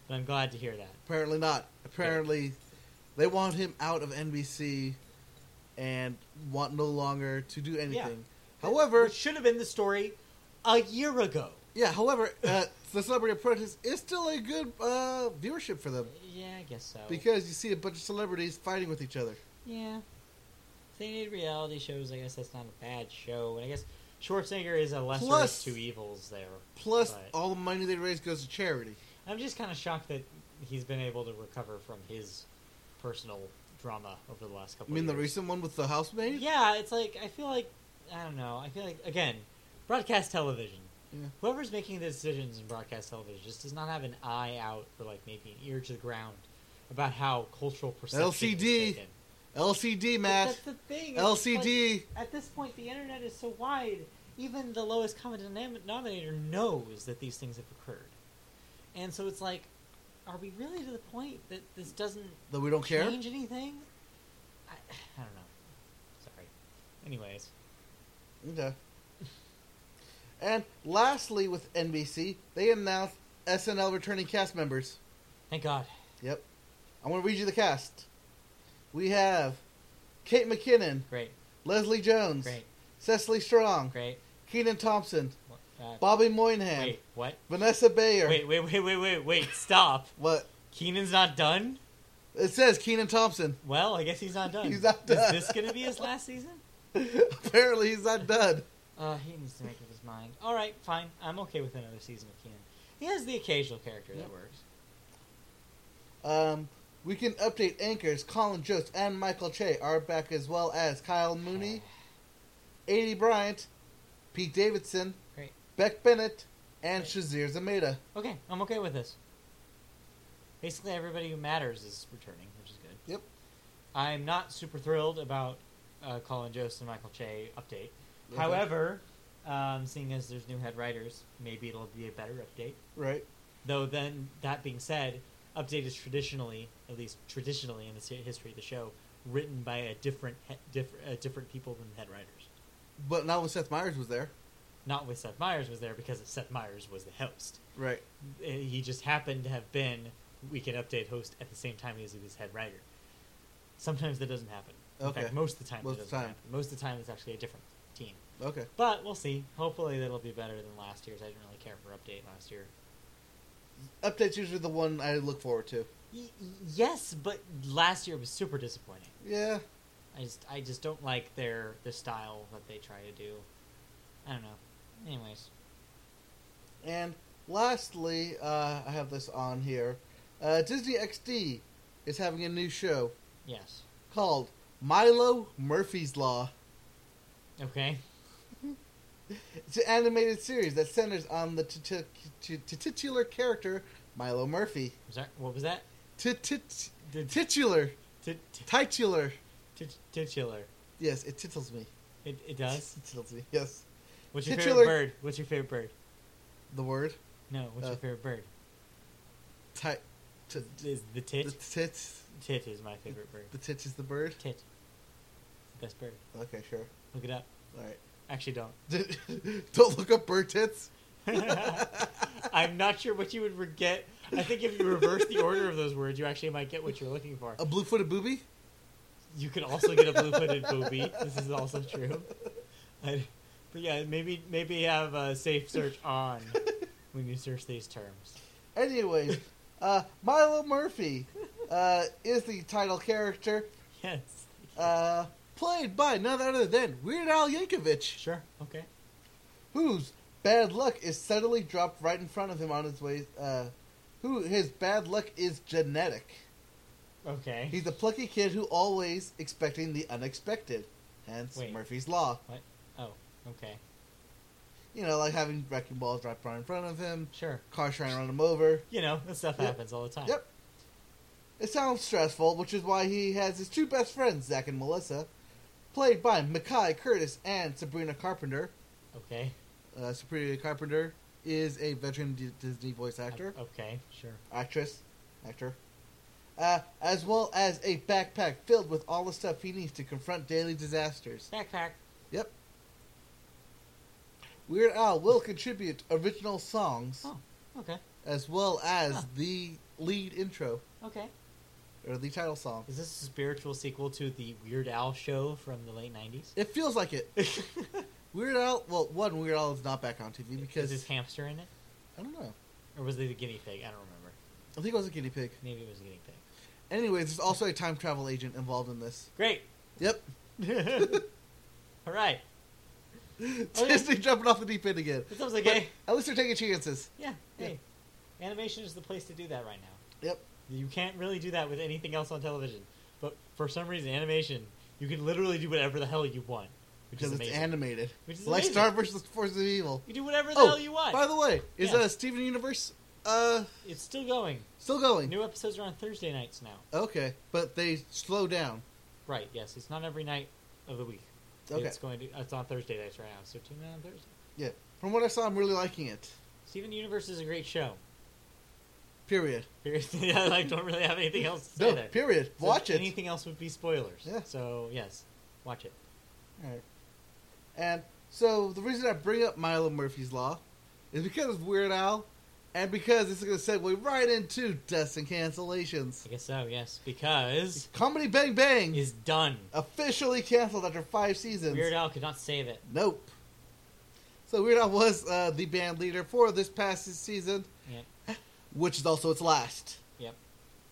[SPEAKER 2] But I'm glad to hear that.
[SPEAKER 1] Apparently not. Apparently, they want him out of NBC and want no longer to do anything. However,
[SPEAKER 2] Which should have been the story a year ago.
[SPEAKER 1] Yeah, however, uh, The Celebrity Apprentice is still a good uh, viewership for them
[SPEAKER 2] Yeah, I guess so.
[SPEAKER 1] because you see a bunch of celebrities fighting with each other.
[SPEAKER 2] yeah, if they need reality shows. I guess that's not a bad show, and I guess Schwarzenegger is a lesser
[SPEAKER 1] Plus-
[SPEAKER 2] of two evils there.
[SPEAKER 1] Plus,
[SPEAKER 2] Right.
[SPEAKER 1] all the money they raise goes to charity.
[SPEAKER 2] I'm just kind of shocked that he's been able to recover from his personal drama over the last
[SPEAKER 1] I
[SPEAKER 2] couple.
[SPEAKER 1] mean,
[SPEAKER 2] of
[SPEAKER 1] the
[SPEAKER 2] years.
[SPEAKER 1] recent one with the housemaid.
[SPEAKER 2] Yeah, it's like I feel like I don't know. I feel like again, broadcast television.
[SPEAKER 1] Yeah.
[SPEAKER 2] Whoever's making the decisions in broadcast television just does not have an eye out or like maybe an ear to the ground about how cultural perception
[SPEAKER 1] LCD.
[SPEAKER 2] is taken.
[SPEAKER 1] LCD,
[SPEAKER 2] But
[SPEAKER 1] Matt.
[SPEAKER 2] That's the thing. it's just like,
[SPEAKER 1] LCD.
[SPEAKER 2] at this point, the internet is so wide. Even the lowest common denom- denominator knows that these things have occurred, and so it's like, are we really to the point that this doesn't
[SPEAKER 1] That we don't care.
[SPEAKER 2] change anything? I, I don't know. Sorry. Anyways.
[SPEAKER 1] Okay. And lastly, with NBC, they announced SNL returning cast members.
[SPEAKER 2] Thank God.
[SPEAKER 1] Yep. I want to read you the cast. We have Kate McKinnon,
[SPEAKER 2] Great,
[SPEAKER 1] Leslie Jones,
[SPEAKER 2] great,
[SPEAKER 1] Cecily Strong,
[SPEAKER 2] great.
[SPEAKER 1] Keenan Thompson,
[SPEAKER 2] Uh,
[SPEAKER 1] Bobby Moynihan,
[SPEAKER 2] wait, what?
[SPEAKER 1] Vanessa Bayer.
[SPEAKER 2] Wait, wait, wait, wait, wait, wait. Stop.
[SPEAKER 1] What?
[SPEAKER 2] Keenan's not done?
[SPEAKER 1] It says Keenan Thompson.
[SPEAKER 2] Well, I guess he's not done.
[SPEAKER 1] He's not done.
[SPEAKER 2] Is this going to be his last season?
[SPEAKER 1] Apparently, he's not done.
[SPEAKER 2] Uh, he needs to make up his mind. All right, fine. I'm okay with another season of Keenan. He has the occasional character
[SPEAKER 1] Yep.
[SPEAKER 2] that works.
[SPEAKER 1] Um, we can update anchors Colin Jost and Michael Che are back, as well as Kyle Mooney,
[SPEAKER 2] Uh,
[SPEAKER 1] A.D. Bryant, Pete Davidson,
[SPEAKER 2] Great.
[SPEAKER 1] Beck Bennett, and Shazir Zameda.
[SPEAKER 2] Okay, I'm okay with this. Basically, everybody who matters is returning, which is good.
[SPEAKER 1] Yep.
[SPEAKER 2] I'm not super thrilled about uh, Colin Jost and Michael Che update. However, um, seeing as there's new head writers, maybe it'll be a better update.
[SPEAKER 1] right.
[SPEAKER 2] Though then, that being said, update is traditionally, at least traditionally in the se- history of the show, written by a different he- diff- uh, different people than head writers.
[SPEAKER 1] But not when Seth Meyers was there.
[SPEAKER 2] Not with Seth Meyers was there because Seth Meyers was the host.
[SPEAKER 1] Right.
[SPEAKER 2] Uh, He just happened to have been Weekend Update host at the same time as he was head writer. Sometimes that doesn't happen. In
[SPEAKER 1] Okay.
[SPEAKER 2] fact, most of the time
[SPEAKER 1] Most
[SPEAKER 2] it
[SPEAKER 1] of the
[SPEAKER 2] doesn't
[SPEAKER 1] time.
[SPEAKER 2] happen. Most of the time it's actually a different team.
[SPEAKER 1] Okay.
[SPEAKER 2] But we'll see. Hopefully that'll be better than last year's. I didn't really care for update last year.
[SPEAKER 1] Update's usually the one I look forward to.
[SPEAKER 2] Y- y- yes, but last year was super disappointing.
[SPEAKER 1] Yeah.
[SPEAKER 2] I just I just don't like their the style that they try to do. I don't know. Anyways,
[SPEAKER 1] And lastly, uh, I have this on here. Uh, Disney XD is having a new show
[SPEAKER 2] yes.
[SPEAKER 1] called Milo Murphy's Law.
[SPEAKER 2] Okay.
[SPEAKER 1] It's an animated series that centers on the titu- t- t- titular character Milo Murphy.
[SPEAKER 2] Was that what was that?
[SPEAKER 1] Ti- tit-
[SPEAKER 2] Did
[SPEAKER 1] Titular,
[SPEAKER 2] t- t-
[SPEAKER 1] titular.
[SPEAKER 2] t- titular.
[SPEAKER 1] Yes, it tittles me.
[SPEAKER 2] It it does.
[SPEAKER 1] It tittles me. Yes,
[SPEAKER 2] What's your
[SPEAKER 1] Titular-
[SPEAKER 2] favorite bird? What's your favorite bird?
[SPEAKER 1] the word
[SPEAKER 2] No. What's
[SPEAKER 1] Uh,
[SPEAKER 2] your favorite bird?
[SPEAKER 1] ti- t-
[SPEAKER 2] Is the
[SPEAKER 1] the
[SPEAKER 2] tit?
[SPEAKER 1] tit.
[SPEAKER 2] Tit is my favorite bird.
[SPEAKER 1] The tit is the bird.
[SPEAKER 2] Tit. It's the best bird.
[SPEAKER 1] Okay, sure.
[SPEAKER 2] Look it up.
[SPEAKER 1] All right.
[SPEAKER 2] Actually, don't.
[SPEAKER 1] Don't look up bird tits.
[SPEAKER 2] I'm not sure what you would re- get. I think if you reverse the order of those words, you actually might get what you're looking for.
[SPEAKER 1] A blue-footed booby.
[SPEAKER 2] You could also get a blue-footed booby. This is also true. I, but yeah, maybe maybe have a safe search on when you search these terms.
[SPEAKER 1] Anyways, uh, Milo Murphy uh, is the title character,
[SPEAKER 2] Yes.
[SPEAKER 1] uh, played by none other than Weird Al Yankovic.
[SPEAKER 2] Sure. Okay.
[SPEAKER 1] whose bad luck is suddenly dropped right in front of him on his way. Uh, who his bad luck is genetic.
[SPEAKER 2] Okay.
[SPEAKER 1] He's a plucky kid who always expecting the unexpected, hence
[SPEAKER 2] Wait.
[SPEAKER 1] Murphy's law.
[SPEAKER 2] oh. Okay.
[SPEAKER 1] You know, like having wrecking balls right right in front of him,
[SPEAKER 2] Sure.
[SPEAKER 1] car trying to run him over.
[SPEAKER 2] You know that stuff
[SPEAKER 1] Yep.
[SPEAKER 2] happens all the time.
[SPEAKER 1] Yep. It sounds stressful, which is why he has his two best friends, Zach and Melissa, played by Makai Curtis and Sabrina Carpenter.
[SPEAKER 2] Okay.
[SPEAKER 1] Uh, Sabrina Carpenter is a veteran D- Disney voice actor.
[SPEAKER 2] O- okay. Sure.
[SPEAKER 1] actress, actor, uh, as well as a backpack filled with all the stuff he needs to confront daily disasters.
[SPEAKER 2] Backpack.
[SPEAKER 1] Yep. Weird Al will contribute original songs
[SPEAKER 2] Oh. Okay.
[SPEAKER 1] as well as
[SPEAKER 2] Huh.
[SPEAKER 1] the lead intro
[SPEAKER 2] Okay.
[SPEAKER 1] or the title song.
[SPEAKER 2] Is this a spiritual sequel to the Weird Al show from the late '90s?
[SPEAKER 1] It feels like it. Weird Al, well, one Weird Al is not back on TV
[SPEAKER 2] is his
[SPEAKER 1] because
[SPEAKER 2] hamster in it,
[SPEAKER 1] I don't know.
[SPEAKER 2] or was it the guinea pig? I don't remember.
[SPEAKER 1] I think it was a guinea pig.
[SPEAKER 2] Maybe it was a guinea pig.
[SPEAKER 1] Anyways, there's also a time travel agent involved in this.
[SPEAKER 2] Great.
[SPEAKER 1] Yep.
[SPEAKER 2] All right. yeah.
[SPEAKER 1] Disney jumping off the deep end again.
[SPEAKER 2] That sounds like gay.
[SPEAKER 1] At least they're taking chances.
[SPEAKER 2] Yeah. Hey, animation is the place to do that right now.
[SPEAKER 1] Yep.
[SPEAKER 2] You can't really do that with anything else on television, but for some reason, animation, you can literally do whatever the hell you want, which
[SPEAKER 1] Because
[SPEAKER 2] is
[SPEAKER 1] it's
[SPEAKER 2] amazing.
[SPEAKER 1] animated.
[SPEAKER 2] Which is
[SPEAKER 1] like
[SPEAKER 2] amazing.
[SPEAKER 1] Star versus Forces of Evil.
[SPEAKER 2] you do whatever the
[SPEAKER 1] Oh,
[SPEAKER 2] hell you want.
[SPEAKER 1] By the way, is
[SPEAKER 2] Yeah.
[SPEAKER 1] uh, Steven Universe uh
[SPEAKER 2] it's still going.
[SPEAKER 1] still going?
[SPEAKER 2] New episodes are on Thursday nights now.
[SPEAKER 1] Okay, but they slow down.
[SPEAKER 2] Right. Yes. It's not every night of the week.
[SPEAKER 1] Okay.
[SPEAKER 2] It's going to. It's on Thursday nights right now. So tune in on Thursday.
[SPEAKER 1] From what I saw, I'm really liking it.
[SPEAKER 2] Steven Universe is a great show.
[SPEAKER 1] Period.
[SPEAKER 2] Period. I like don't really have anything else to say
[SPEAKER 1] No,
[SPEAKER 2] there.
[SPEAKER 1] period.
[SPEAKER 2] So
[SPEAKER 1] Watch it.
[SPEAKER 2] Anything else would be spoilers.
[SPEAKER 1] Yeah.
[SPEAKER 2] So yes, watch it.
[SPEAKER 1] Alright. And so the reason I bring up Milo Murphy's Law is because of Weird Al, and because it's going to segue right into deaths and cancellations.
[SPEAKER 2] I guess so. Yes, because
[SPEAKER 1] Comedy Bang Bang
[SPEAKER 2] is done.
[SPEAKER 1] officially canceled after five seasons.
[SPEAKER 2] Weird Al could not save it.
[SPEAKER 1] Nope. So Weird Al was uh, the band leader for this past season,
[SPEAKER 2] Yep.
[SPEAKER 1] which is also its last.
[SPEAKER 2] Yep.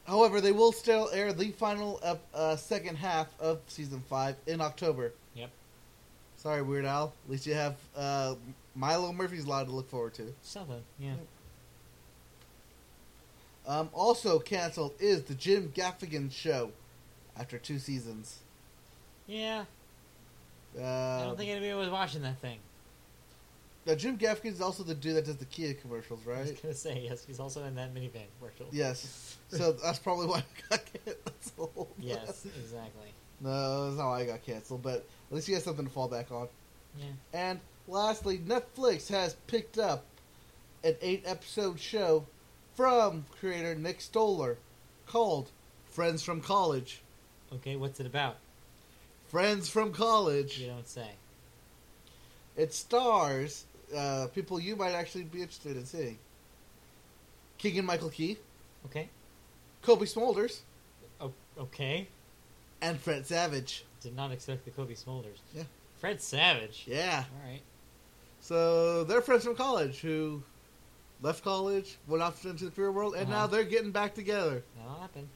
[SPEAKER 1] However, they will still air the final ep- uh, second half of season five in October.
[SPEAKER 2] Yep.
[SPEAKER 1] Sorry, Weird Al. At least you have uh, Milo Murphy's Law to look forward to.
[SPEAKER 2] Something. Yeah.
[SPEAKER 1] Um, also canceled is the Jim Gaffigan show after two seasons.
[SPEAKER 2] Yeah.
[SPEAKER 1] Uh,
[SPEAKER 2] I don't think anybody was watching that thing.
[SPEAKER 1] now Jim Gaffigan is also the dude that does the Kia commercials,
[SPEAKER 2] I was
[SPEAKER 1] right?
[SPEAKER 2] gonna say yes. He's also in that minivan commercial.
[SPEAKER 1] Yes. So that's probably why I got canceled.
[SPEAKER 2] Yes. Exactly.
[SPEAKER 1] No, that's not why I got canceled, but at least he has something to fall back on.
[SPEAKER 2] Yeah.
[SPEAKER 1] And lastly, Netflix has picked up an eight episode show from creator Nick Stoller called Friends from College.
[SPEAKER 2] Okay. What's it about?
[SPEAKER 1] Friends from College.
[SPEAKER 2] You don't say.
[SPEAKER 1] It stars uh, people you might actually be interested in seeing Keegan Michael Key,
[SPEAKER 2] Okay.
[SPEAKER 1] Kobe Smolders,
[SPEAKER 2] O- okay.
[SPEAKER 1] and Fred Savage.
[SPEAKER 2] Did not expect the Kobe Smolders.
[SPEAKER 1] Yeah.
[SPEAKER 2] Fred Savage.
[SPEAKER 1] Yeah.
[SPEAKER 2] All right.
[SPEAKER 1] So they're friends from college who left college, went off into the career world, and now
[SPEAKER 2] Uh-huh.
[SPEAKER 1] they're getting back together.
[SPEAKER 2] That'll happen.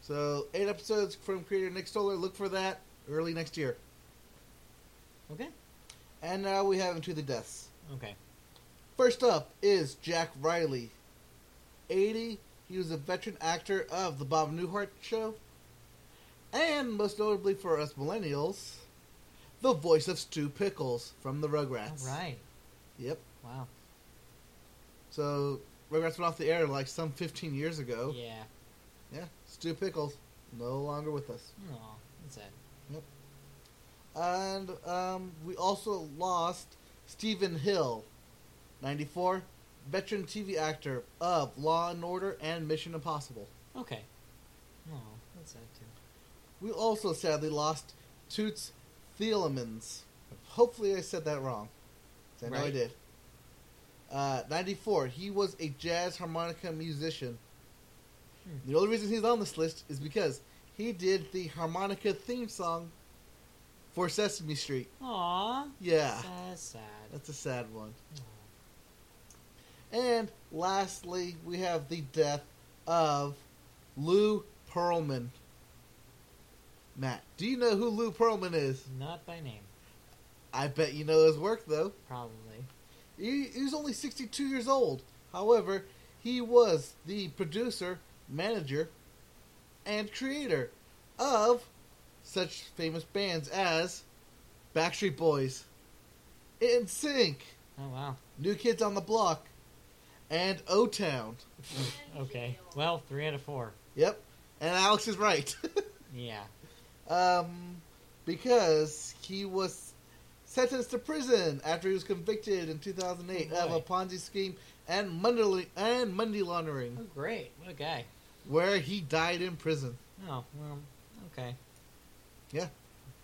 [SPEAKER 1] So eight episodes from creator Nick Stoller. Look for that early next year.
[SPEAKER 2] Okay.
[SPEAKER 1] And now we have into the deaths.
[SPEAKER 2] Okay.
[SPEAKER 1] First up is Jack Riley, eighty. He was a veteran actor of the Bob Newhart Show, and most notably for us millennials, the voice of Stu Pickles from the Rugrats.
[SPEAKER 2] All right.
[SPEAKER 1] Yep.
[SPEAKER 2] Wow.
[SPEAKER 1] So Rugrats went off the air like some 15 years ago.
[SPEAKER 2] Yeah.
[SPEAKER 1] Yeah. Stu Pickles, no longer with us.
[SPEAKER 2] Aw, that's sad.
[SPEAKER 1] And um, we also lost Stephen Hill, 94, veteran TV actor of Law and Order and Mission Impossible.
[SPEAKER 2] Okay. Oh, that's sad too.
[SPEAKER 1] We also sadly lost Toots Thielemans. Hopefully I said that wrong. 'cause I know I
[SPEAKER 2] Right.
[SPEAKER 1] did. Uh, 94. He was a jazz harmonica musician.
[SPEAKER 2] Hmm.
[SPEAKER 1] The only reason he's on this list is because he did the harmonica theme song for Sesame Street.
[SPEAKER 2] Aw.
[SPEAKER 1] Yeah.
[SPEAKER 2] That's sad.
[SPEAKER 1] That's a sad one.
[SPEAKER 2] Aw.
[SPEAKER 1] And lastly, we have the death of Lou Pearlman. Matt, do you know who Lou Pearlman is?
[SPEAKER 2] Not by name,
[SPEAKER 1] I bet you know his work, though.
[SPEAKER 2] probably.
[SPEAKER 1] He, he was only 62 years old. However, he was the producer, manager, and creator of such famous bands as Backstreet Boys, In Sync,
[SPEAKER 2] Oh wow.
[SPEAKER 1] New Kids on the Block, and O Town.
[SPEAKER 2] Okay. Well, three out of four.
[SPEAKER 1] Yep, and Alex is right.
[SPEAKER 2] Yeah.
[SPEAKER 1] um, because he was sentenced to prison after he was convicted in 2008
[SPEAKER 2] Oh,
[SPEAKER 1] of a
[SPEAKER 2] boy.
[SPEAKER 1] Ponzi scheme and money and money laundering,
[SPEAKER 2] Oh great. What a guy.
[SPEAKER 1] where he died in prison.
[SPEAKER 2] Oh well. Okay.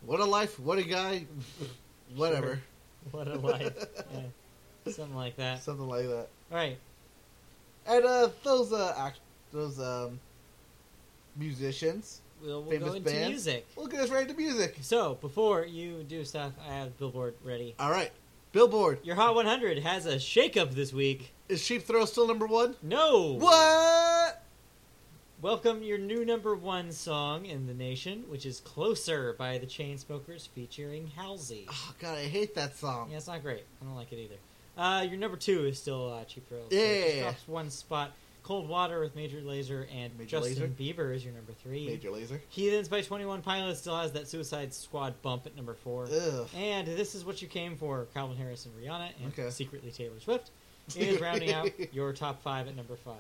[SPEAKER 1] What a life! What a guy! Whatever,
[SPEAKER 2] What a life. Yeah. Something like that.
[SPEAKER 1] something like that.
[SPEAKER 2] All right.
[SPEAKER 1] And uh, those uh, act- those um, musicians.
[SPEAKER 2] We'll, we'll
[SPEAKER 1] Famous
[SPEAKER 2] go into
[SPEAKER 1] band.
[SPEAKER 2] music.
[SPEAKER 1] We'll get us right into music.
[SPEAKER 2] So before you do stuff, I have Billboard ready.
[SPEAKER 1] All right, Billboard
[SPEAKER 2] Your Hot 100 has a shakeup this week.
[SPEAKER 1] is Sheep Throw still number one?
[SPEAKER 2] No.
[SPEAKER 1] What?
[SPEAKER 2] Welcome your new number one song in the nation, which is "Closer" by the Chainsmokers featuring Halsey.
[SPEAKER 1] Oh god, I hate that song.
[SPEAKER 2] Yeah, it's not great. I don't like it either. Uh, your number two is still uh, Cheap Thrills.
[SPEAKER 1] Yeah,
[SPEAKER 2] It just
[SPEAKER 1] yeah, yeah.
[SPEAKER 2] drops one spot. Cold Water with Major Laser and
[SPEAKER 1] Major
[SPEAKER 2] Justin Bieber is your number three.
[SPEAKER 1] Major Laser.
[SPEAKER 2] Heathens by 21 Pilots still has that Suicide Squad bump at number four.
[SPEAKER 1] Ugh.
[SPEAKER 2] And This Is What You Came For, Calvin Harris and Rihanna, and
[SPEAKER 1] Okay.
[SPEAKER 2] secretly Taylor Swift, is rounding out your top five at number five.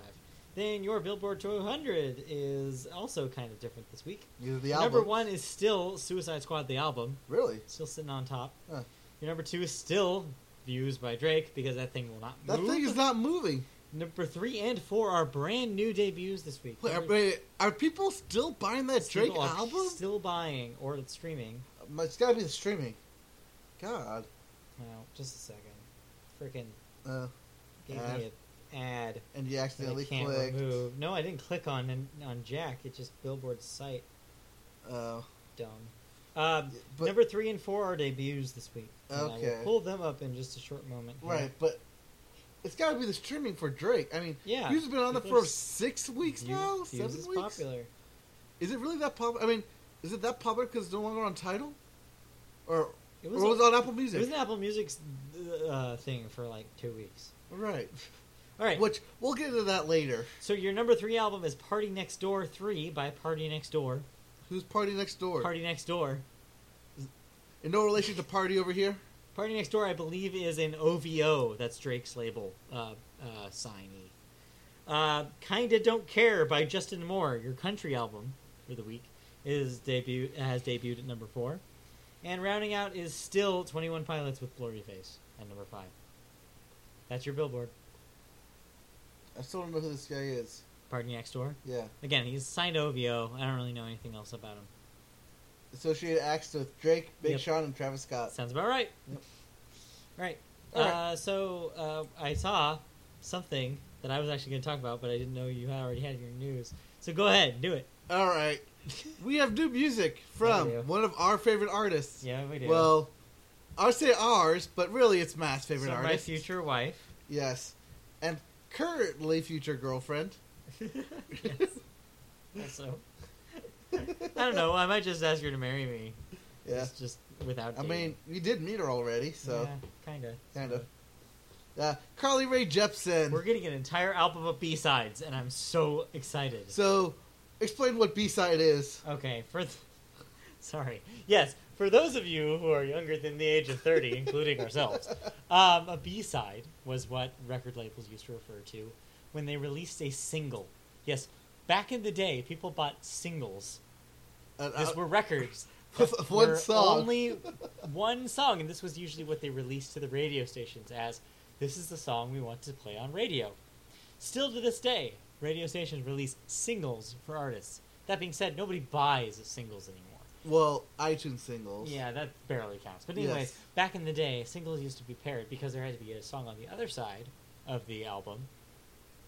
[SPEAKER 2] Then your Billboard 200 is also kind of different this week.
[SPEAKER 1] You're the
[SPEAKER 2] Your
[SPEAKER 1] album.
[SPEAKER 2] Number one is still Suicide Squad, the album,
[SPEAKER 1] Really?
[SPEAKER 2] still sitting on top.
[SPEAKER 1] Huh.
[SPEAKER 2] Your number two is still Views by Drake, because that thing will not
[SPEAKER 1] That
[SPEAKER 2] move.
[SPEAKER 1] thing is not moving.
[SPEAKER 2] Number three and four are brand new debuts this week.
[SPEAKER 1] Wait, are,
[SPEAKER 2] Number-
[SPEAKER 1] wait, are people still buying that Drake
[SPEAKER 2] people are
[SPEAKER 1] album?
[SPEAKER 2] still buying or streaming.
[SPEAKER 1] It's gotta be the streaming. God.
[SPEAKER 2] No, just a second. Freaking
[SPEAKER 1] Uh,
[SPEAKER 2] gave me an ad
[SPEAKER 1] and you
[SPEAKER 2] that I
[SPEAKER 1] accidentally
[SPEAKER 2] can't
[SPEAKER 1] clicked.
[SPEAKER 2] remove. No, I didn't click on on Jack. It's just Billboard's site.
[SPEAKER 1] Oh.
[SPEAKER 2] Dumb. Um,
[SPEAKER 1] Yeah, but-
[SPEAKER 2] number three and four are debuts this week. and I will
[SPEAKER 1] Okay.
[SPEAKER 2] pull them up in just a short moment. here.
[SPEAKER 1] Right, but it's got to be the streaming for Drake. I mean,
[SPEAKER 2] Yeah,
[SPEAKER 1] Views has been on it
[SPEAKER 2] people
[SPEAKER 1] for
[SPEAKER 2] are-
[SPEAKER 1] six weeks
[SPEAKER 2] View-
[SPEAKER 1] now,
[SPEAKER 2] Views
[SPEAKER 1] seven
[SPEAKER 2] is
[SPEAKER 1] weeks.
[SPEAKER 2] popular.
[SPEAKER 1] Is it really that popular? I mean, is it that popular because it's no longer on Title, or
[SPEAKER 2] It
[SPEAKER 1] or
[SPEAKER 2] was,
[SPEAKER 1] was, it
[SPEAKER 2] a-
[SPEAKER 1] on Apple
[SPEAKER 2] it was
[SPEAKER 1] Music?
[SPEAKER 2] an Apple Music's uh, thing for like two weeks.
[SPEAKER 1] Right.
[SPEAKER 2] All right.
[SPEAKER 1] Which we'll get into that later.
[SPEAKER 2] So your number three album is Party Next Door Three by Party Next Door.
[SPEAKER 1] Who's Party Next Door?
[SPEAKER 2] Party Next Door.
[SPEAKER 1] In no relation to Party over here.
[SPEAKER 2] Party Next Door, I believe, is an OVO. That's Drake's label uh, uh, signee. Uh, Kinda Don't Care by Justin Moore, your country album for the week, is debut has debuted at number four. And rounding out is still 21 Pilots with Blurry Face at number five. That's your billboard.
[SPEAKER 1] I still don't know who this guy is.
[SPEAKER 2] Party Next Door.
[SPEAKER 1] Yeah,
[SPEAKER 2] Again, he's signed OVO. I don't really know anything else about him.
[SPEAKER 1] associated acts with Drake, Big
[SPEAKER 2] Yep.
[SPEAKER 1] Sean, and Travis Scott.
[SPEAKER 2] Sounds about right.
[SPEAKER 1] Yep.
[SPEAKER 2] All right.
[SPEAKER 1] All right.
[SPEAKER 2] Uh, so uh, I saw something that I was actually going to talk about, but I didn't know you had already had your news. So go ahead, do it.
[SPEAKER 1] All right, we have new music from
[SPEAKER 2] Yeah, we do.
[SPEAKER 1] one of our favorite artists.
[SPEAKER 2] Yeah, we do.
[SPEAKER 1] Well, I say ours, but really it's Matt's
[SPEAKER 2] so
[SPEAKER 1] favorite
[SPEAKER 2] my
[SPEAKER 1] artist.
[SPEAKER 2] future wife.
[SPEAKER 1] Yes, and currently future girlfriend.
[SPEAKER 2] yes. Also, I don't know. I might just ask her to marry me.
[SPEAKER 1] Yeah,
[SPEAKER 2] Just, just without.
[SPEAKER 1] I
[SPEAKER 2] dating.
[SPEAKER 1] mean we did meet her already, so
[SPEAKER 2] yeah, kind of.
[SPEAKER 1] kind of. Uh, Carly Rae Jepsen.
[SPEAKER 2] We're getting an entire album of B sides, and I'm so excited.
[SPEAKER 1] So, explain what B side is.
[SPEAKER 2] Okay, for th- sorry. Yes, for those of you who are younger than the age of 30, including ourselves, um, a B-side was what record labels used to refer to when they released a single. Yes, back in the day, people bought singles.
[SPEAKER 1] Uh,
[SPEAKER 2] These
[SPEAKER 1] uh,
[SPEAKER 2] were records.
[SPEAKER 1] Of
[SPEAKER 2] that
[SPEAKER 1] one
[SPEAKER 2] were
[SPEAKER 1] song.
[SPEAKER 2] Only one song, and this was usually what they released to the radio stations as this is the song we want to play on radio. Still to this day, radio stations release singles for artists. That being said, nobody buys singles anymore.
[SPEAKER 1] well, iTunes singles.
[SPEAKER 2] Yeah, that barely counts. But anyways,
[SPEAKER 1] Yes.
[SPEAKER 2] back in the day, singles used to be paired because there had to be a song on the other side of the album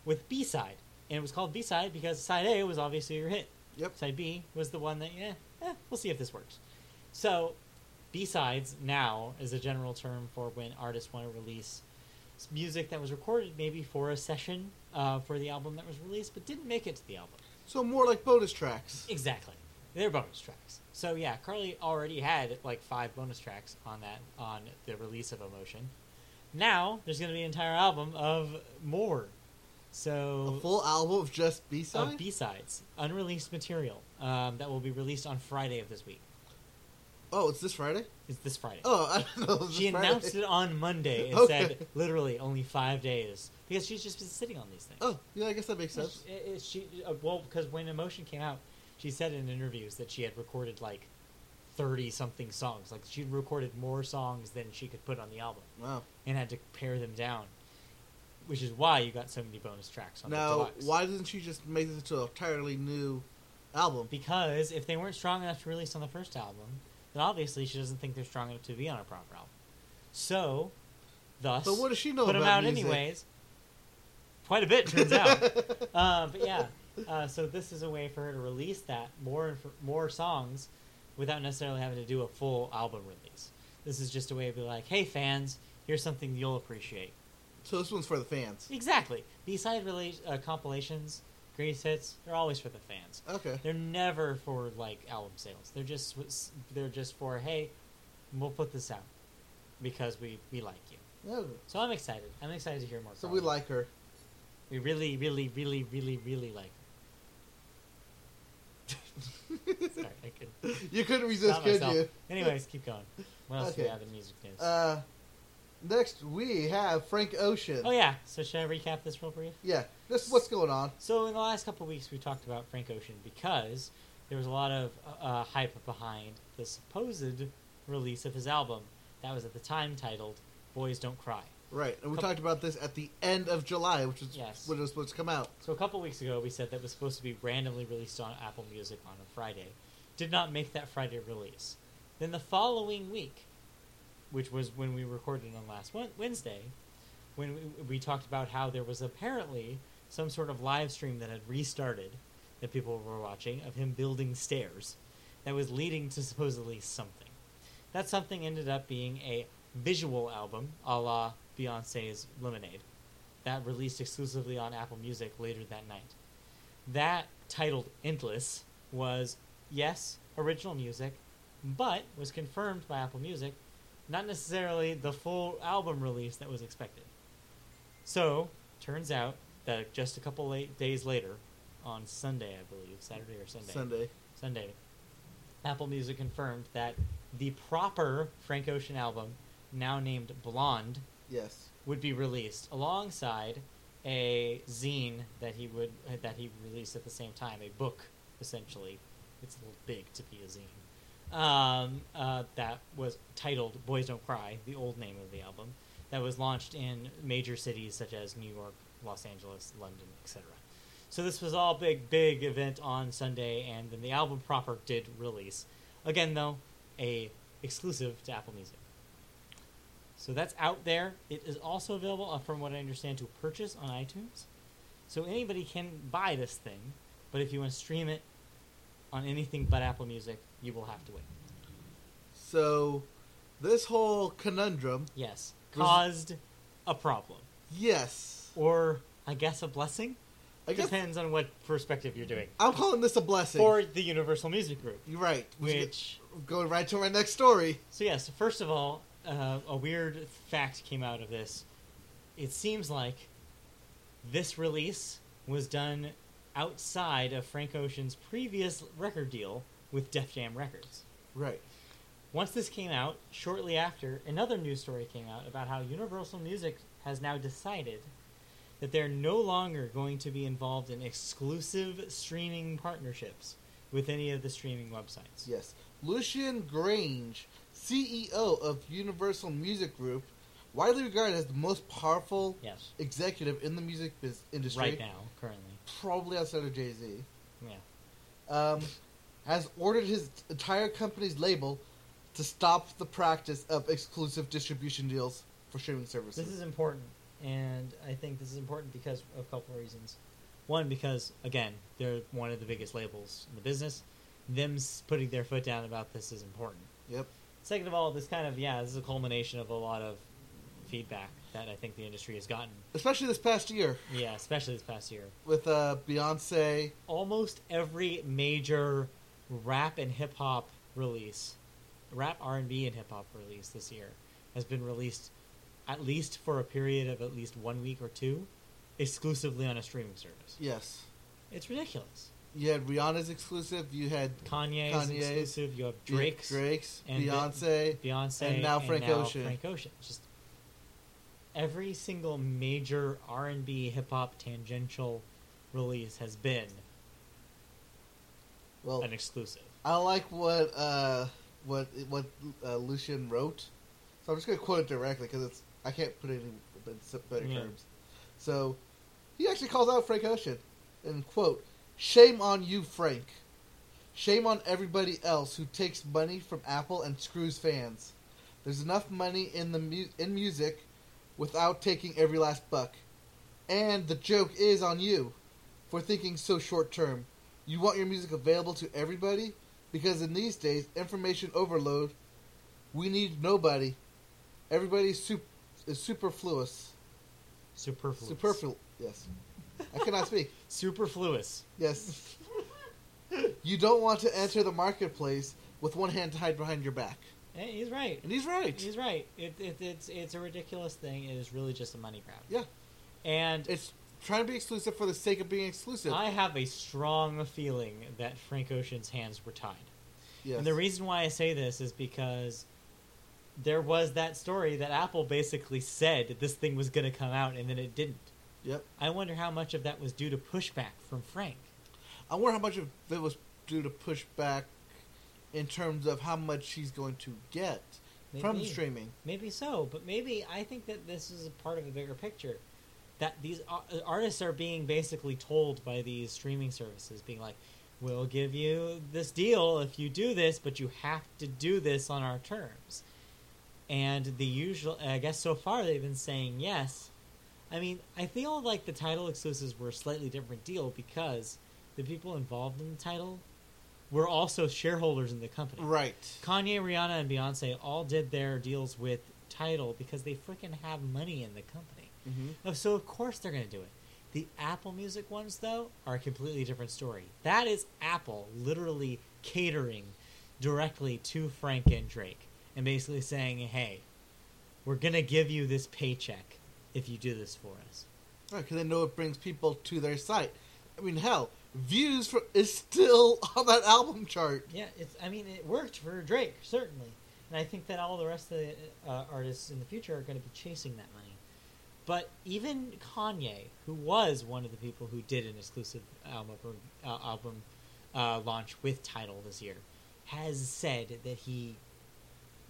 [SPEAKER 2] with B side, and it was called B side because side A was obviously your hit.
[SPEAKER 1] Yep.
[SPEAKER 2] Side B was the one that yeah, eh, we'll see if this works. So, B sides now is a general term for when artists want to release s- music that was recorded maybe for a session uh, for the album that was released but didn't make it to the album.
[SPEAKER 1] So more like bonus tracks.
[SPEAKER 2] Exactly. They're bonus tracks. So yeah, Carly already had like five bonus tracks on that on the release of Emotion. Now there's going to be an entire album of more. So
[SPEAKER 1] A full album of just B
[SPEAKER 2] of
[SPEAKER 1] side.
[SPEAKER 2] B sides, unreleased material um, that will be released on Friday of this week.
[SPEAKER 1] oh, it's this Friday.
[SPEAKER 2] It's this Friday.
[SPEAKER 1] Oh, I don't know. it was
[SPEAKER 2] she
[SPEAKER 1] this Friday.
[SPEAKER 2] announced it on Monday and
[SPEAKER 1] Okay.
[SPEAKER 2] said literally only five days because she's just been sitting on these things.
[SPEAKER 1] Oh, yeah, I guess that makes
[SPEAKER 2] Yeah,
[SPEAKER 1] sense.
[SPEAKER 2] she- it- it- she uh, well because when emotion came out she said in interviews that she had recorded like 30 something songs like she recorded more songs than she could put on the album
[SPEAKER 1] Wow.
[SPEAKER 2] and had to pare them down which is why you got so many bonus tracks on the
[SPEAKER 1] Now,
[SPEAKER 2] deluxe.
[SPEAKER 1] why doesn't she just make this into an entirely new album?
[SPEAKER 2] because if they weren't strong enough to release on the first album then obviously she doesn't think they're strong enough to be on a proper album so thus
[SPEAKER 1] But what does she know
[SPEAKER 2] put them
[SPEAKER 1] about
[SPEAKER 2] out
[SPEAKER 1] music?
[SPEAKER 2] anyways quite a bit turns out um, but yeah, uh, so this is a way for her to release that more and for more songs without necessarily having to do a full album release. This is just a way to be like, hey fans, here's something you'll appreciate.
[SPEAKER 1] so this one's for the fans.
[SPEAKER 2] Exactly. B side rela- uh, compilations Greatest hits, they're always for the fans.
[SPEAKER 1] Okay.
[SPEAKER 2] They're never for like album sales. They're just s- they're just for hey, we'll put this out because we we like you.
[SPEAKER 1] No.
[SPEAKER 2] So I'm excited. I'm excited to hear more.
[SPEAKER 1] So
[SPEAKER 2] from
[SPEAKER 1] we
[SPEAKER 2] you.
[SPEAKER 1] like her.
[SPEAKER 2] We really, really, really, really, really like. Her. Sorry, I could.
[SPEAKER 1] You couldn't resist,
[SPEAKER 2] Not
[SPEAKER 1] could
[SPEAKER 2] myself.
[SPEAKER 1] you?
[SPEAKER 2] Anyways, keep going. What else do we
[SPEAKER 1] Okay.
[SPEAKER 2] have in music news?
[SPEAKER 1] Uh, next we have Frank Ocean.
[SPEAKER 2] oh yeah. So should I recap this real brief?
[SPEAKER 1] Yeah, This is what's going on.
[SPEAKER 2] So in the last couple of weeks, we talked about Frank Ocean because there was a lot of uh, hype behind the supposed release of his album that was at the time titled "Boys Don't Cry."
[SPEAKER 1] Right, and we
[SPEAKER 2] Couple-
[SPEAKER 1] talked about this at the end of July, which is
[SPEAKER 2] Yes.
[SPEAKER 1] when it was supposed to come out.
[SPEAKER 2] So a couple weeks ago, we said that was supposed to be randomly released on Apple Music on a Friday. Did not make that Friday release. Then the following week, which was when we recorded on last Wed- Wednesday, when we, we talked about how there was apparently some sort of live stream that had restarted that people were watching of him building stairs that was leading to supposedly something. That something ended up being a visual album a la Beyonce's Lemonade that released exclusively on Apple Music later that night. That titled Endless was, yes, original music, but was confirmed by Apple Music, not necessarily the full album release that was expected. So, turns out that just a couple late days later, on Sunday, I believe, Saturday or Sunday,
[SPEAKER 1] Sunday.
[SPEAKER 2] Sunday, Apple Music confirmed that the proper Frank Ocean album, now named Blonde,
[SPEAKER 1] Yes.
[SPEAKER 2] would be released alongside a zine that he would uh, that he released at the same time, a book essentially. It's a little big to be a zine. Um, uh, that was titled "Boys Don't Cry," the old name of the album. That was launched in major cities such as New York, Los Angeles, London, etc. So this was all big, big event on Sunday, and then the album proper did release. Again, though, a exclusive to Apple Music. So that's out there. It is also available, uh, from what I understand, to purchase on iTunes. So anybody can buy this thing, but if you want to stream it on anything but Apple Music, you will have to wait.
[SPEAKER 1] So, this whole conundrum,
[SPEAKER 2] Yes,
[SPEAKER 1] Was-
[SPEAKER 2] caused a problem,
[SPEAKER 1] yes,
[SPEAKER 2] or I guess a blessing.
[SPEAKER 1] I guess
[SPEAKER 2] Depends on what perspective you're doing.
[SPEAKER 1] I'm calling this a blessing.
[SPEAKER 2] For the Universal Music Group,
[SPEAKER 1] You're right. We're
[SPEAKER 2] which
[SPEAKER 1] going right to our next story.
[SPEAKER 2] So yes, first of all, uh, a weird fact came out of this. It seems like this release was done outside of Frank Ocean's previous record deal with Def Jam Records.
[SPEAKER 1] Right.
[SPEAKER 2] Once this came out, shortly after, another news story came out about how Universal Music has now decided that they're no longer going to be involved in exclusive streaming partnerships with any of the streaming websites.
[SPEAKER 1] Yes. Lucian Grange, CEO of Universal Music Group, widely regarded as the most powerful
[SPEAKER 2] Yes.
[SPEAKER 1] executive in the music biz- industry,
[SPEAKER 2] Right now, currently.
[SPEAKER 1] probably outside of Jay Z,
[SPEAKER 2] Yeah.
[SPEAKER 1] um, has ordered his entire company's label to stop the practice of exclusive distribution deals for streaming services.
[SPEAKER 2] This is important, and I think this is important because of a couple of reasons. One, because again, they're one of the biggest labels in the business. Them s- putting their foot down about this is important.
[SPEAKER 1] yep.
[SPEAKER 2] Second of all, this kind of yeah, this is a culmination of a lot of feedback that I think the industry has gotten.
[SPEAKER 1] Especially this past year
[SPEAKER 2] Yeah, especially this past year.
[SPEAKER 1] with uh, Beyonce.
[SPEAKER 2] Almost every major rap and hip hop release, rap R and B and hip hop release this year has been released at least for a period of at least one week or two exclusively on a streaming service.
[SPEAKER 1] Yes.
[SPEAKER 2] It's ridiculous.
[SPEAKER 1] You had Rihanna's exclusive. You had
[SPEAKER 2] Kanye's,
[SPEAKER 1] Kanye's,
[SPEAKER 2] exclusive. You have Drake's,
[SPEAKER 1] Drake's,
[SPEAKER 2] and
[SPEAKER 1] Beyonce.
[SPEAKER 2] Beyonce,
[SPEAKER 1] and now Frank Ocean.
[SPEAKER 2] Frank Ocean. Just every single major R and B, hip hop, tangential release has been
[SPEAKER 1] well,
[SPEAKER 2] an exclusive.
[SPEAKER 1] I like what uh, what what uh, Lucian wrote, so I'm just gonna quote it directly because it's I can't put it in s- better
[SPEAKER 2] Yeah.
[SPEAKER 1] terms. So he actually calls out Frank Ocean and quote, "Shame on you, Frank. Shame on everybody else who takes money from Apple and screws fans. There's enough money in the mu- in music without taking every last buck. And the joke is on you for thinking so short term. You want your music available to everybody because in these days, information overload. We need nobody. Everybody is, sup- is superfluous.
[SPEAKER 2] Superfluous.
[SPEAKER 1] Superfluous. Yes. I cannot speak.
[SPEAKER 2] Superfluous.
[SPEAKER 1] Yes. You don't want to enter the marketplace with one hand tied behind your back.
[SPEAKER 2] Hey, he's right.
[SPEAKER 1] And he's right.
[SPEAKER 2] He's right. It, it, it's it's a ridiculous thing. It is really just a money grab.
[SPEAKER 1] Yeah.
[SPEAKER 2] And
[SPEAKER 1] It's trying to be exclusive for the sake of being exclusive.
[SPEAKER 2] I have a strong feeling that Frank Ocean's hands were tied.
[SPEAKER 1] yes.
[SPEAKER 2] And the reason why I say this is because there was that story that Apple basically said this thing was going to come out and then it didn't.
[SPEAKER 1] Yep.
[SPEAKER 2] I wonder how much of that was due to pushback from Frank.
[SPEAKER 1] I wonder how much of it was due to pushback in terms of how much he's going to get from
[SPEAKER 2] Maybe.
[SPEAKER 1] streaming.
[SPEAKER 2] Maybe so, but maybe I think that this is a part of a bigger picture. That these ar- artists are being basically told by these streaming services, being like, "We'll give you this deal if you do this, but you have to do this on our terms." And the usual, I guess, so far they've been saying yes. I mean, I feel like the title exclusives were a slightly different deal because the people involved in the title were also shareholders in the company.
[SPEAKER 1] Right.
[SPEAKER 2] Kanye, Rihanna, and Beyonce all did their deals with Title because they freaking have money in the company.
[SPEAKER 1] Mm-hmm.
[SPEAKER 2] Oh, So of course they're going to do it. The Apple Music ones, though, are a completely different story. That is Apple literally catering directly to Frank and Drake and basically saying, "Hey, we're going to give you this paycheck if you do this for us."
[SPEAKER 1] Right, because they know it brings people to their site. I mean, hell, views for, is still on that album chart.
[SPEAKER 2] Yeah, it's. I mean, it worked for Drake certainly, and I think that all the rest of the uh, artists in the future are going to be chasing that money. But even Kanye, who was one of the people who did an exclusive album uh, album uh, launch with Title this year, has said that he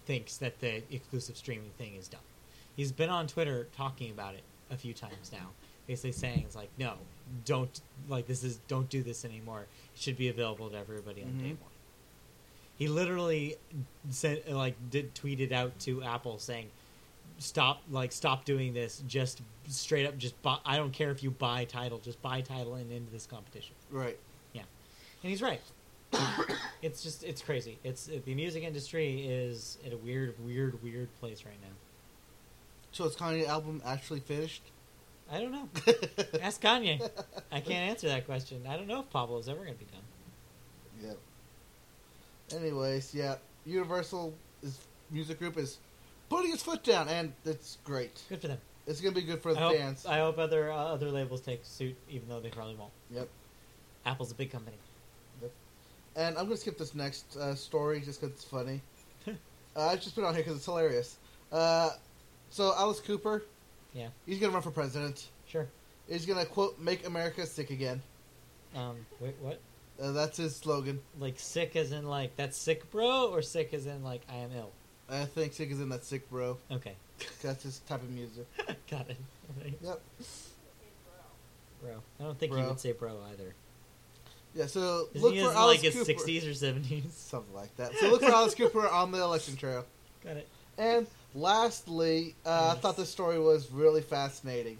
[SPEAKER 2] thinks that the exclusive streaming thing is done. He's been on Twitter talking about it a few times now, basically saying it's like, no, don't like this is don't do this anymore. It should be available to everybody on day
[SPEAKER 1] Mhm.
[SPEAKER 2] one. He literally sent like did tweeted out to Apple saying, stop like stop doing this. Just straight up, just buy. I don't care if you buy title, just buy title and end this competition.
[SPEAKER 1] Right.
[SPEAKER 2] And he's right. it's just it's crazy. It's it, the music industry is at a weird, weird, weird place right now.
[SPEAKER 1] So is Kanye's album actually finished?
[SPEAKER 2] I don't know. Ask Kanye. I can't answer that question. I don't know if Pablo's ever going to be done.
[SPEAKER 1] Yeah. Anyways, yeah, Universal is music group is putting its foot down, and it's great.
[SPEAKER 2] Good for them.
[SPEAKER 1] It's gonna be good for
[SPEAKER 2] I
[SPEAKER 1] the
[SPEAKER 2] hope,
[SPEAKER 1] fans.
[SPEAKER 2] I hope other uh, other labels take suit, even though they probably won't.
[SPEAKER 1] Yep.
[SPEAKER 2] Apple's a big company.
[SPEAKER 1] And I'm gonna skip this next uh, story just because it's funny. uh, I just put it on here because it's hilarious. Uh, so Alice Cooper,
[SPEAKER 2] Yeah.
[SPEAKER 1] he's gonna run for president.
[SPEAKER 2] Sure.
[SPEAKER 1] He's gonna quote "Make America Sick Again."
[SPEAKER 2] Um. Wait. What?
[SPEAKER 1] Uh, that's his slogan.
[SPEAKER 2] Like sick as in like that's sick, bro, or sick as in like I am ill.
[SPEAKER 1] I think "sick" is in that "sick bro."
[SPEAKER 2] Okay.
[SPEAKER 1] That's his type of music.
[SPEAKER 2] Got it. Right.
[SPEAKER 1] Yep.
[SPEAKER 2] Bro. I don't think he
[SPEAKER 1] Bro.
[SPEAKER 2] would say bro either.
[SPEAKER 1] Yeah. So
[SPEAKER 2] Isn't
[SPEAKER 1] look
[SPEAKER 2] he
[SPEAKER 1] for
[SPEAKER 2] in,
[SPEAKER 1] Alice
[SPEAKER 2] like his
[SPEAKER 1] Cooper.
[SPEAKER 2] sixties or seventies?
[SPEAKER 1] Something like that. So look for Alice Cooper on the election trail.
[SPEAKER 2] Got it.
[SPEAKER 1] And lastly, uh, I
[SPEAKER 2] Yes.
[SPEAKER 1] thought this story was really fascinating.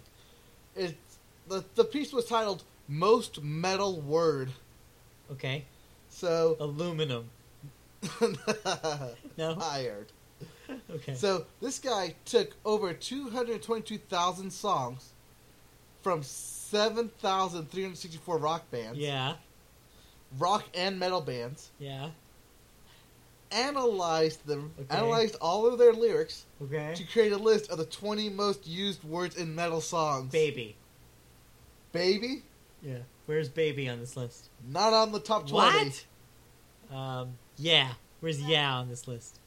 [SPEAKER 1] It the the piece was titled "Most Metal Word."
[SPEAKER 2] Okay.
[SPEAKER 1] So
[SPEAKER 2] Aluminum. No.
[SPEAKER 1] tired.
[SPEAKER 2] Okay.
[SPEAKER 1] So this guy took over two hundred twenty-two thousand songs from seven thousand three hundred sixty-four rock bands,
[SPEAKER 2] yeah.
[SPEAKER 1] rock and metal bands.
[SPEAKER 2] Yeah.
[SPEAKER 1] Analyzed them,
[SPEAKER 2] Okay.
[SPEAKER 1] analyzed all of their lyrics,
[SPEAKER 2] Okay.
[SPEAKER 1] to create a list of the 20 most used words in metal songs.
[SPEAKER 2] Baby.
[SPEAKER 1] Baby?
[SPEAKER 2] Yeah. Where's baby on this list?
[SPEAKER 1] Not on the top 20.
[SPEAKER 2] What? Um. Yeah. Where's yeah on this list?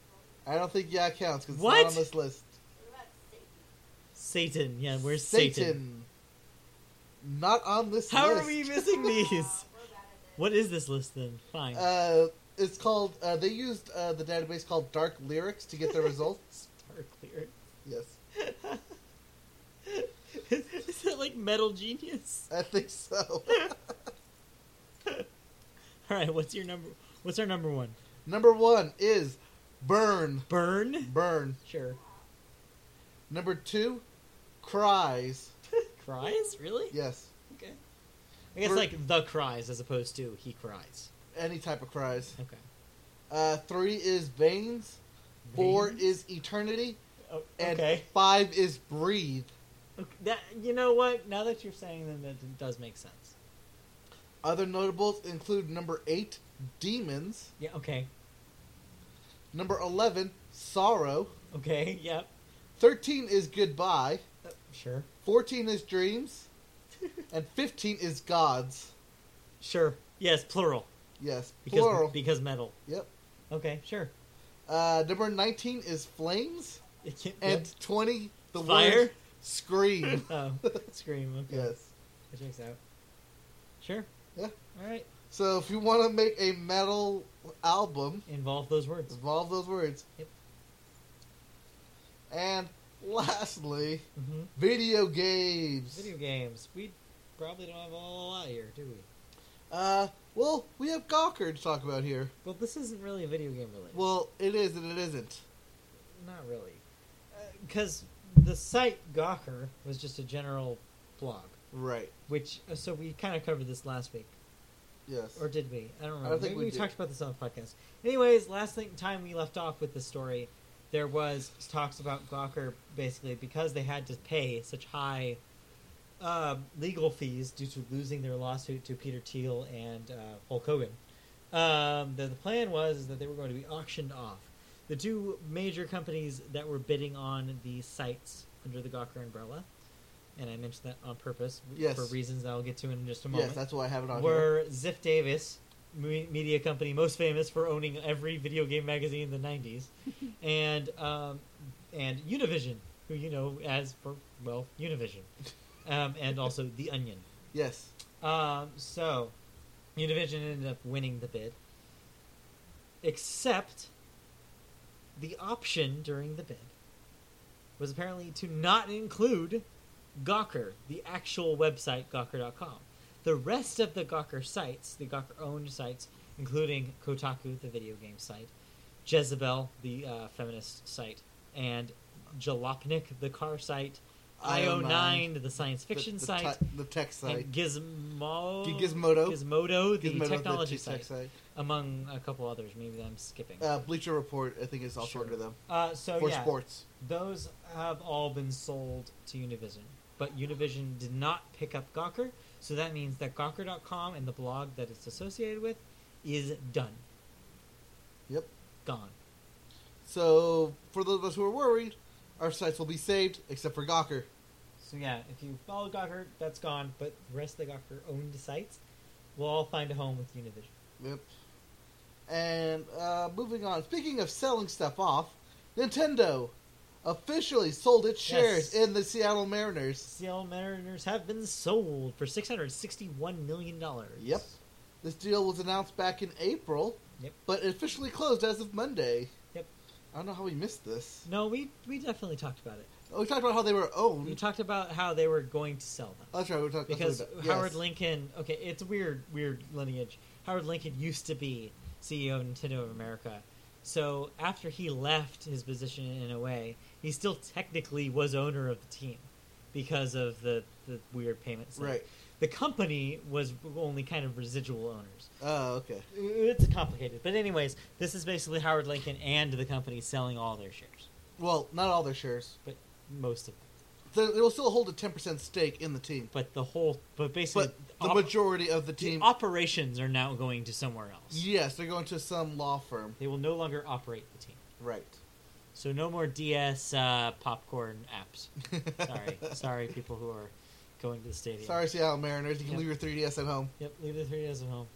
[SPEAKER 1] I don't think yeah counts because it's
[SPEAKER 2] What?
[SPEAKER 1] not on this list.
[SPEAKER 2] Satan. Yeah. Where's Satan?
[SPEAKER 1] Not on this
[SPEAKER 2] How
[SPEAKER 1] list.
[SPEAKER 2] are we missing these? What is this list then? Fine.
[SPEAKER 1] Uh, it's called, uh, they used uh, the database called Dark Lyrics to get the result.
[SPEAKER 2] Star clear.
[SPEAKER 1] yes.
[SPEAKER 2] is, is it like Metal Genius?
[SPEAKER 1] I think so.
[SPEAKER 2] All right. What's your number? What's our number one?
[SPEAKER 1] Number one is Burn.
[SPEAKER 2] Burn.
[SPEAKER 1] Burn.
[SPEAKER 2] Sure.
[SPEAKER 1] Number two, Cries.
[SPEAKER 2] Cries. Really?
[SPEAKER 1] Yes.
[SPEAKER 2] Okay. I guess
[SPEAKER 1] Bur-
[SPEAKER 2] like the cries as opposed to he cries.
[SPEAKER 1] Any type of cries.
[SPEAKER 2] Okay.
[SPEAKER 1] Uh, three is Veins. Four
[SPEAKER 2] Veins?
[SPEAKER 1] is Eternity.
[SPEAKER 2] Oh,
[SPEAKER 1] And
[SPEAKER 2] okay.
[SPEAKER 1] five is breathe.
[SPEAKER 2] Okay, that you know what? Now that you're saying them, that does make sense.
[SPEAKER 1] Other notables include number eight, Demons,
[SPEAKER 2] Yeah. Okay.
[SPEAKER 1] number 11, Sorrow,
[SPEAKER 2] Okay. Yep.
[SPEAKER 1] 13 is Goodbye,
[SPEAKER 2] Uh, sure.
[SPEAKER 1] 14 is Dreams, and 15 is Gods.
[SPEAKER 2] Sure. Yes. Plural.
[SPEAKER 1] Yes,
[SPEAKER 2] Because
[SPEAKER 1] plural.
[SPEAKER 2] because metal.
[SPEAKER 1] Yep.
[SPEAKER 2] Okay. Sure.
[SPEAKER 1] Uh, number 19 is Flames,
[SPEAKER 2] It can't-
[SPEAKER 1] and 20, the
[SPEAKER 2] Fire?
[SPEAKER 1] word Scream.
[SPEAKER 2] yep. oh, scream. Okay.
[SPEAKER 1] yes.
[SPEAKER 2] That checks out. Sure.
[SPEAKER 1] Yeah.
[SPEAKER 2] All right.
[SPEAKER 1] So if you want to make a metal album,
[SPEAKER 2] Involve those words.
[SPEAKER 1] involve those words.
[SPEAKER 2] Yep.
[SPEAKER 1] And lastly,
[SPEAKER 2] hmm
[SPEAKER 1] video games.
[SPEAKER 2] Video games. We probably don't have a lot here, do we?
[SPEAKER 1] Uh, well, we have Gawker to talk about here.
[SPEAKER 2] Well, this isn't really video game related.
[SPEAKER 1] Well, it is and it isn't.
[SPEAKER 2] not really, because the site Gawker was just a general blog.
[SPEAKER 1] Right.
[SPEAKER 2] Which uh, so we kind of covered this last week,
[SPEAKER 1] Yes.
[SPEAKER 2] or did we? I don't remember.
[SPEAKER 1] think
[SPEAKER 2] Maybe
[SPEAKER 1] we
[SPEAKER 2] we
[SPEAKER 1] did.
[SPEAKER 2] talked about this on the podcast. Anyways, last thing, time we left off with the story, there was talks about Gawker basically because they had to pay such high uh, legal fees due to losing their lawsuit to Peter Thiel and uh, Hulk Hogan. Um, the, the plan was that they were going to be auctioned off. The two major companies that were bidding on the sites under the Gawker umbrella, and I mentioned that on purpose
[SPEAKER 1] Yes.
[SPEAKER 2] for reasons that I'll get to in just a moment
[SPEAKER 1] yes, that's why I have it on here.
[SPEAKER 2] were Ziff Davis, me- media company most famous for owning every video game magazine in the '90s, and um, and Univision, who you know as for well Univision, um, and also The Onion.
[SPEAKER 1] Yes.
[SPEAKER 2] Um, so Univision ended up winning the bid, except the option during the bid was apparently to not include Gawker, the actual website, Gawker.com. The rest of the Gawker sites, the Gawker owned sites, including Kotaku, the video game site, Jezebel, the uh, feminist site, and Jalopnik, the car site,
[SPEAKER 1] IO9,
[SPEAKER 2] IO9, the science fiction
[SPEAKER 1] the, the
[SPEAKER 2] site,
[SPEAKER 1] ti- the tech site.
[SPEAKER 2] and Gizmo
[SPEAKER 1] G- Gizmodo.
[SPEAKER 2] Gizmodo, the
[SPEAKER 1] Gizmodo,
[SPEAKER 2] technology
[SPEAKER 1] tech
[SPEAKER 2] site, among a couple others. Maybe I'm skipping. Uh,
[SPEAKER 1] Uh, Bleacher Report, I think, is also
[SPEAKER 2] Sure.
[SPEAKER 1] under them
[SPEAKER 2] so
[SPEAKER 1] for
[SPEAKER 2] yeah,
[SPEAKER 1] sports.
[SPEAKER 2] those have all been sold to Univision, but Univision did not pick up Gawker, so that means that Gawker.com and the blog that it's associated with is done,
[SPEAKER 1] Yep.
[SPEAKER 2] gone.
[SPEAKER 1] So for those of us who are worried, our sites will be saved except for Gawker.
[SPEAKER 2] So yeah, if you follow Gawker, that's gone, but the rest of the Gawker owned sites will all find a home with Univision.
[SPEAKER 1] Yep. And uh, moving on. Speaking of selling stuff off, Nintendo officially sold its shares
[SPEAKER 2] Yes.
[SPEAKER 1] in the Seattle Mariners.
[SPEAKER 2] Seattle Mariners have been sold for six hundred sixty-one million dollars.
[SPEAKER 1] Yep. This deal was announced back in April,
[SPEAKER 2] Yep.
[SPEAKER 1] but it officially closed as of Monday.
[SPEAKER 2] Yep.
[SPEAKER 1] I don't know how we missed this.
[SPEAKER 2] No, we we definitely talked about it.
[SPEAKER 1] Oh, we talked about how they were owned.
[SPEAKER 2] We talked about how they were going to sell them
[SPEAKER 1] Hmm? Oh, that's right. We talked
[SPEAKER 2] because
[SPEAKER 1] that's what we did.
[SPEAKER 2] Howard
[SPEAKER 1] Yes.
[SPEAKER 2] Lincoln. Okay, it's weird, weird lineage. Howard Lincoln used to be CEO of Nintendo of America. So after he left his position in a way, he still technically was owner of the team because of the, the weird payments.
[SPEAKER 1] Right.
[SPEAKER 2] The company was only kind of residual owners.
[SPEAKER 1] Oh, okay.
[SPEAKER 2] It's complicated. But anyways, this is basically Howard Lincoln and the company selling all their shares.
[SPEAKER 1] Well, not all their shares.
[SPEAKER 2] But most of them.
[SPEAKER 1] They they will still hold a 10% stake in the team,
[SPEAKER 2] But the whole but basically
[SPEAKER 1] but the
[SPEAKER 2] op-
[SPEAKER 1] majority of the
[SPEAKER 2] the
[SPEAKER 1] team.
[SPEAKER 2] operations are now going to somewhere else.
[SPEAKER 1] yes, they're going to some law firm.
[SPEAKER 2] They will no longer operate the team.
[SPEAKER 1] Right.
[SPEAKER 2] So no more DS uh, popcorn apps. Sorry. Sorry people who are going to the stadium.
[SPEAKER 1] Sorry, Seattle Mariners. You can
[SPEAKER 2] Yep.
[SPEAKER 1] leave your 3DS at home.
[SPEAKER 2] Yep, leave the 3DS at home.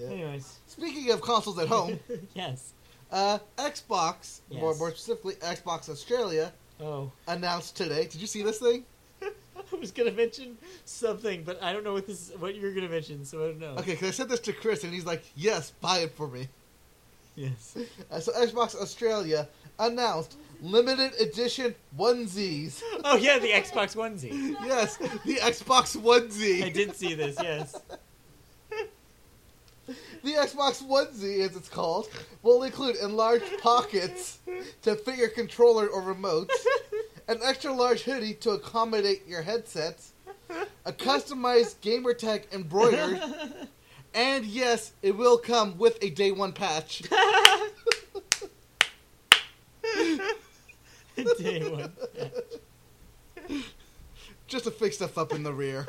[SPEAKER 2] Anyways.
[SPEAKER 1] Speaking of consoles at home,
[SPEAKER 2] yes.
[SPEAKER 1] uh, Xbox, more,
[SPEAKER 2] Yes.
[SPEAKER 1] more specifically Xbox Australia,
[SPEAKER 2] Oh.
[SPEAKER 1] announced today. Did you see this thing?
[SPEAKER 2] I was gonna mention something, but I don't know what this what you're gonna mention, so I don't know.
[SPEAKER 1] Okay, because I said this to Chris, and he's like, "Yes, buy it for me."
[SPEAKER 2] Yes.
[SPEAKER 1] Uh, so Xbox Australia announced limited edition onesies.
[SPEAKER 2] Oh yeah, the Xbox onesie.
[SPEAKER 1] yes, the Xbox onesie.
[SPEAKER 2] I did see this. Yes.
[SPEAKER 1] The Xbox onesie, as it's called, will include enlarged pockets to fit your controller or remotes, an extra large hoodie to accommodate your headsets, a customized gamertag embroidered, and yes, it will come with a day one patch.
[SPEAKER 2] Day one.
[SPEAKER 1] just to fix stuff up in the rear.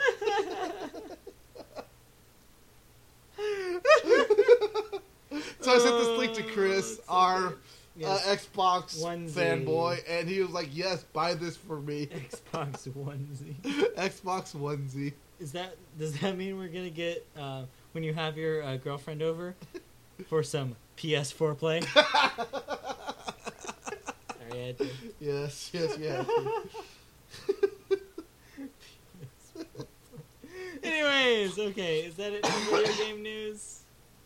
[SPEAKER 1] so I sent this link to Chris,
[SPEAKER 2] Oh,
[SPEAKER 1] our
[SPEAKER 2] Yes.
[SPEAKER 1] uh, Xbox
[SPEAKER 2] Onesie.
[SPEAKER 1] fanboy, and he was like, "Yes, buy this for me,
[SPEAKER 2] Xbox onesie.
[SPEAKER 1] Xbox onesie."
[SPEAKER 2] Is that does that mean we're gonna get uh, when you have your uh, girlfriend over for some PS4 play? Sorry, I had to.
[SPEAKER 1] Yes, yes, yeah.
[SPEAKER 2] Anyways, okay, is that it for video game news?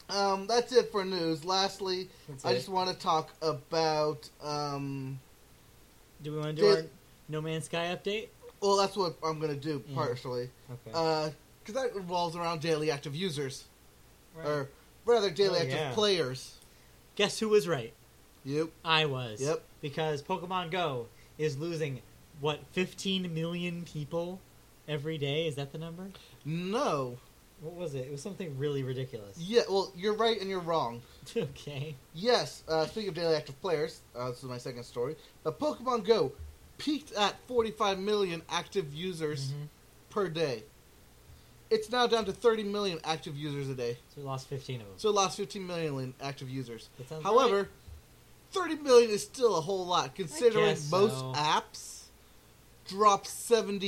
[SPEAKER 1] um, that's it for news. Lastly,
[SPEAKER 2] That's
[SPEAKER 1] I
[SPEAKER 2] it.
[SPEAKER 1] just want to talk about. Um,
[SPEAKER 2] do we want to do
[SPEAKER 1] did-
[SPEAKER 2] our No Man's Sky update?
[SPEAKER 1] well, that's what I'm gonna do
[SPEAKER 2] Yeah.
[SPEAKER 1] partially,
[SPEAKER 2] Okay.
[SPEAKER 1] because that revolves around daily active users,
[SPEAKER 2] Right.
[SPEAKER 1] or rather, daily
[SPEAKER 2] Oh,
[SPEAKER 1] active
[SPEAKER 2] yeah.
[SPEAKER 1] players.
[SPEAKER 2] Guess who was right?
[SPEAKER 1] Yep.
[SPEAKER 2] I was.
[SPEAKER 1] Yep.
[SPEAKER 2] Because Pokemon Go is losing what 15 million people every day. Is that the number?
[SPEAKER 1] No.
[SPEAKER 2] What was it? It was something really ridiculous.
[SPEAKER 1] Yeah. Well, you're right and you're wrong.
[SPEAKER 2] okay.
[SPEAKER 1] Yes, uh, speaking of daily active players, uh, this is my second story. But Pokemon Go peaked at 45 million active users
[SPEAKER 2] Mhm.
[SPEAKER 1] per day. It's now down to 30 million active users a day.
[SPEAKER 2] So we lost 15 of them.
[SPEAKER 1] So it lost 15 million active users.
[SPEAKER 2] That sounds
[SPEAKER 1] However,
[SPEAKER 2] right.
[SPEAKER 1] 30 million is still a whole lot, considering
[SPEAKER 2] guess
[SPEAKER 1] most
[SPEAKER 2] so.
[SPEAKER 1] apps dropped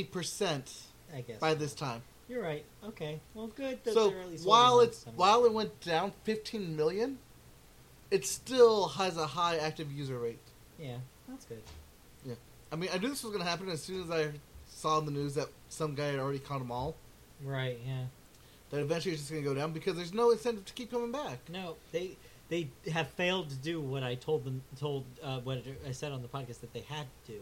[SPEAKER 1] 70%
[SPEAKER 2] I guess
[SPEAKER 1] by this time.
[SPEAKER 2] you're right. Okay. Well, good. That
[SPEAKER 1] so
[SPEAKER 2] they're at least
[SPEAKER 1] while
[SPEAKER 2] holding on
[SPEAKER 1] it's
[SPEAKER 2] to some-
[SPEAKER 1] while it went down 15 million, it still has a high active user rate.
[SPEAKER 2] yeah, that's good.
[SPEAKER 1] I mean, I knew this was going to happen as soon as I saw in the news that some guy had already caught them all.
[SPEAKER 2] Right. Yeah.
[SPEAKER 1] That eventually it's just going to go down because there's no incentive to keep coming back.
[SPEAKER 2] No, they they have failed to do what I told them told uh, what I said on the podcast that they had to do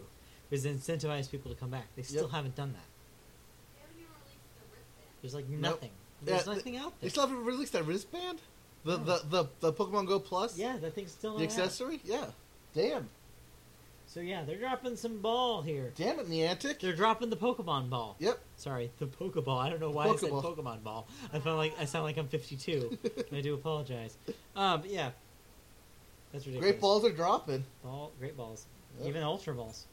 [SPEAKER 2] was incentivize people to come back. They still
[SPEAKER 1] Yep.
[SPEAKER 2] haven't done that.
[SPEAKER 4] They haven't even released the wristband.
[SPEAKER 2] There's like nothing. There's
[SPEAKER 1] Yeah,
[SPEAKER 2] nothing out
[SPEAKER 1] They
[SPEAKER 2] there.
[SPEAKER 1] still haven't released that wristband, the
[SPEAKER 2] No.
[SPEAKER 1] the, the the Pokemon Go Plus,
[SPEAKER 2] yeah, that thing's still
[SPEAKER 1] the
[SPEAKER 2] not out.
[SPEAKER 1] accessory, yeah. Damn,
[SPEAKER 2] So yeah, they're dropping some ball here.
[SPEAKER 1] damn it, Niantic.
[SPEAKER 2] They're dropping the Pokemon ball.
[SPEAKER 1] Yep.
[SPEAKER 2] Sorry, the Pokeball. I don't know why I said
[SPEAKER 1] Pokeball.
[SPEAKER 2] Pokemon ball. I felt like I sound like I'm 52. I do apologize. Um, but yeah, that's ridiculous.
[SPEAKER 1] Great balls are dropping.
[SPEAKER 2] Ball, great balls.
[SPEAKER 1] Yep.
[SPEAKER 2] Even ultra balls.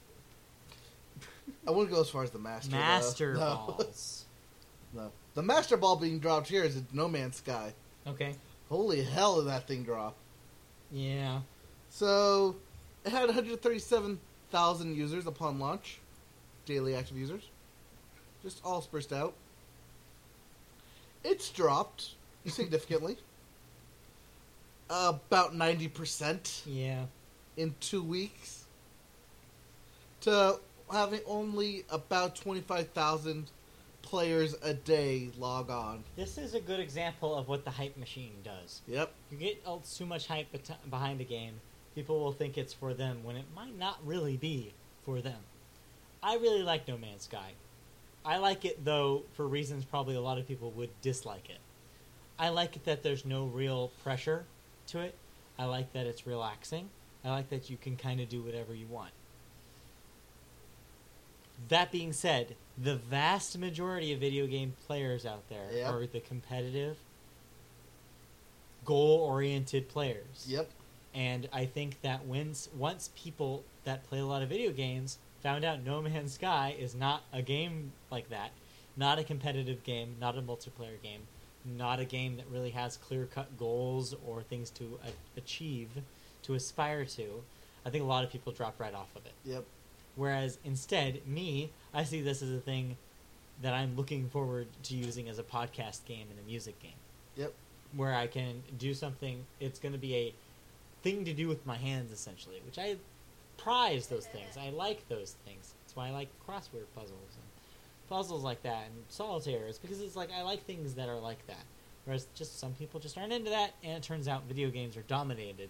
[SPEAKER 1] I wouldn't go as far as the master. though.
[SPEAKER 2] Master
[SPEAKER 1] No.
[SPEAKER 2] balls.
[SPEAKER 1] No. The master ball being dropped here is No Man's Sky.
[SPEAKER 2] Okay.
[SPEAKER 1] Holy hell, did that thing drop?
[SPEAKER 2] Yeah.
[SPEAKER 1] So, it had 137,000 users upon launch, daily active users. Just all spurred out. It's dropped significantly. about 90%
[SPEAKER 2] Yeah.
[SPEAKER 1] in two weeks. To having only about 25,000 players a day log on.
[SPEAKER 2] This is a good example of what the hype machine does.
[SPEAKER 1] Yep.
[SPEAKER 2] You get all, too much hype bet- behind a game, people will think it's for them when it might not really be for them. I really like No Man's Sky. I like it though for reasons probably a lot of people would dislike it. I like it that there's no real pressure to it. I like that it's relaxing. I like that you can kind of do whatever you want. That being said, the vast majority of video game players out there
[SPEAKER 1] Yeah.
[SPEAKER 2] are the competitive, goal oriented players.
[SPEAKER 1] Yep.
[SPEAKER 2] And I think that once once people that play a lot of video games found out No Man's Sky is not a game like that, not a competitive game, not a multiplayer game, not a game that really has clear cut goals or things to a- achieve, to aspire to, I think a lot of people drop right off of it.
[SPEAKER 1] Yep.
[SPEAKER 2] Whereas instead, me, I see this as a thing that I'm looking forward to using as a podcast game and a music game
[SPEAKER 1] Yep.
[SPEAKER 2] where I can do something. It's going to be a thing to do with my hands, essentially, which I prize those things. I like those things. That's why I like crossword puzzles and puzzles like that and solitaire. It's because it's like I like things that are like that. Whereas just some people just aren't into that, and it turns out video games are dominated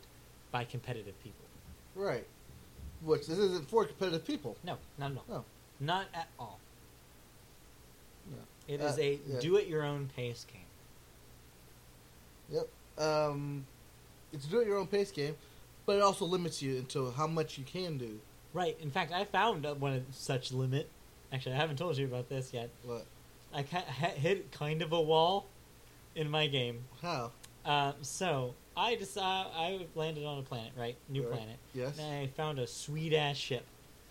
[SPEAKER 2] by competitive people.
[SPEAKER 1] Right. Which this isn't for competitive people.
[SPEAKER 2] No, not at all.
[SPEAKER 1] No.
[SPEAKER 2] Not at all.
[SPEAKER 1] No.
[SPEAKER 2] It is
[SPEAKER 1] Uh,
[SPEAKER 2] a
[SPEAKER 1] yeah.
[SPEAKER 2] do-it-your-own pace game.
[SPEAKER 1] Yep. Um, it's a do it your own pace game, but it also limits you into how much you can do.
[SPEAKER 2] Right. In fact, I found uh, one such limit. Actually, I haven't told you about this yet.
[SPEAKER 1] What?
[SPEAKER 2] I ca- ha- hit kind of a wall in my game.
[SPEAKER 1] How?
[SPEAKER 2] Um, so I just I landed on a planet, right? New
[SPEAKER 1] Right.
[SPEAKER 2] planet.
[SPEAKER 1] Yes.
[SPEAKER 2] And I found a sweet ass ship.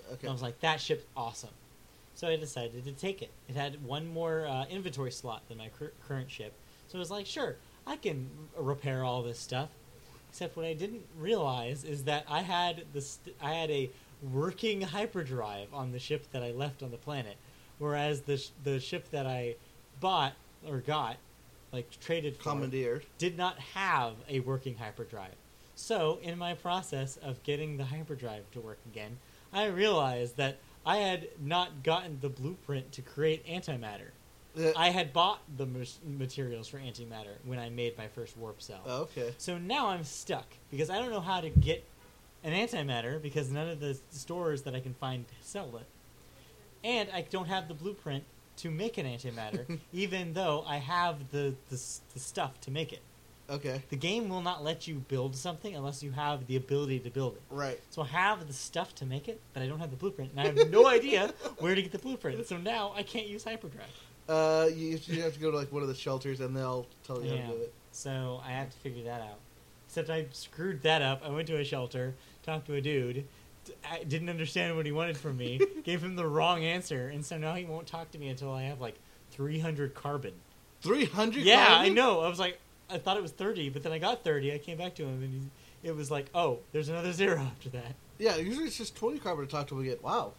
[SPEAKER 1] Okay.
[SPEAKER 2] And I was like, that ship's awesome. So I decided to take it. It had one more uh, inventory slot than my cur- current ship. So I was like, sure, I can r- repair all this stuff. Except what I didn't realize is that I had this I had a working hyperdrive on the ship that I left on the planet, whereas the sh- the ship that I bought or got like traded for
[SPEAKER 1] Commandeered.
[SPEAKER 2] did not have a working hyperdrive. So, in my process of getting the hyperdrive to work again, I realized that I had not gotten the blueprint to create antimatter.
[SPEAKER 1] Uh,
[SPEAKER 2] I had bought the mas- materials for antimatter when I made my first warp cell.
[SPEAKER 1] oh, okay.
[SPEAKER 2] So now I'm stuck because I don't know how to get an antimatter because none of the stores that I can find sell it. And I don't have the blueprint to make an antimatter, even though I have the, the, s- the stuff to make it.
[SPEAKER 1] Okay.
[SPEAKER 2] The game will not let you build something unless you have the ability to build it.
[SPEAKER 1] Right.
[SPEAKER 2] So I have the stuff to make it, but I don't have the blueprint, and I have no idea where to get the blueprint. So now I can't use hyperdrive.
[SPEAKER 1] Uh, you, you have to go to like one of the shelters, and they'll tell you
[SPEAKER 2] Yeah.
[SPEAKER 1] how to do it.
[SPEAKER 2] So I have to figure that out. Except I screwed that up. I went to a shelter, talked to a dude, d- I didn't understand what he wanted from me, gave him the wrong answer, and so now he won't talk to me until I have like 300 carbon.
[SPEAKER 1] Three hundred.
[SPEAKER 2] yeah, I know. I was like, I thought it was 30, but then I got 30. I came back to him, and he, it was like, oh, there's another zero after that.
[SPEAKER 1] Yeah, usually it's just twenty carbon to talk to them again. Wow.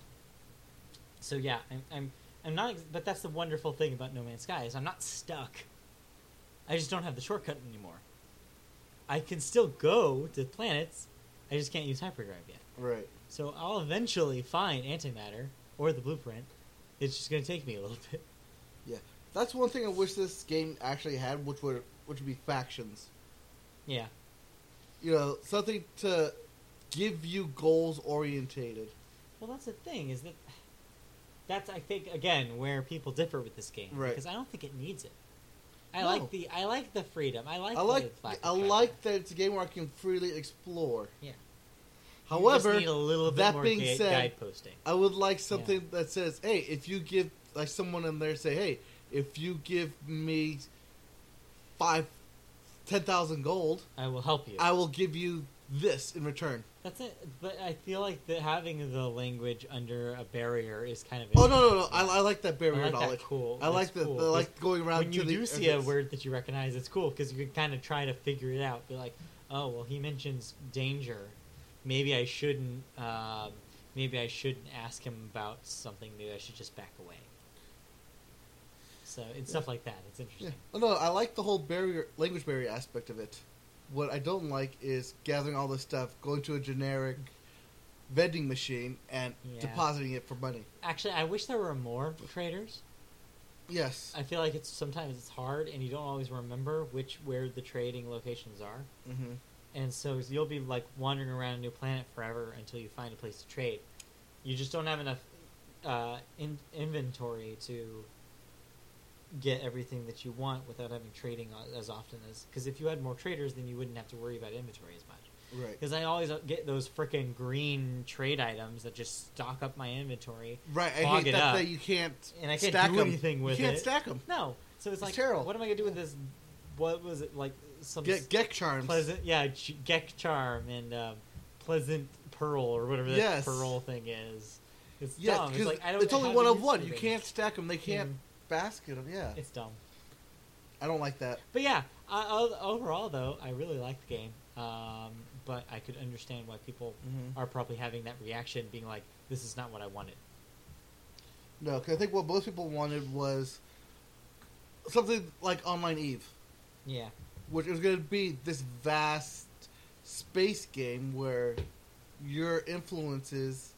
[SPEAKER 2] So yeah, I'm, I'm, I'm not. ex- But that's the wonderful thing about No Man's Sky is I'm not stuck. I just don't have the shortcut anymore. I can still go to planets. I just can't use hyperdrive yet.
[SPEAKER 1] Right.
[SPEAKER 2] So I'll eventually find antimatter or the blueprint. It's just gonna take me a little bit.
[SPEAKER 1] That's one thing I wish this game actually had, which were which would be factions.
[SPEAKER 2] Yeah,
[SPEAKER 1] You know, something to give you goals orientated.
[SPEAKER 2] Well, that's the thing is that that's I think again where people differ with this game
[SPEAKER 1] Right.
[SPEAKER 2] because I don't think it needs it. I
[SPEAKER 1] No.
[SPEAKER 2] like the I like the freedom. I like
[SPEAKER 1] I like
[SPEAKER 2] the lack of
[SPEAKER 1] I
[SPEAKER 2] freedom.
[SPEAKER 1] like that it's a game where I can freely explore.
[SPEAKER 2] Yeah. You just
[SPEAKER 1] However,
[SPEAKER 2] need a little bit
[SPEAKER 1] that
[SPEAKER 2] more
[SPEAKER 1] being
[SPEAKER 2] gui-
[SPEAKER 1] said,
[SPEAKER 2] guideposting.
[SPEAKER 1] I would like something that says, "Hey, if you give like someone in there say, hey, if you give me five, ten thousand gold,
[SPEAKER 2] I will help you.
[SPEAKER 1] I will give you this in return."
[SPEAKER 2] That's it. But I feel like that having the language under a barrier is kind of.
[SPEAKER 1] Oh no no no! I,
[SPEAKER 2] interesting.
[SPEAKER 1] I like that barrier
[SPEAKER 2] I like
[SPEAKER 1] knowledge.
[SPEAKER 2] That cool.
[SPEAKER 1] I like
[SPEAKER 2] That's
[SPEAKER 1] the,
[SPEAKER 2] cool.
[SPEAKER 1] the like going around
[SPEAKER 2] when you
[SPEAKER 1] to the,
[SPEAKER 2] do see a
[SPEAKER 1] okay.
[SPEAKER 2] word that you recognize, it's cool because you can kind of try to figure it out. Be like, oh well, he mentions danger. Maybe I shouldn't. Um, maybe I shouldn't ask him about something. Maybe I should just back away. So and stuff like that. It's
[SPEAKER 1] Yeah.
[SPEAKER 2] interesting.
[SPEAKER 1] Oh, no, I like the whole barrier language barrier aspect of it. What I don't like is gathering all this stuff, going to a generic vending machine, and
[SPEAKER 2] Yeah.
[SPEAKER 1] depositing it for money.
[SPEAKER 2] Actually, I wish there were more traders.
[SPEAKER 1] Yes.
[SPEAKER 2] I feel like it's sometimes it's hard, and you don't always remember which where the trading locations are.
[SPEAKER 1] hmm
[SPEAKER 2] and so you'll be like wandering around a new planet forever until you find a place to trade. You just don't have enough uh, in- inventory to get everything that you want without having trading o- as often as because if you had more traders, then you wouldn't have to worry about inventory as much.
[SPEAKER 1] Right.
[SPEAKER 2] Because I always uh, get those freaking green trade items that just stock up my inventory.
[SPEAKER 1] Right. I
[SPEAKER 2] Fog
[SPEAKER 1] hate
[SPEAKER 2] it
[SPEAKER 1] that
[SPEAKER 2] up.
[SPEAKER 1] thing you can't
[SPEAKER 2] And I can't
[SPEAKER 1] stack
[SPEAKER 2] do
[SPEAKER 1] 'em.
[SPEAKER 2] anything with
[SPEAKER 1] You can't
[SPEAKER 2] it.
[SPEAKER 1] stack them.
[SPEAKER 2] No, so it's,
[SPEAKER 1] It's
[SPEAKER 2] like
[SPEAKER 1] terrible.
[SPEAKER 2] What am I gonna do with this? What was it like? Some
[SPEAKER 1] Get Gek charms.
[SPEAKER 2] pleasant yeah Ch- geck charm and um, pleasant pearl or whatever that
[SPEAKER 1] Yes.
[SPEAKER 2] pearl thing is it's
[SPEAKER 1] Yeah,
[SPEAKER 2] dumb it's like i don't
[SPEAKER 1] it's only
[SPEAKER 2] have
[SPEAKER 1] one
[SPEAKER 2] a
[SPEAKER 1] of
[SPEAKER 2] use
[SPEAKER 1] one.
[SPEAKER 2] for
[SPEAKER 1] You
[SPEAKER 2] them.
[SPEAKER 1] can't stack them. They can't
[SPEAKER 2] Mhm.
[SPEAKER 1] basket them. Yeah.
[SPEAKER 2] it's dumb
[SPEAKER 1] I don't like that.
[SPEAKER 2] but yeah I, o- overall though i really like the game um, but i could understand why people
[SPEAKER 1] Mhm.
[SPEAKER 2] are probably having that reaction being like this is not what i wanted
[SPEAKER 1] No, 'cause I think what most people wanted was something like Online Eve.
[SPEAKER 2] yeah
[SPEAKER 1] which is going to be this vast space game where your influences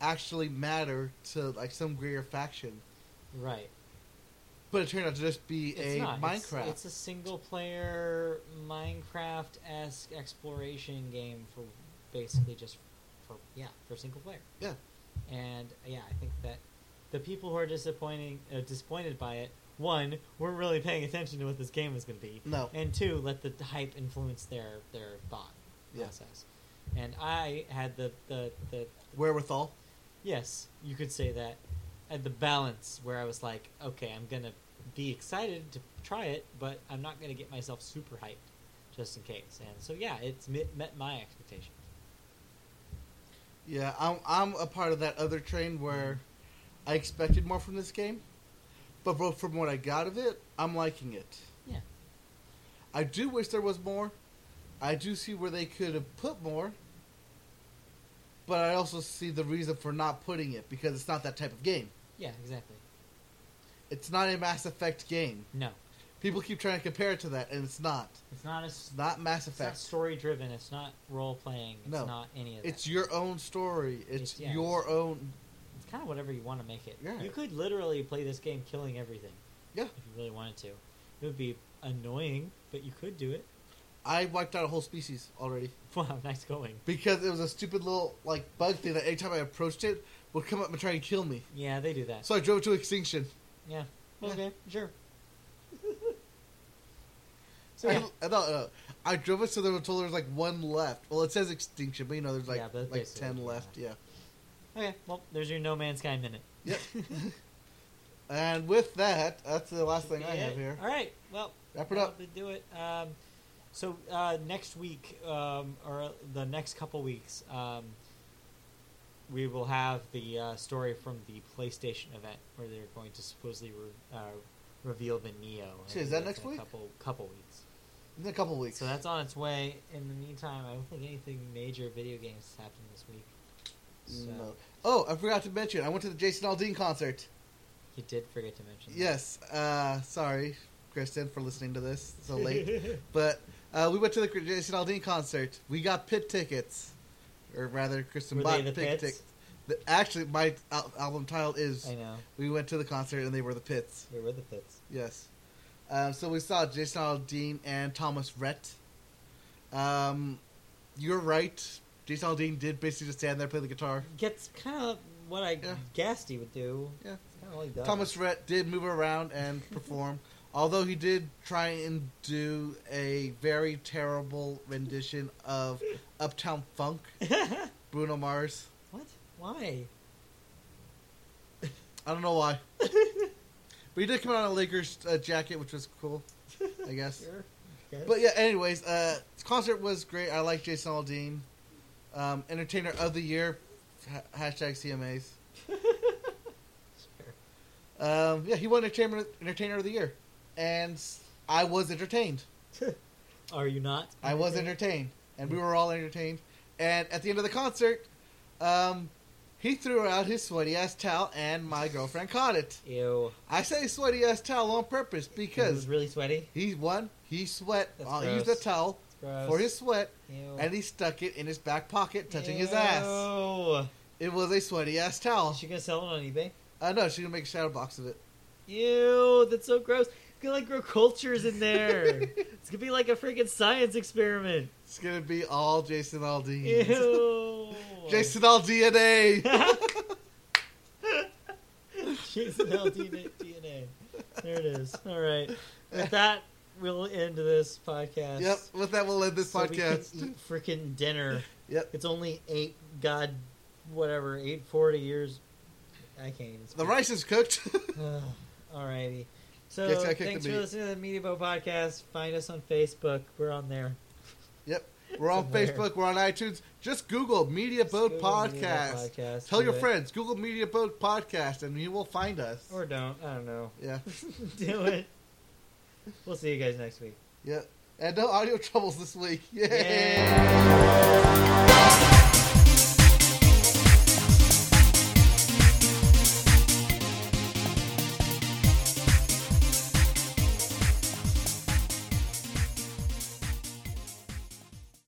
[SPEAKER 1] actually matter to like some greater faction.
[SPEAKER 2] right
[SPEAKER 1] But it turned out to just be a
[SPEAKER 2] it's not It's-
[SPEAKER 1] Minecraft.
[SPEAKER 2] it's, a single player minecraft-esque exploration game for basically just for yeah for single player
[SPEAKER 1] yeah,
[SPEAKER 2] and yeah, I think that the people who are disappointing uh, disappointed by it, one, weren't really paying attention to what this game was going to be,
[SPEAKER 1] no,
[SPEAKER 2] and two, let the hype influence their their thought
[SPEAKER 1] Yeah.
[SPEAKER 2] process. And I had the, the the
[SPEAKER 1] wherewithal.
[SPEAKER 2] yes, you could say that, at the balance where I was like, okay, I'm gonna be excited to try it, but I'm not gonna get myself super hyped just in case. And so yeah, it's met, met my expectations.
[SPEAKER 1] Yeah, I'm I'm a part of that other train where I expected more from this game, but both from what I got of it, I'm liking it.
[SPEAKER 2] Yeah.
[SPEAKER 1] I do wish there was more. I do see where they could have put more, but I also see the reason for not putting it because it's not that type of game.
[SPEAKER 2] Yeah, exactly.
[SPEAKER 1] It's not a Mass Effect game.
[SPEAKER 2] No,
[SPEAKER 1] People keep trying to compare it to that, and it's not.
[SPEAKER 2] it's not a.
[SPEAKER 1] It's not Mass
[SPEAKER 2] It's not
[SPEAKER 1] Effect.
[SPEAKER 2] story driven. It's not role playing. It's
[SPEAKER 1] No.
[SPEAKER 2] not any of that.
[SPEAKER 1] It's your own story. It's
[SPEAKER 2] It's- yeah,
[SPEAKER 1] your
[SPEAKER 2] it's-
[SPEAKER 1] own.
[SPEAKER 2] It's kind of whatever you want to make it.
[SPEAKER 1] Yeah.
[SPEAKER 2] You could literally play this game killing everything.
[SPEAKER 1] Yeah.
[SPEAKER 2] If you really wanted to, it would be annoying, but you could do it.
[SPEAKER 1] I wiped out a whole species already
[SPEAKER 2] Wow, nice going.
[SPEAKER 1] because it was a stupid little like bug thing that anytime I approached it would come up and try and kill me.
[SPEAKER 2] Yeah, they do that.
[SPEAKER 1] So I drove it to extinction.
[SPEAKER 2] yeah.
[SPEAKER 1] Yeah.
[SPEAKER 2] Okay. Sure. so
[SPEAKER 1] I,
[SPEAKER 2] yeah.
[SPEAKER 1] I, no, no. I drove it so there was until there was like one left. Well, it says extinction, but you know there's like
[SPEAKER 2] Yeah, but
[SPEAKER 1] like
[SPEAKER 2] basically,
[SPEAKER 1] ten
[SPEAKER 2] yeah.
[SPEAKER 1] left. Yeah.
[SPEAKER 2] Okay. Well, there's your No Man's Sky minute.
[SPEAKER 1] Yep. and with that, that's the last thing I
[SPEAKER 2] Yeah.
[SPEAKER 1] have here.
[SPEAKER 2] All right. Well,
[SPEAKER 1] Wrap it
[SPEAKER 2] that'll
[SPEAKER 1] up.
[SPEAKER 2] do- Do it. Um, so uh, next week, um, or the next couple weeks, um, we will have the uh, story from the PlayStation event where they're going to supposedly re- uh, reveal the Neo. I
[SPEAKER 1] Shit,
[SPEAKER 2] think
[SPEAKER 1] is that next
[SPEAKER 2] that's in a
[SPEAKER 1] week?
[SPEAKER 2] Couple couple weeks.
[SPEAKER 1] In a couple weeks.
[SPEAKER 2] So that's on its way. In the meantime, I don't think anything major video games has happened this week. So
[SPEAKER 1] No. Oh, I forgot to mention. I went to the Jason Aldean concert.
[SPEAKER 2] you did forget to mention. that.
[SPEAKER 1] Yes. Uh, sorry, Kristen, for listening to this so late. but uh, we went to the Jason Aldean concert. We got pit tickets, or rather, Kristen
[SPEAKER 2] Were
[SPEAKER 1] bought
[SPEAKER 2] they the
[SPEAKER 1] pit
[SPEAKER 2] pits?
[SPEAKER 1] tickets. Actually, my al- album title is
[SPEAKER 2] I know.
[SPEAKER 1] "We Went to the Concert and They Were the Pits."
[SPEAKER 2] They were the pits.
[SPEAKER 1] Yes. Um, so we saw Jason Aldean and Thomas Rhett. Um, you're right. Jason Aldean did basically just stand there play the guitar.
[SPEAKER 2] Gets kind of what I
[SPEAKER 1] Yeah.
[SPEAKER 2] guessed he would do.
[SPEAKER 1] Yeah.
[SPEAKER 2] It's kind of like that.
[SPEAKER 1] Thomas Rhett did move around and perform, although he did try and do a very terrible rendition of Uptown Funk, Bruno Mars.
[SPEAKER 2] what? Why?
[SPEAKER 1] I don't know why. but he did come out in a Lakers uh, jacket, which was cool, I guess.
[SPEAKER 2] Sure. Okay.
[SPEAKER 1] But yeah, anyways, uh, this concert was great. I like Jason Aldean. Um, Entertainer of the Year, ha- hashtag CMAs.
[SPEAKER 2] Sure.
[SPEAKER 1] Um, yeah, he won Entertainment Entertainer of the Year. And I was entertained.
[SPEAKER 2] Are you not?
[SPEAKER 1] I was
[SPEAKER 2] Mm-hmm.
[SPEAKER 1] entertained, and we were all entertained. And at the end of the concert, um, he threw out his sweaty ass towel, and my girlfriend caught it.
[SPEAKER 2] Ew.
[SPEAKER 1] I say sweaty ass towel on purpose
[SPEAKER 2] It was
[SPEAKER 1] because
[SPEAKER 2] really sweaty.
[SPEAKER 1] he one he sweat
[SPEAKER 2] That's
[SPEAKER 1] uh, used a
[SPEAKER 2] gross.
[SPEAKER 1] towel
[SPEAKER 2] It's gross.
[SPEAKER 1] for his sweat,
[SPEAKER 2] Ew.
[SPEAKER 1] and he stuck it in his back pocket, touching his ass.
[SPEAKER 2] Ew.
[SPEAKER 1] It was a sweaty ass towel. Uh,
[SPEAKER 2] Is she gonna sell it on eBay?
[SPEAKER 1] I know she's gonna make a shadow box of it.
[SPEAKER 2] Ew, that's so gross. It's gonna like grow cultures in there. it's gonna be like a freaking science experiment.
[SPEAKER 1] It's gonna be all Jason Aldean.
[SPEAKER 2] Ew.
[SPEAKER 1] Hmm. Jason Aldean. eh?
[SPEAKER 2] Jason L. DNA, DNA. There it is. All right. With that, we'll end this podcast.
[SPEAKER 1] Yep. With that, we'll end this
[SPEAKER 2] So we can
[SPEAKER 1] podcast.
[SPEAKER 2] eat freaking dinner.
[SPEAKER 1] Yep.
[SPEAKER 2] It's only eight, god, whatever, 840 years. I can't even speak.
[SPEAKER 1] The rice is cooked.
[SPEAKER 2] Alrighty. So
[SPEAKER 1] Yes, I kicked the
[SPEAKER 2] thanks for
[SPEAKER 1] meat.
[SPEAKER 2] listening to the Media Boat Podcast. Find us on Facebook. We're on there.
[SPEAKER 1] We're on
[SPEAKER 2] Somewhere.
[SPEAKER 1] Facebook. We're on iTunes. Just Google Media
[SPEAKER 2] Just
[SPEAKER 1] Boat
[SPEAKER 2] Google
[SPEAKER 1] Podcast.
[SPEAKER 2] Media Boat Podcast.
[SPEAKER 1] Tell
[SPEAKER 2] Do
[SPEAKER 1] your
[SPEAKER 2] it.
[SPEAKER 1] friends. Google Media Boat Podcast, and you will find us.
[SPEAKER 2] Or don't. I don't know.
[SPEAKER 1] yeah,
[SPEAKER 2] Do it. We'll see you guys next week.
[SPEAKER 1] yeah. And no audio troubles this week. Yay!
[SPEAKER 2] Yay.